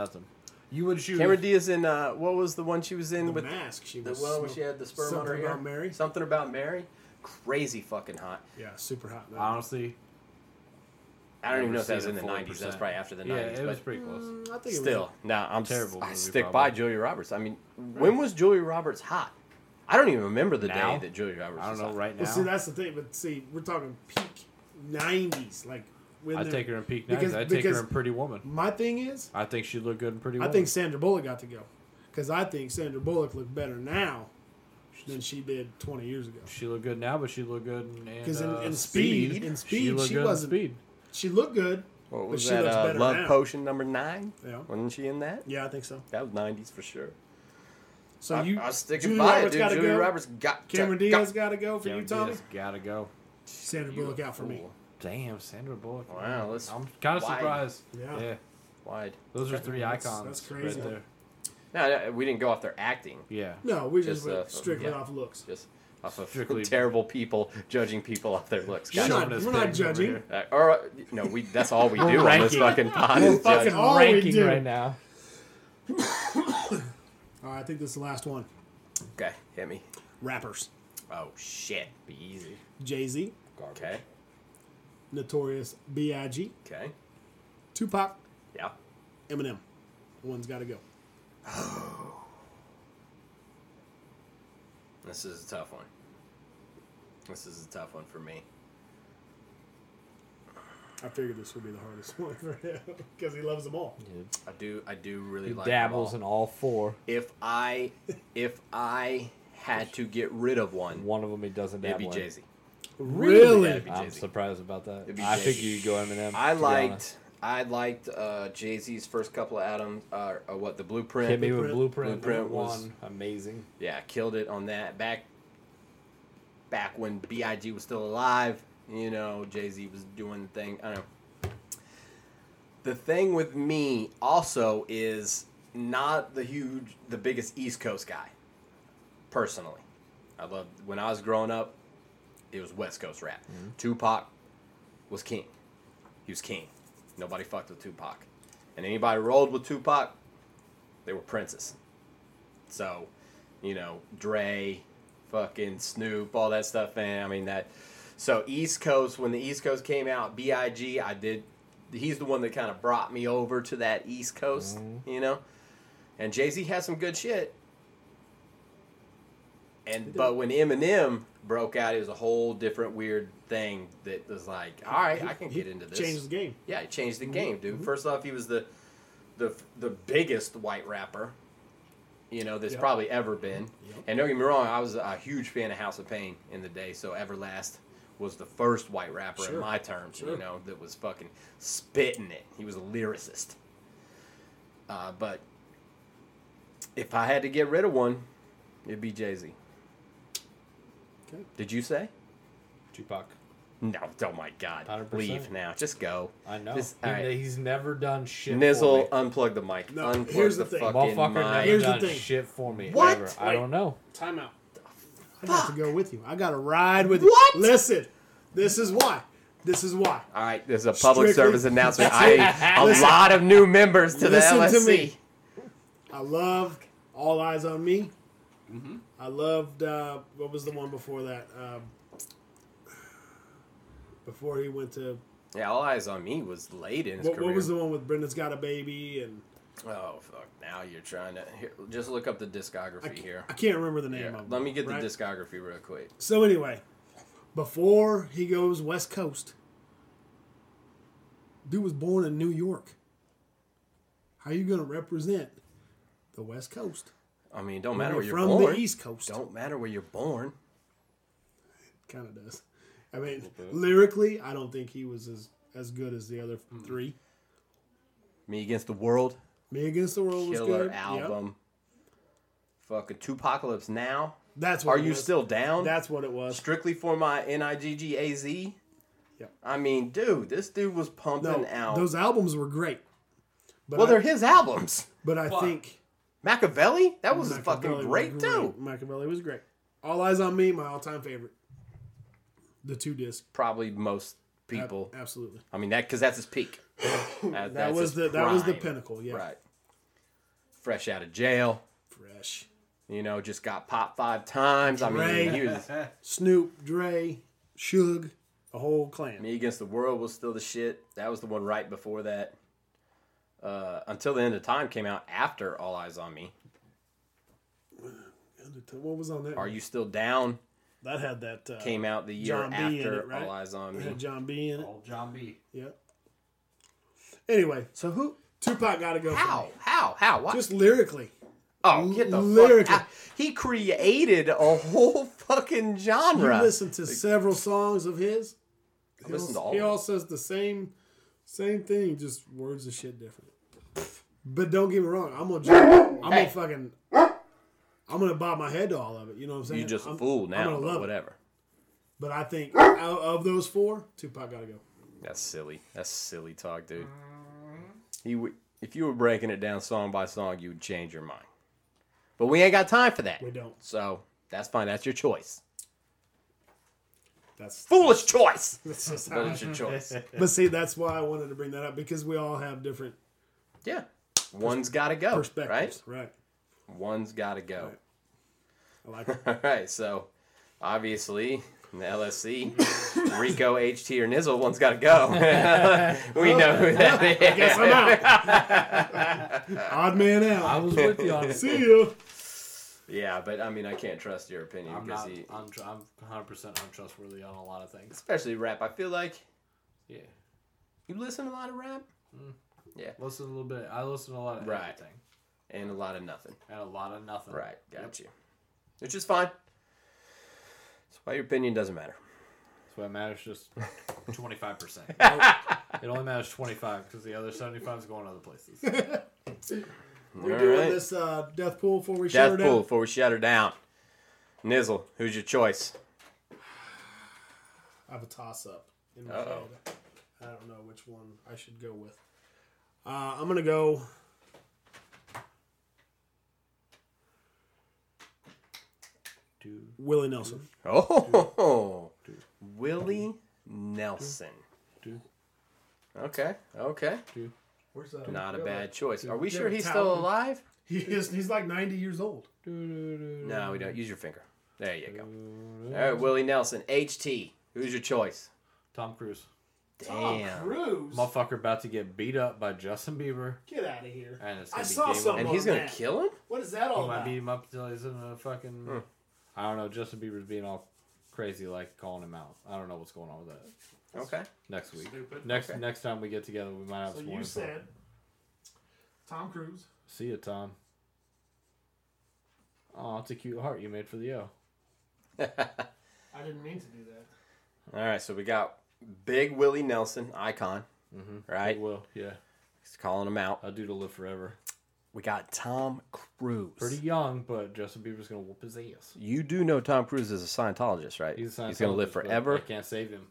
Speaker 5: nothing. You would choose.
Speaker 2: Cameron Diaz in uh, what was the one she was in
Speaker 4: The
Speaker 2: with
Speaker 4: mask. She
Speaker 2: The
Speaker 4: was
Speaker 2: one where
Speaker 4: smoking.
Speaker 2: she had the sperm
Speaker 4: Something
Speaker 2: on her hair?
Speaker 4: about Mary.
Speaker 2: Something about Mary. Crazy fucking hot.
Speaker 4: Yeah, super hot.
Speaker 5: Honestly,
Speaker 2: I don't even
Speaker 5: Never
Speaker 2: know if that was
Speaker 5: seen
Speaker 2: in the
Speaker 5: it
Speaker 2: 90s. That's
Speaker 5: 40%.
Speaker 2: probably after the
Speaker 5: yeah,
Speaker 2: 90s.
Speaker 5: it was
Speaker 2: but
Speaker 5: pretty close.
Speaker 4: Mm, I think it was
Speaker 2: still, no, I'm
Speaker 5: Terrible
Speaker 2: terrible. I
Speaker 5: movie,
Speaker 2: stick by
Speaker 5: probably.
Speaker 2: Julia Roberts. I mean, when was Julia Roberts hot? I don't even remember the
Speaker 5: Now?
Speaker 2: day that Julia Roberts
Speaker 5: I don't
Speaker 2: was
Speaker 5: know
Speaker 2: hot.
Speaker 5: right now.
Speaker 4: Well, see, that's the thing. But see, we're talking peak nineties, like when
Speaker 5: I
Speaker 4: they're-
Speaker 5: take her in Peak Nights.
Speaker 4: because-
Speaker 5: I take
Speaker 4: because-
Speaker 5: her in Pretty Woman.
Speaker 4: My thing is,
Speaker 5: I think she looked good in Pretty
Speaker 4: I
Speaker 5: Woman.
Speaker 4: think Sandra Bullock got to go because I think Sandra Bullock looked better now than she did twenty years ago.
Speaker 5: she looked good now, but she looked good in, in,
Speaker 4: 'Cause in-
Speaker 5: uh,
Speaker 4: in Speed- in
Speaker 5: she,
Speaker 4: Speed,
Speaker 5: looked
Speaker 4: she
Speaker 5: good in
Speaker 4: wasn't-
Speaker 5: Speed.
Speaker 4: She looked good.
Speaker 2: What
Speaker 4: But
Speaker 2: was
Speaker 4: she
Speaker 2: that?
Speaker 4: looks
Speaker 2: Uh,
Speaker 4: better
Speaker 2: Love
Speaker 4: now.
Speaker 2: Potion number nine.
Speaker 4: Yeah,
Speaker 2: Wasn't she in that?
Speaker 4: yeah, I think so.
Speaker 2: That was nineties for sure.
Speaker 4: So
Speaker 2: I,
Speaker 4: you,
Speaker 2: I was sticking
Speaker 4: Julia
Speaker 2: by
Speaker 4: Roberts
Speaker 2: it, dude.
Speaker 4: gotta
Speaker 2: Julia
Speaker 4: go.
Speaker 2: Roberts got
Speaker 4: Cameron
Speaker 2: to
Speaker 4: Diaz
Speaker 2: Go.
Speaker 4: got to go for you, Tommy.
Speaker 5: Diaz gotta go.
Speaker 4: Sandra Bullock out for me.
Speaker 2: Beautiful.
Speaker 5: Damn, Sandra Bullock.
Speaker 2: Wow,
Speaker 5: man.
Speaker 2: that's
Speaker 5: I'm kind of
Speaker 2: wide.
Speaker 5: surprised.
Speaker 4: Yeah.
Speaker 5: yeah,
Speaker 2: Wide.
Speaker 5: those are three
Speaker 4: That's-
Speaker 5: icons.
Speaker 4: that's crazy.
Speaker 5: Right there.
Speaker 2: No, no, we didn't go off their acting.
Speaker 5: Yeah.
Speaker 4: No, we just,
Speaker 2: Just,
Speaker 4: went
Speaker 2: uh,
Speaker 4: strictly
Speaker 2: yeah.
Speaker 4: off looks.
Speaker 2: Just off of
Speaker 5: Strictly-
Speaker 2: terrible people judging people off their looks.
Speaker 4: We're
Speaker 2: Gotcha.
Speaker 4: not,
Speaker 5: Showing us
Speaker 4: we're not
Speaker 5: things over
Speaker 4: judging.
Speaker 5: here.
Speaker 2: Uh, or uh, no, we that's all we do
Speaker 8: We're
Speaker 2: on this
Speaker 8: ranking.
Speaker 2: fucking pod.
Speaker 4: We're
Speaker 2: is judge.
Speaker 4: fucking all we do.
Speaker 8: now.
Speaker 4: All right, I think this is the last one.
Speaker 2: Okay, hit me.
Speaker 4: Rappers.
Speaker 2: Oh shit, be easy.
Speaker 4: Jay Z,
Speaker 2: Okay,
Speaker 4: Notorious B.I.G.,
Speaker 2: okay,
Speaker 4: Tupac,
Speaker 2: yeah.
Speaker 4: Eminem. One's got to go.
Speaker 2: This is a tough one. This is a tough one for me.
Speaker 4: I figured this would be the hardest one for him because he loves them all.
Speaker 2: I do, I do really
Speaker 8: He
Speaker 2: like.
Speaker 8: dabbles
Speaker 2: them
Speaker 8: in all four.
Speaker 2: all. If I, if I had to get rid of one,
Speaker 8: One of them he doesn't
Speaker 2: it'd
Speaker 8: dabble
Speaker 2: be
Speaker 8: in.
Speaker 2: Jay Z.
Speaker 4: Really?
Speaker 2: That'd be
Speaker 8: I'm
Speaker 2: Jay-Z.
Speaker 8: surprised about that.
Speaker 2: It'd be
Speaker 8: I
Speaker 2: Jay-Z.
Speaker 8: figured you'd go Eminem.
Speaker 2: I
Speaker 8: to be honest.
Speaker 2: liked, I liked uh, Jay Z's first couple of albums. Uh, uh, what the blueprint?
Speaker 8: Hit me with
Speaker 2: Blueprint.
Speaker 8: Blueprint. Blueprint
Speaker 2: Blueprint was-
Speaker 8: one amazing.
Speaker 2: Yeah, killed it on that back back when Big was still alive. You know, Jay Z was doing the thing. I don't know. The thing with me also is not the huge, the biggest East Coast guy. Personally, I love when I was growing up. It was West Coast rap. Tupac was king. He was king. Nobody fucked with Tupac, and anybody rolled with Tupac, they were princes. So, you know, Dre, fucking Snoop, all that stuff. And I mean that. So East Coast, when the East Coast came out, Big, I did. He's the one that kind of brought me over to that East Coast,
Speaker 4: Mm-hmm.
Speaker 2: you know. And Jay Z had some good shit. And but when Eminem broke out, it was a whole different weird thing that was like, all right, I can
Speaker 4: He
Speaker 2: get into this.
Speaker 4: Changes the game.
Speaker 2: Yeah, he changed the
Speaker 4: Mm-hmm.
Speaker 2: game, dude. First off, he was the the the biggest white rapper, you know, that's
Speaker 4: Yep.
Speaker 2: probably ever
Speaker 4: Mm-hmm.
Speaker 2: been. And don't get me wrong, I was a huge fan of House of Pain in the day, so Everlast was the first white rapper in
Speaker 4: Sure.
Speaker 2: my terms, you
Speaker 4: Sure.
Speaker 2: know, that was fucking spitting it. He was a lyricist. Uh, but if I had to get rid of one, it'd be Jay Z.
Speaker 4: Okay.
Speaker 2: Did you say?
Speaker 8: Tupac.
Speaker 2: No, oh my God.
Speaker 8: 100%.
Speaker 2: Leave now. Just go.
Speaker 8: I know.
Speaker 2: Just-
Speaker 8: He-
Speaker 2: all right.
Speaker 8: He's never done shit. for me.
Speaker 2: Nizzle, unplug the mic.
Speaker 4: No,
Speaker 2: unplug
Speaker 4: here's
Speaker 2: the,
Speaker 4: the thing.
Speaker 2: fucking
Speaker 8: Motherfucker never
Speaker 2: mic.
Speaker 4: Here's the
Speaker 8: done
Speaker 4: thing.
Speaker 8: shit for me.
Speaker 2: What?
Speaker 8: ever. I don't know.
Speaker 4: Time out. I got to go with you. I got to ride with
Speaker 2: What?
Speaker 4: you. Listen, this is why. This is why.
Speaker 2: All right, there's a public
Speaker 4: Strictly-
Speaker 2: service announcement. I a lot of new members to the
Speaker 4: Listen to
Speaker 2: LSC.
Speaker 4: me. I loved All Eyes on Me.
Speaker 2: Mm-hmm.
Speaker 4: I loved uh, what was the one before that? Um, before he went to
Speaker 2: Yeah, all eyes on me was late in his
Speaker 4: what,
Speaker 2: career.
Speaker 4: what was the one with Brenda's Got a Baby and
Speaker 2: oh fuck! Now you're trying to here, just look up the discography here.
Speaker 4: I can't remember the name
Speaker 2: Here,
Speaker 4: of it.
Speaker 2: let me get
Speaker 4: right?
Speaker 2: the discography real quick.
Speaker 4: So anyway, before he goes West Coast, dude was born in New York. How you gonna represent the West Coast?
Speaker 2: I mean, don't
Speaker 4: when
Speaker 2: matter where
Speaker 4: you're
Speaker 2: you're
Speaker 4: from
Speaker 2: born.
Speaker 4: the East Coast.
Speaker 2: Don't matter where you're born.
Speaker 4: kind of does. I mean, lyrically, I don't think he was as as good as the other three.
Speaker 2: Me Against the World,
Speaker 4: Me Against the World was
Speaker 2: killer
Speaker 4: good. Yep.
Speaker 2: album. Fucking Tupacalypse Now.
Speaker 4: That's what
Speaker 2: Are
Speaker 4: it
Speaker 2: you
Speaker 4: was.
Speaker 2: still down?
Speaker 4: That's what it was.
Speaker 2: strictly for my N-I-G-G-A-Z.
Speaker 4: Yep.
Speaker 2: I mean, dude, this dude was pumping
Speaker 4: No,
Speaker 2: out.
Speaker 4: those albums were great. But
Speaker 2: well,
Speaker 4: I,
Speaker 2: they're his albums.
Speaker 4: but I think
Speaker 2: Machiavelli? That was
Speaker 4: Machiavelli
Speaker 2: fucking great,
Speaker 4: was
Speaker 2: too.
Speaker 4: Machiavelli was great. All Eyes on Me, my all time favorite. The two disc,
Speaker 2: Probably most
Speaker 4: Ab-
Speaker 2: people.
Speaker 4: absolutely.
Speaker 2: I mean, that because that's his peak. That,
Speaker 4: That was the that was the
Speaker 2: pinnacle.
Speaker 4: pinnacle. Yeah,
Speaker 2: Right. Fresh out of jail.
Speaker 4: fresh.
Speaker 2: You know, just got popped five times. I mean,
Speaker 4: Dre.
Speaker 2: he was
Speaker 4: Snoop, Dre, Suge, the whole clan.
Speaker 2: Me Against the World was still the shit. That was the one right before that. Uh, Until the End of Time came out after All Eyes on Me.
Speaker 4: What was on that?
Speaker 2: Are you still down?
Speaker 4: That had that uh,
Speaker 2: Came out the year
Speaker 4: John B. in
Speaker 2: after
Speaker 4: it, right?
Speaker 2: All Eyes on Me.
Speaker 4: had John B in it.
Speaker 5: Old John B.
Speaker 4: Yeah. Anyway,
Speaker 2: So who?
Speaker 4: Tupac got to go. for
Speaker 2: How?
Speaker 4: me.
Speaker 2: How? How? Why?
Speaker 4: Just lyrically,
Speaker 2: oh, get the fuck
Speaker 4: lyrically.
Speaker 2: out. He created a whole fucking
Speaker 4: you
Speaker 2: genre.
Speaker 4: listen to several songs of his.
Speaker 2: I listened to all
Speaker 4: He
Speaker 2: of them.
Speaker 4: all says the same, same thing, just words of shit different. But don't get me wrong, I'm gonna, ju- I'm
Speaker 2: Hey.
Speaker 4: gonna fucking, I'm gonna bob my head to all of it. You know what I'm saying?
Speaker 2: You just
Speaker 4: I'm,
Speaker 2: a fool
Speaker 4: I'm
Speaker 2: now,
Speaker 4: gonna
Speaker 2: but
Speaker 4: love it.
Speaker 2: whatever.
Speaker 4: But I think out of those four, Tupac gotta go.
Speaker 2: That's silly. That's silly talk, dude. He would, if you were breaking it down song by song, you would change your mind. But we ain't got time for that.
Speaker 4: We don't.
Speaker 2: So that's fine. That's your choice.
Speaker 4: That's
Speaker 2: Foolish choice.
Speaker 4: that's just how I-
Speaker 2: That's your choice.
Speaker 4: But see, that's why I wanted to bring that up because we all have different
Speaker 2: Yeah. One's got to go.
Speaker 4: perspectives,
Speaker 2: Oh, Right?
Speaker 4: right?
Speaker 2: One's got to go.
Speaker 4: I like it.
Speaker 2: All right. So obviously, in the LSC, Rico, HT, or Nizzle, one's got to go. we know who that is.
Speaker 4: Guess I'm out. Odd man out.
Speaker 5: I was with you on it.
Speaker 4: See you.
Speaker 2: Yeah, but I mean, I can't trust your opinion
Speaker 5: I'm
Speaker 2: because
Speaker 5: not.
Speaker 2: he,
Speaker 5: I'm. tr- I'm 100 percent untrustworthy on a lot of things.
Speaker 2: especially rap. I feel like
Speaker 5: Yeah.
Speaker 2: you listen to a lot of rap
Speaker 5: Listen a little bit. I listen to a lot of
Speaker 2: Right.
Speaker 5: everything
Speaker 2: and a lot of nothing.
Speaker 5: and a lot of
Speaker 4: Oh,
Speaker 5: nothing.
Speaker 2: Right, got you. Which is fine. That's why your opinion doesn't matter.
Speaker 5: That's why it matters just 25 percent. It only matters 25 because the other 75 is going other places.
Speaker 4: We're
Speaker 2: All
Speaker 4: doing
Speaker 2: right.
Speaker 4: this uh, death pool before we shut her
Speaker 2: Death
Speaker 4: down.
Speaker 2: pool before we shut her down. Nizzle, who's your choice?
Speaker 4: I have a toss up in my
Speaker 2: Uh-oh.
Speaker 4: head. I don't know which one I should go with. Uh, I'm gonna go.
Speaker 5: Dude.
Speaker 4: Willie Nelson.
Speaker 2: Oh, Willie Nelson.
Speaker 5: Dude.
Speaker 2: Okay, okay.
Speaker 4: Where's that?
Speaker 2: Not a bad choice. Are we
Speaker 4: Yeah,
Speaker 2: sure
Speaker 4: but
Speaker 2: he's
Speaker 4: Tal-
Speaker 2: still alive?
Speaker 4: He is. He's like 90 years old.
Speaker 2: No, we don't. Use your finger. There you go. All right, Willie Nelson, HT. Who's your choice?
Speaker 5: Tom Cruise.
Speaker 4: Oh,
Speaker 2: Damn.
Speaker 4: Cruise.
Speaker 5: Motherfucker about to get beat up by Justin Bieber,
Speaker 4: Get out of here.
Speaker 5: and it's
Speaker 4: I
Speaker 5: gonna be
Speaker 4: saw
Speaker 5: game
Speaker 4: something.
Speaker 5: over.
Speaker 2: And he's gonna
Speaker 4: Man.
Speaker 2: kill him?
Speaker 4: What is that all
Speaker 5: He might
Speaker 4: about?
Speaker 5: beat him up until he's in a fucking. I don't know. Justin Bieber's being all crazy, like calling him out. I don't know what's going on with that.
Speaker 2: Okay.
Speaker 5: Next week,
Speaker 4: Stupid.
Speaker 5: next
Speaker 2: Okay.
Speaker 5: next time we get together, we might have
Speaker 4: So
Speaker 5: some
Speaker 4: you
Speaker 5: more info.
Speaker 4: said Tom Cruise.
Speaker 5: See you, Tom. Oh, it's a cute heart you made for the O.
Speaker 4: I didn't mean to do that.
Speaker 2: All right, so we got Big Willie Nelson, icon, right?
Speaker 5: It will, yeah.
Speaker 2: He's calling him out.
Speaker 5: I do to live forever.
Speaker 2: We got Tom Cruise.
Speaker 5: Pretty young, but Justin Bieber's gonna whoop his ass.
Speaker 2: You do know Tom Cruise is a Scientologist, right?
Speaker 5: He's, a
Speaker 2: He's gonna live
Speaker 5: Scientologist, but
Speaker 2: forever.
Speaker 5: That can't save him.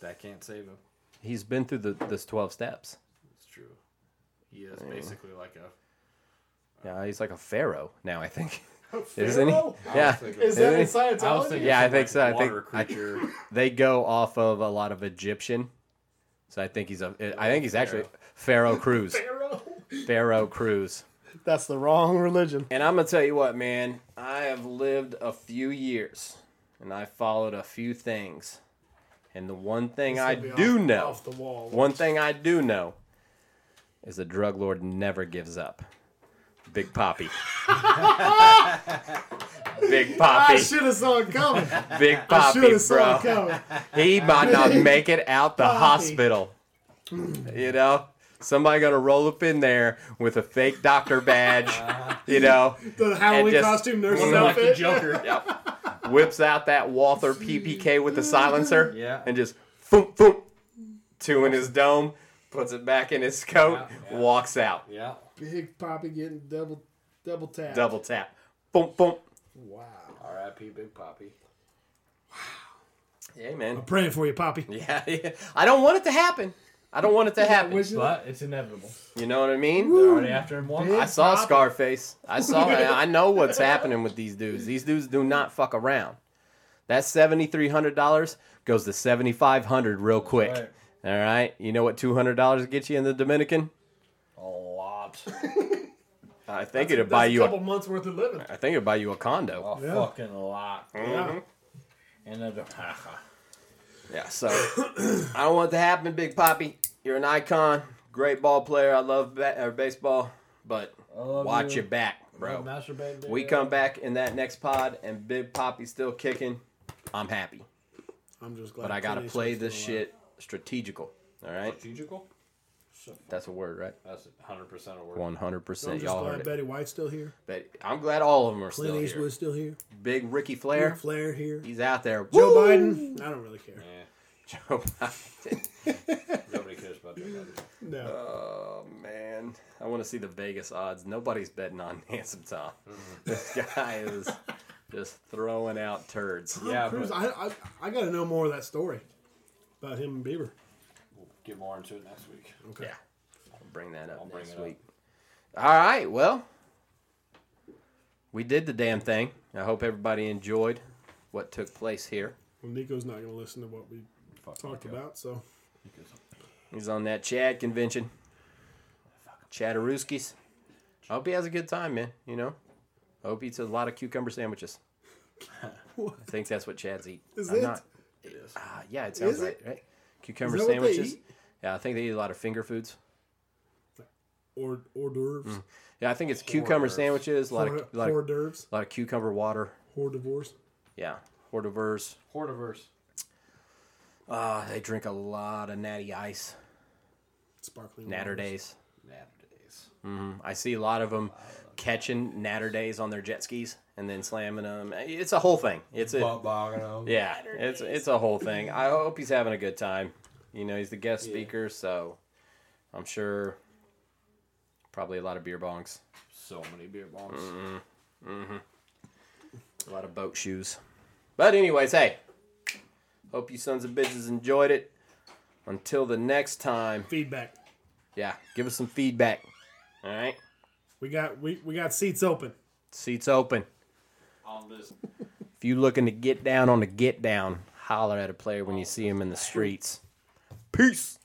Speaker 5: That can't save him.
Speaker 2: He's been through the this twelve steps.
Speaker 5: It's true. He is basically like a.
Speaker 2: Yeah, he's like a pharaoh now. I think, isn't he?
Speaker 4: Pharaoh?
Speaker 2: Yeah,
Speaker 5: thinking-
Speaker 4: Is that in
Speaker 2: Isn't
Speaker 4: Scientology?
Speaker 5: I was thinking,
Speaker 2: Yeah, I
Speaker 5: some,
Speaker 2: think
Speaker 5: like,
Speaker 2: so. I
Speaker 5: water
Speaker 2: think- I-
Speaker 5: creature.
Speaker 2: they go off of a lot of Egyptian. So I think he's a. I think he's actually Pharaoh Cruise.
Speaker 4: Pharaoh?
Speaker 2: Pharaoh Cruise.
Speaker 4: That's the wrong religion.
Speaker 2: And I'm gonna tell you what, man. I have lived a few years, and I followed a few things. And the one thing I
Speaker 4: This'll be
Speaker 2: do
Speaker 4: off-
Speaker 2: know,
Speaker 4: Off the wall.
Speaker 2: One thing I do know is the drug lord never gives up. Big Poppy. Big
Speaker 4: I
Speaker 2: Poppy.
Speaker 4: should have saw it coming.
Speaker 2: Big
Speaker 4: I should
Speaker 2: Poppy,
Speaker 4: have saw it
Speaker 2: bro.
Speaker 4: coming.
Speaker 2: He might not make it out the
Speaker 4: Poppy.
Speaker 2: hospital. You know? Somebody gonna roll up in there with a fake doctor badge, you know,
Speaker 4: The Halloween
Speaker 2: just-
Speaker 4: costume nurse
Speaker 2: Well,
Speaker 5: like the
Speaker 4: outfit.
Speaker 5: Joker.
Speaker 2: whips out that Walther PPK with the silencer,
Speaker 5: Yeah.
Speaker 2: and just foom foom, two in his dome, puts it back in his coat,
Speaker 5: Yeah, yeah.
Speaker 2: walks out.
Speaker 5: yeah.
Speaker 4: Big Poppy getting double double tapped.
Speaker 2: double tap. Boom, boom.
Speaker 4: Wow.
Speaker 5: R.I.P. Big Poppy.
Speaker 2: Yeah,
Speaker 4: I'm
Speaker 2: man.
Speaker 4: praying for you, Poppy.
Speaker 2: Yeah, yeah. I don't want it to happen. I don't want it to happen.
Speaker 4: Wish you-
Speaker 5: But it's inevitable.
Speaker 2: You know what I mean?
Speaker 5: They're already after him once.
Speaker 2: I saw Scarface. I saw. I know what's happening with these dudes. These dudes do not fuck around. That seventy three hundred dollars goes to seventy five hundred real quick.
Speaker 5: right.
Speaker 2: All right. You know what two hundred dollars gets you in the Dominican?
Speaker 5: A lot.
Speaker 2: I think it'll
Speaker 4: That's
Speaker 2: buy
Speaker 4: a
Speaker 2: you.
Speaker 4: couple
Speaker 2: A,
Speaker 4: months worth of living.
Speaker 2: I think it'll buy you a condo.
Speaker 5: A
Speaker 4: Yeah.
Speaker 5: fucking lot.
Speaker 4: Yeah.
Speaker 5: And a
Speaker 2: Yeah. So I don't want it to happen, Big Poppy. You're an icon. Great ball player. I love ba- or baseball, but watch your back, bro.
Speaker 5: Masturbate.
Speaker 2: We come back in that next pod, and Big Poppy's still kicking, I'm happy.
Speaker 4: I'm just glad.
Speaker 2: But I gotta
Speaker 4: Clint
Speaker 2: play
Speaker 4: Eastwood's
Speaker 2: this
Speaker 4: still alive.
Speaker 2: shit strategical. All right,
Speaker 5: Strategical?
Speaker 2: that's a word, right?
Speaker 5: That's 100% a word.
Speaker 2: One hundred
Speaker 4: I'm
Speaker 2: percent.
Speaker 4: just
Speaker 2: Y'all
Speaker 4: glad
Speaker 2: heard it.
Speaker 4: Betty White's still here.
Speaker 2: But I'm glad all of them are
Speaker 4: Clint
Speaker 2: still here.
Speaker 4: Eastwood's still here.
Speaker 2: Big Ricky
Speaker 4: Flair,
Speaker 2: Flair,
Speaker 4: Flair here.
Speaker 2: he's out there.
Speaker 4: Joe
Speaker 2: Woo!
Speaker 4: Biden. I don't really care.
Speaker 2: Joe Biden.
Speaker 5: Nobody cares about that.
Speaker 4: No.
Speaker 2: Oh man, I want to see the Vegas odds. Nobody's betting on Handsome Tom.
Speaker 5: Mm-hmm.
Speaker 2: This guy is just throwing out turds.
Speaker 4: Tom
Speaker 5: yeah,
Speaker 4: Cruise.
Speaker 5: but-
Speaker 4: I, I I gotta know more of that story about him and Bieber.
Speaker 5: We'll get more into it next week.
Speaker 4: Okay.
Speaker 2: Yeah. I'll bring that up
Speaker 5: I'll bring
Speaker 2: next
Speaker 5: it up.
Speaker 2: week. All right, well, we did the damn thing. I hope everybody enjoyed what took place here.
Speaker 4: Well, Nico's not gonna listen to what we talked about, so
Speaker 2: He's on that Chad convention, Chatterooskies. I hope he has a good time, man. You know, I hope he eats a lot of cucumber sandwiches.
Speaker 4: What?
Speaker 2: I think that's what Chads eat.
Speaker 4: Is
Speaker 2: I'm
Speaker 4: it?
Speaker 2: not-
Speaker 5: It is.
Speaker 2: Ah, yeah, it sounds
Speaker 4: Is
Speaker 2: right,
Speaker 4: it?
Speaker 2: right? Cucumber
Speaker 4: Is that what they
Speaker 2: sandwiches.
Speaker 4: eat?
Speaker 2: Yeah, I think they eat a lot of finger foods.
Speaker 4: or hors d'oeuvres,
Speaker 2: Yeah, I think it's cucumber
Speaker 5: d'oeuvres.
Speaker 2: sandwiches, Mm, a lot
Speaker 4: hors,
Speaker 2: of, lot,
Speaker 4: hors
Speaker 2: of,
Speaker 4: d'oeuvres,
Speaker 2: lot of cucumber water.
Speaker 4: hors divorce.
Speaker 2: Yeah, hors d'oeuvres.
Speaker 5: Hortiverse.
Speaker 2: Ah, they drink a lot of natty ice,
Speaker 4: Sparkling
Speaker 2: natter
Speaker 4: waters.
Speaker 2: days.
Speaker 5: Nowadays.
Speaker 2: Mhm. I see a lot of them catching natter days on their jet skis and then slamming them. It's a whole thing. It's a
Speaker 5: But, but, you know,
Speaker 2: yeah, it's it's a whole thing. I hope he's having a good time. You know, he's the guest speaker, so I'm sure probably a lot of beer bongs.
Speaker 5: So many beer bombs.
Speaker 2: A lot of boat shoes. But anyways, hey. Hope you sons of bitches enjoyed it. Until the next time.
Speaker 4: Feedback.
Speaker 2: Yeah, give us some feedback. All right.
Speaker 4: We got we, we got seats open.
Speaker 2: Seats open.
Speaker 5: On this.
Speaker 2: If you looking to get down on the get down, holler at a player when you see him in the streets. Peace.